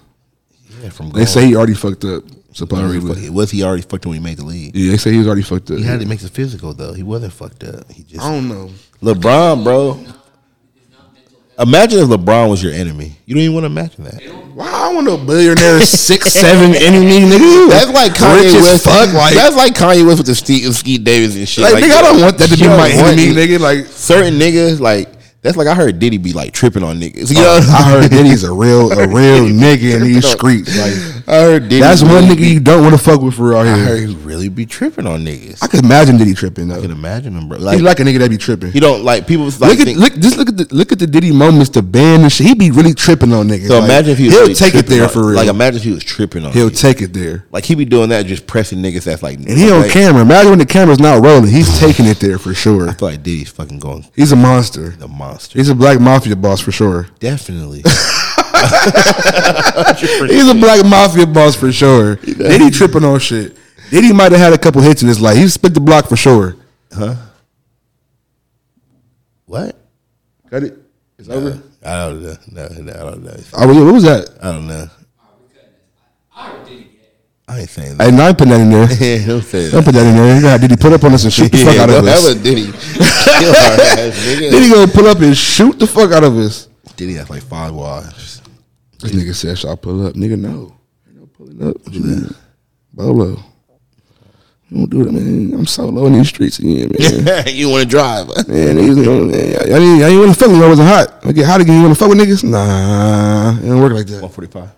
[SPEAKER 1] Yeah, from
[SPEAKER 2] They say he Oh. already fucked up.
[SPEAKER 1] already fuck-
[SPEAKER 2] Supposedly,
[SPEAKER 1] was he already fucked when he made the league?
[SPEAKER 2] yeah. They say he was already fucked up.
[SPEAKER 1] He had to make the physical though. He wasn't fucked up. He
[SPEAKER 2] I
[SPEAKER 1] just
[SPEAKER 2] don't know.
[SPEAKER 1] LeBron, bro. Imagine if LeBron was your enemy. You don't even want to imagine that.
[SPEAKER 2] Why I want no billionaire six seven enemy nigga?
[SPEAKER 1] That's like Kanye
[SPEAKER 2] Rich as
[SPEAKER 1] West.
[SPEAKER 2] fuck, like-
[SPEAKER 1] that's like Kanye West with the Steve, Skeet Davis and shit.
[SPEAKER 2] Like, nigga, I don't want that to be
[SPEAKER 1] you
[SPEAKER 2] my
[SPEAKER 1] don't want
[SPEAKER 2] enemy,
[SPEAKER 1] it.
[SPEAKER 2] nigga. Like,
[SPEAKER 1] Certain niggas like that's like I heard Diddy be like tripping on niggas. You know?
[SPEAKER 2] I heard Diddy's a real, a real nigga in these streets. Like,
[SPEAKER 1] I heard Diddy.
[SPEAKER 2] that's
[SPEAKER 1] really
[SPEAKER 2] one nigga you don't want to fuck with for real out
[SPEAKER 1] I
[SPEAKER 2] here.
[SPEAKER 1] heard he really be tripping on niggas.
[SPEAKER 2] I could imagine Diddy tripping
[SPEAKER 1] I can
[SPEAKER 2] though.
[SPEAKER 1] imagine him, bro.
[SPEAKER 2] He's
[SPEAKER 1] Like,
[SPEAKER 2] like a nigga that be tripping.
[SPEAKER 1] he don't like people. was Like,
[SPEAKER 2] look at
[SPEAKER 1] think-
[SPEAKER 2] look just look at the look at the Diddy moments, the band and shit. He be really tripping on niggas.
[SPEAKER 1] so
[SPEAKER 2] Like,
[SPEAKER 1] imagine if he was
[SPEAKER 2] he'll
[SPEAKER 1] really
[SPEAKER 2] take it
[SPEAKER 1] tripping
[SPEAKER 2] there
[SPEAKER 1] on-
[SPEAKER 2] for real.
[SPEAKER 1] Like imagine if he was tripping on.
[SPEAKER 2] he'll
[SPEAKER 1] niggas.
[SPEAKER 2] take it there.
[SPEAKER 1] like he be doing that, just pressing niggas. That's like
[SPEAKER 2] And he on
[SPEAKER 1] like,
[SPEAKER 2] camera. Imagine when the camera's not rolling, he's taking it there for
[SPEAKER 1] I
[SPEAKER 2] sure.
[SPEAKER 1] feel like Diddy's fucking going
[SPEAKER 2] He's a monster.
[SPEAKER 1] the monster.
[SPEAKER 2] He's a black mafia boss for sure.
[SPEAKER 1] Definitely.
[SPEAKER 2] He's a black mafia boss for sure. Diddy tripping on shit. Diddy might have had a couple hits in his life. He split the block for sure.
[SPEAKER 1] what?
[SPEAKER 2] Got it. It's over.
[SPEAKER 1] I don't know. No, no, I don't know.
[SPEAKER 2] Oh, yeah, what was that?
[SPEAKER 1] I don't know. I ain't saying
[SPEAKER 2] Hey,
[SPEAKER 1] that.
[SPEAKER 2] now I ain't putting that in there.
[SPEAKER 1] Yeah, don't say that.
[SPEAKER 2] Don't put that in there. Yeah, Diddy put up on us and shoot the fuck
[SPEAKER 1] Yeah,
[SPEAKER 2] out
[SPEAKER 1] don't
[SPEAKER 2] of us.
[SPEAKER 1] have a Diddy. Kill our ass,
[SPEAKER 2] Diddy
[SPEAKER 1] nigga.
[SPEAKER 2] gonna pull up and shoot the fuck out of us.
[SPEAKER 1] Diddy has like five wives.
[SPEAKER 2] This nigga said, "Shall I pull up?" Nigga, no. Ain't no pulling up. What you mean? Bolo. You don't do that, man. I'm solo in these streets again, man.
[SPEAKER 1] you want to drive?
[SPEAKER 2] man, niggas, don't- man, y'all, y'all, ain't- y'all ain't wanna fuck with me. I wasn't hot. I get hot again. You wanna fuck with niggas? Nah, it don't work like that.
[SPEAKER 1] 145.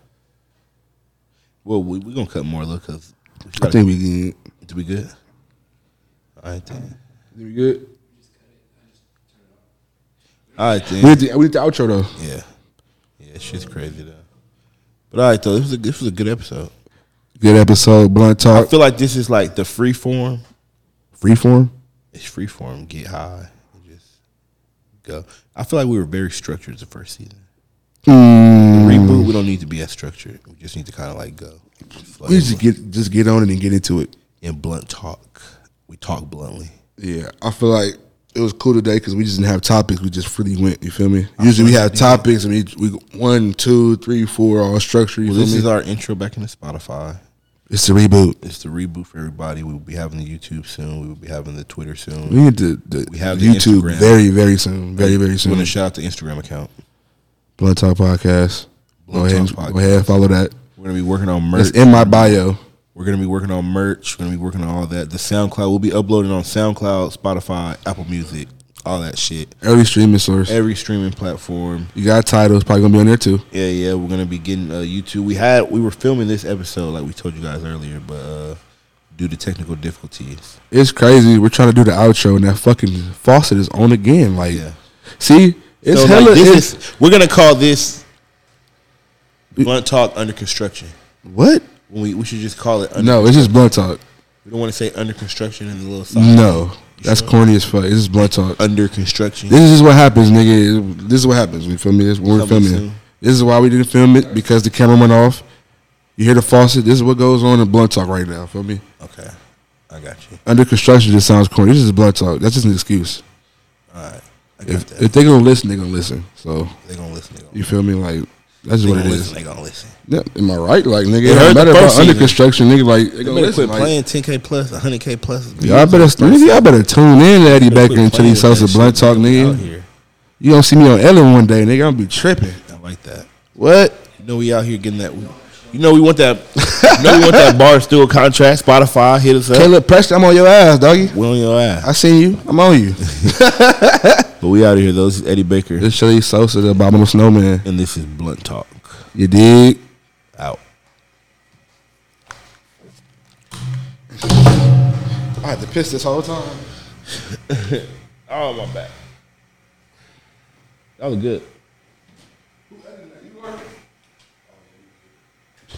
[SPEAKER 1] Well, we're we going to cut more, look, because
[SPEAKER 2] I think we good.
[SPEAKER 1] Do we good? All right, then.
[SPEAKER 2] We good.
[SPEAKER 1] All right, then.
[SPEAKER 2] We did, the, we did the outro though.
[SPEAKER 1] yeah. Yeah, shit's crazy, though. But all right, though, this was a, this was a good episode.
[SPEAKER 2] Good episode. Blunt
[SPEAKER 1] I
[SPEAKER 2] talk.
[SPEAKER 1] feel like this is like the free form.
[SPEAKER 2] Freeform.
[SPEAKER 1] It's free form. Get high and just go. I feel like we were very structured the first season.
[SPEAKER 2] Mm.
[SPEAKER 1] The reboot, we don't need to be as structured. We just need to kind of like go. Just flow.
[SPEAKER 2] We just get just get on it and get into it.
[SPEAKER 1] and blunt talk. We talk bluntly.
[SPEAKER 2] Yeah, I feel like it was cool today because we just didn't have topics. We just freely went. You feel me? Usually we have topics and we, we one, two, three, four, all structure. You
[SPEAKER 1] Well,
[SPEAKER 2] feel
[SPEAKER 1] this
[SPEAKER 2] me?
[SPEAKER 1] is our intro back into Spotify.
[SPEAKER 2] it's the reboot.
[SPEAKER 1] It's the reboot for everybody. We will be having the YouTube soon. We will be having the Twitter soon.
[SPEAKER 2] We need to the
[SPEAKER 1] We have the
[SPEAKER 2] YouTube
[SPEAKER 1] Instagram.
[SPEAKER 2] very very soon. Very very
[SPEAKER 1] We want
[SPEAKER 2] soon.
[SPEAKER 1] to shout out the Instagram account.
[SPEAKER 2] Blunt Talk Podcast. Go
[SPEAKER 1] Blunt
[SPEAKER 2] ahead,
[SPEAKER 1] Talk
[SPEAKER 2] go ahead, follow that.
[SPEAKER 1] We're gonna be working on
[SPEAKER 2] It's
[SPEAKER 1] merch.
[SPEAKER 2] in my bio.
[SPEAKER 1] We're gonna be working on merch. We're gonna be working on all that. The SoundCloud. We'll be uploading on SoundCloud, Spotify, Apple Music, all that shit.
[SPEAKER 2] Every streaming source.
[SPEAKER 1] Every streaming platform.
[SPEAKER 2] You got titles probably gonna be on there too.
[SPEAKER 1] Yeah, yeah. We're gonna be getting uh, YouTube. We had we were filming this episode like we told you guys earlier, but uh, due to technical difficulties,
[SPEAKER 2] It's crazy. We're trying to do the outro and that fucking faucet is on again. Like,
[SPEAKER 1] Yeah.
[SPEAKER 2] see, it's
[SPEAKER 1] so, like,
[SPEAKER 2] hella.
[SPEAKER 1] this
[SPEAKER 2] it's-
[SPEAKER 1] is, we're gonna call this blunt talk under construction.
[SPEAKER 2] what?
[SPEAKER 1] When we, we should just call it. Under,
[SPEAKER 2] No, it's just blunt talk.
[SPEAKER 1] We don't want to say under construction in the little side.
[SPEAKER 2] No, that's corny as fuck. It's just blunt talk.
[SPEAKER 1] under construction.
[SPEAKER 2] This is what happens, nigga. This is what happens. You feel me? This is when we're
[SPEAKER 1] Coming
[SPEAKER 2] filming.
[SPEAKER 1] soon.
[SPEAKER 2] This is why we didn't film it because the camera went off. You hear the faucet. This is what goes on in blunt talk right now. Feel me?
[SPEAKER 1] Okay, I got you.
[SPEAKER 2] Under construction just sounds corny. This is blunt talk. That's just an excuse.
[SPEAKER 1] All right, I got
[SPEAKER 2] If,
[SPEAKER 1] that.
[SPEAKER 2] if they gonna listen, they gonna listen. So
[SPEAKER 1] they gonna listen. They gonna,
[SPEAKER 2] you feel me? Like that's just
[SPEAKER 1] they
[SPEAKER 2] what it
[SPEAKER 1] gonna
[SPEAKER 2] is.
[SPEAKER 1] listen. They gonna listen.
[SPEAKER 2] Yeah, am I right? Like nigga,
[SPEAKER 1] They
[SPEAKER 2] it
[SPEAKER 1] heard the
[SPEAKER 2] don't matter
[SPEAKER 1] first
[SPEAKER 2] about under
[SPEAKER 1] season.
[SPEAKER 2] construction, nigga. Like they
[SPEAKER 1] They
[SPEAKER 2] gonna
[SPEAKER 1] better
[SPEAKER 2] listen.
[SPEAKER 1] quit
[SPEAKER 2] Like,
[SPEAKER 1] playing 10k plus, 100k plus.
[SPEAKER 2] y'all better, nigga, y'all better tune in, to Eddie Becker and Chili Sosa Blunt
[SPEAKER 1] Out
[SPEAKER 2] Talk, nigga.
[SPEAKER 1] here,
[SPEAKER 2] You gonna see me on Ellen one day, nigga. I'm gonna be tripping.
[SPEAKER 1] I like that.
[SPEAKER 2] What?
[SPEAKER 1] You know we out here getting that. You know we want that. you know we want that bar stool contract. Spotify hit us up.
[SPEAKER 2] Caleb Preston, I'm on your ass, doggy.
[SPEAKER 1] We on your ass.
[SPEAKER 2] I seen you. I'm on you.
[SPEAKER 1] But we out of here. though. This is Eddie Baker,
[SPEAKER 2] This Shelly Sosa, the abominable snowman.
[SPEAKER 1] and this is Blunt Talk.
[SPEAKER 2] You dig?
[SPEAKER 1] Out.
[SPEAKER 2] I had to piss this whole time.
[SPEAKER 1] Oh my back. That was good.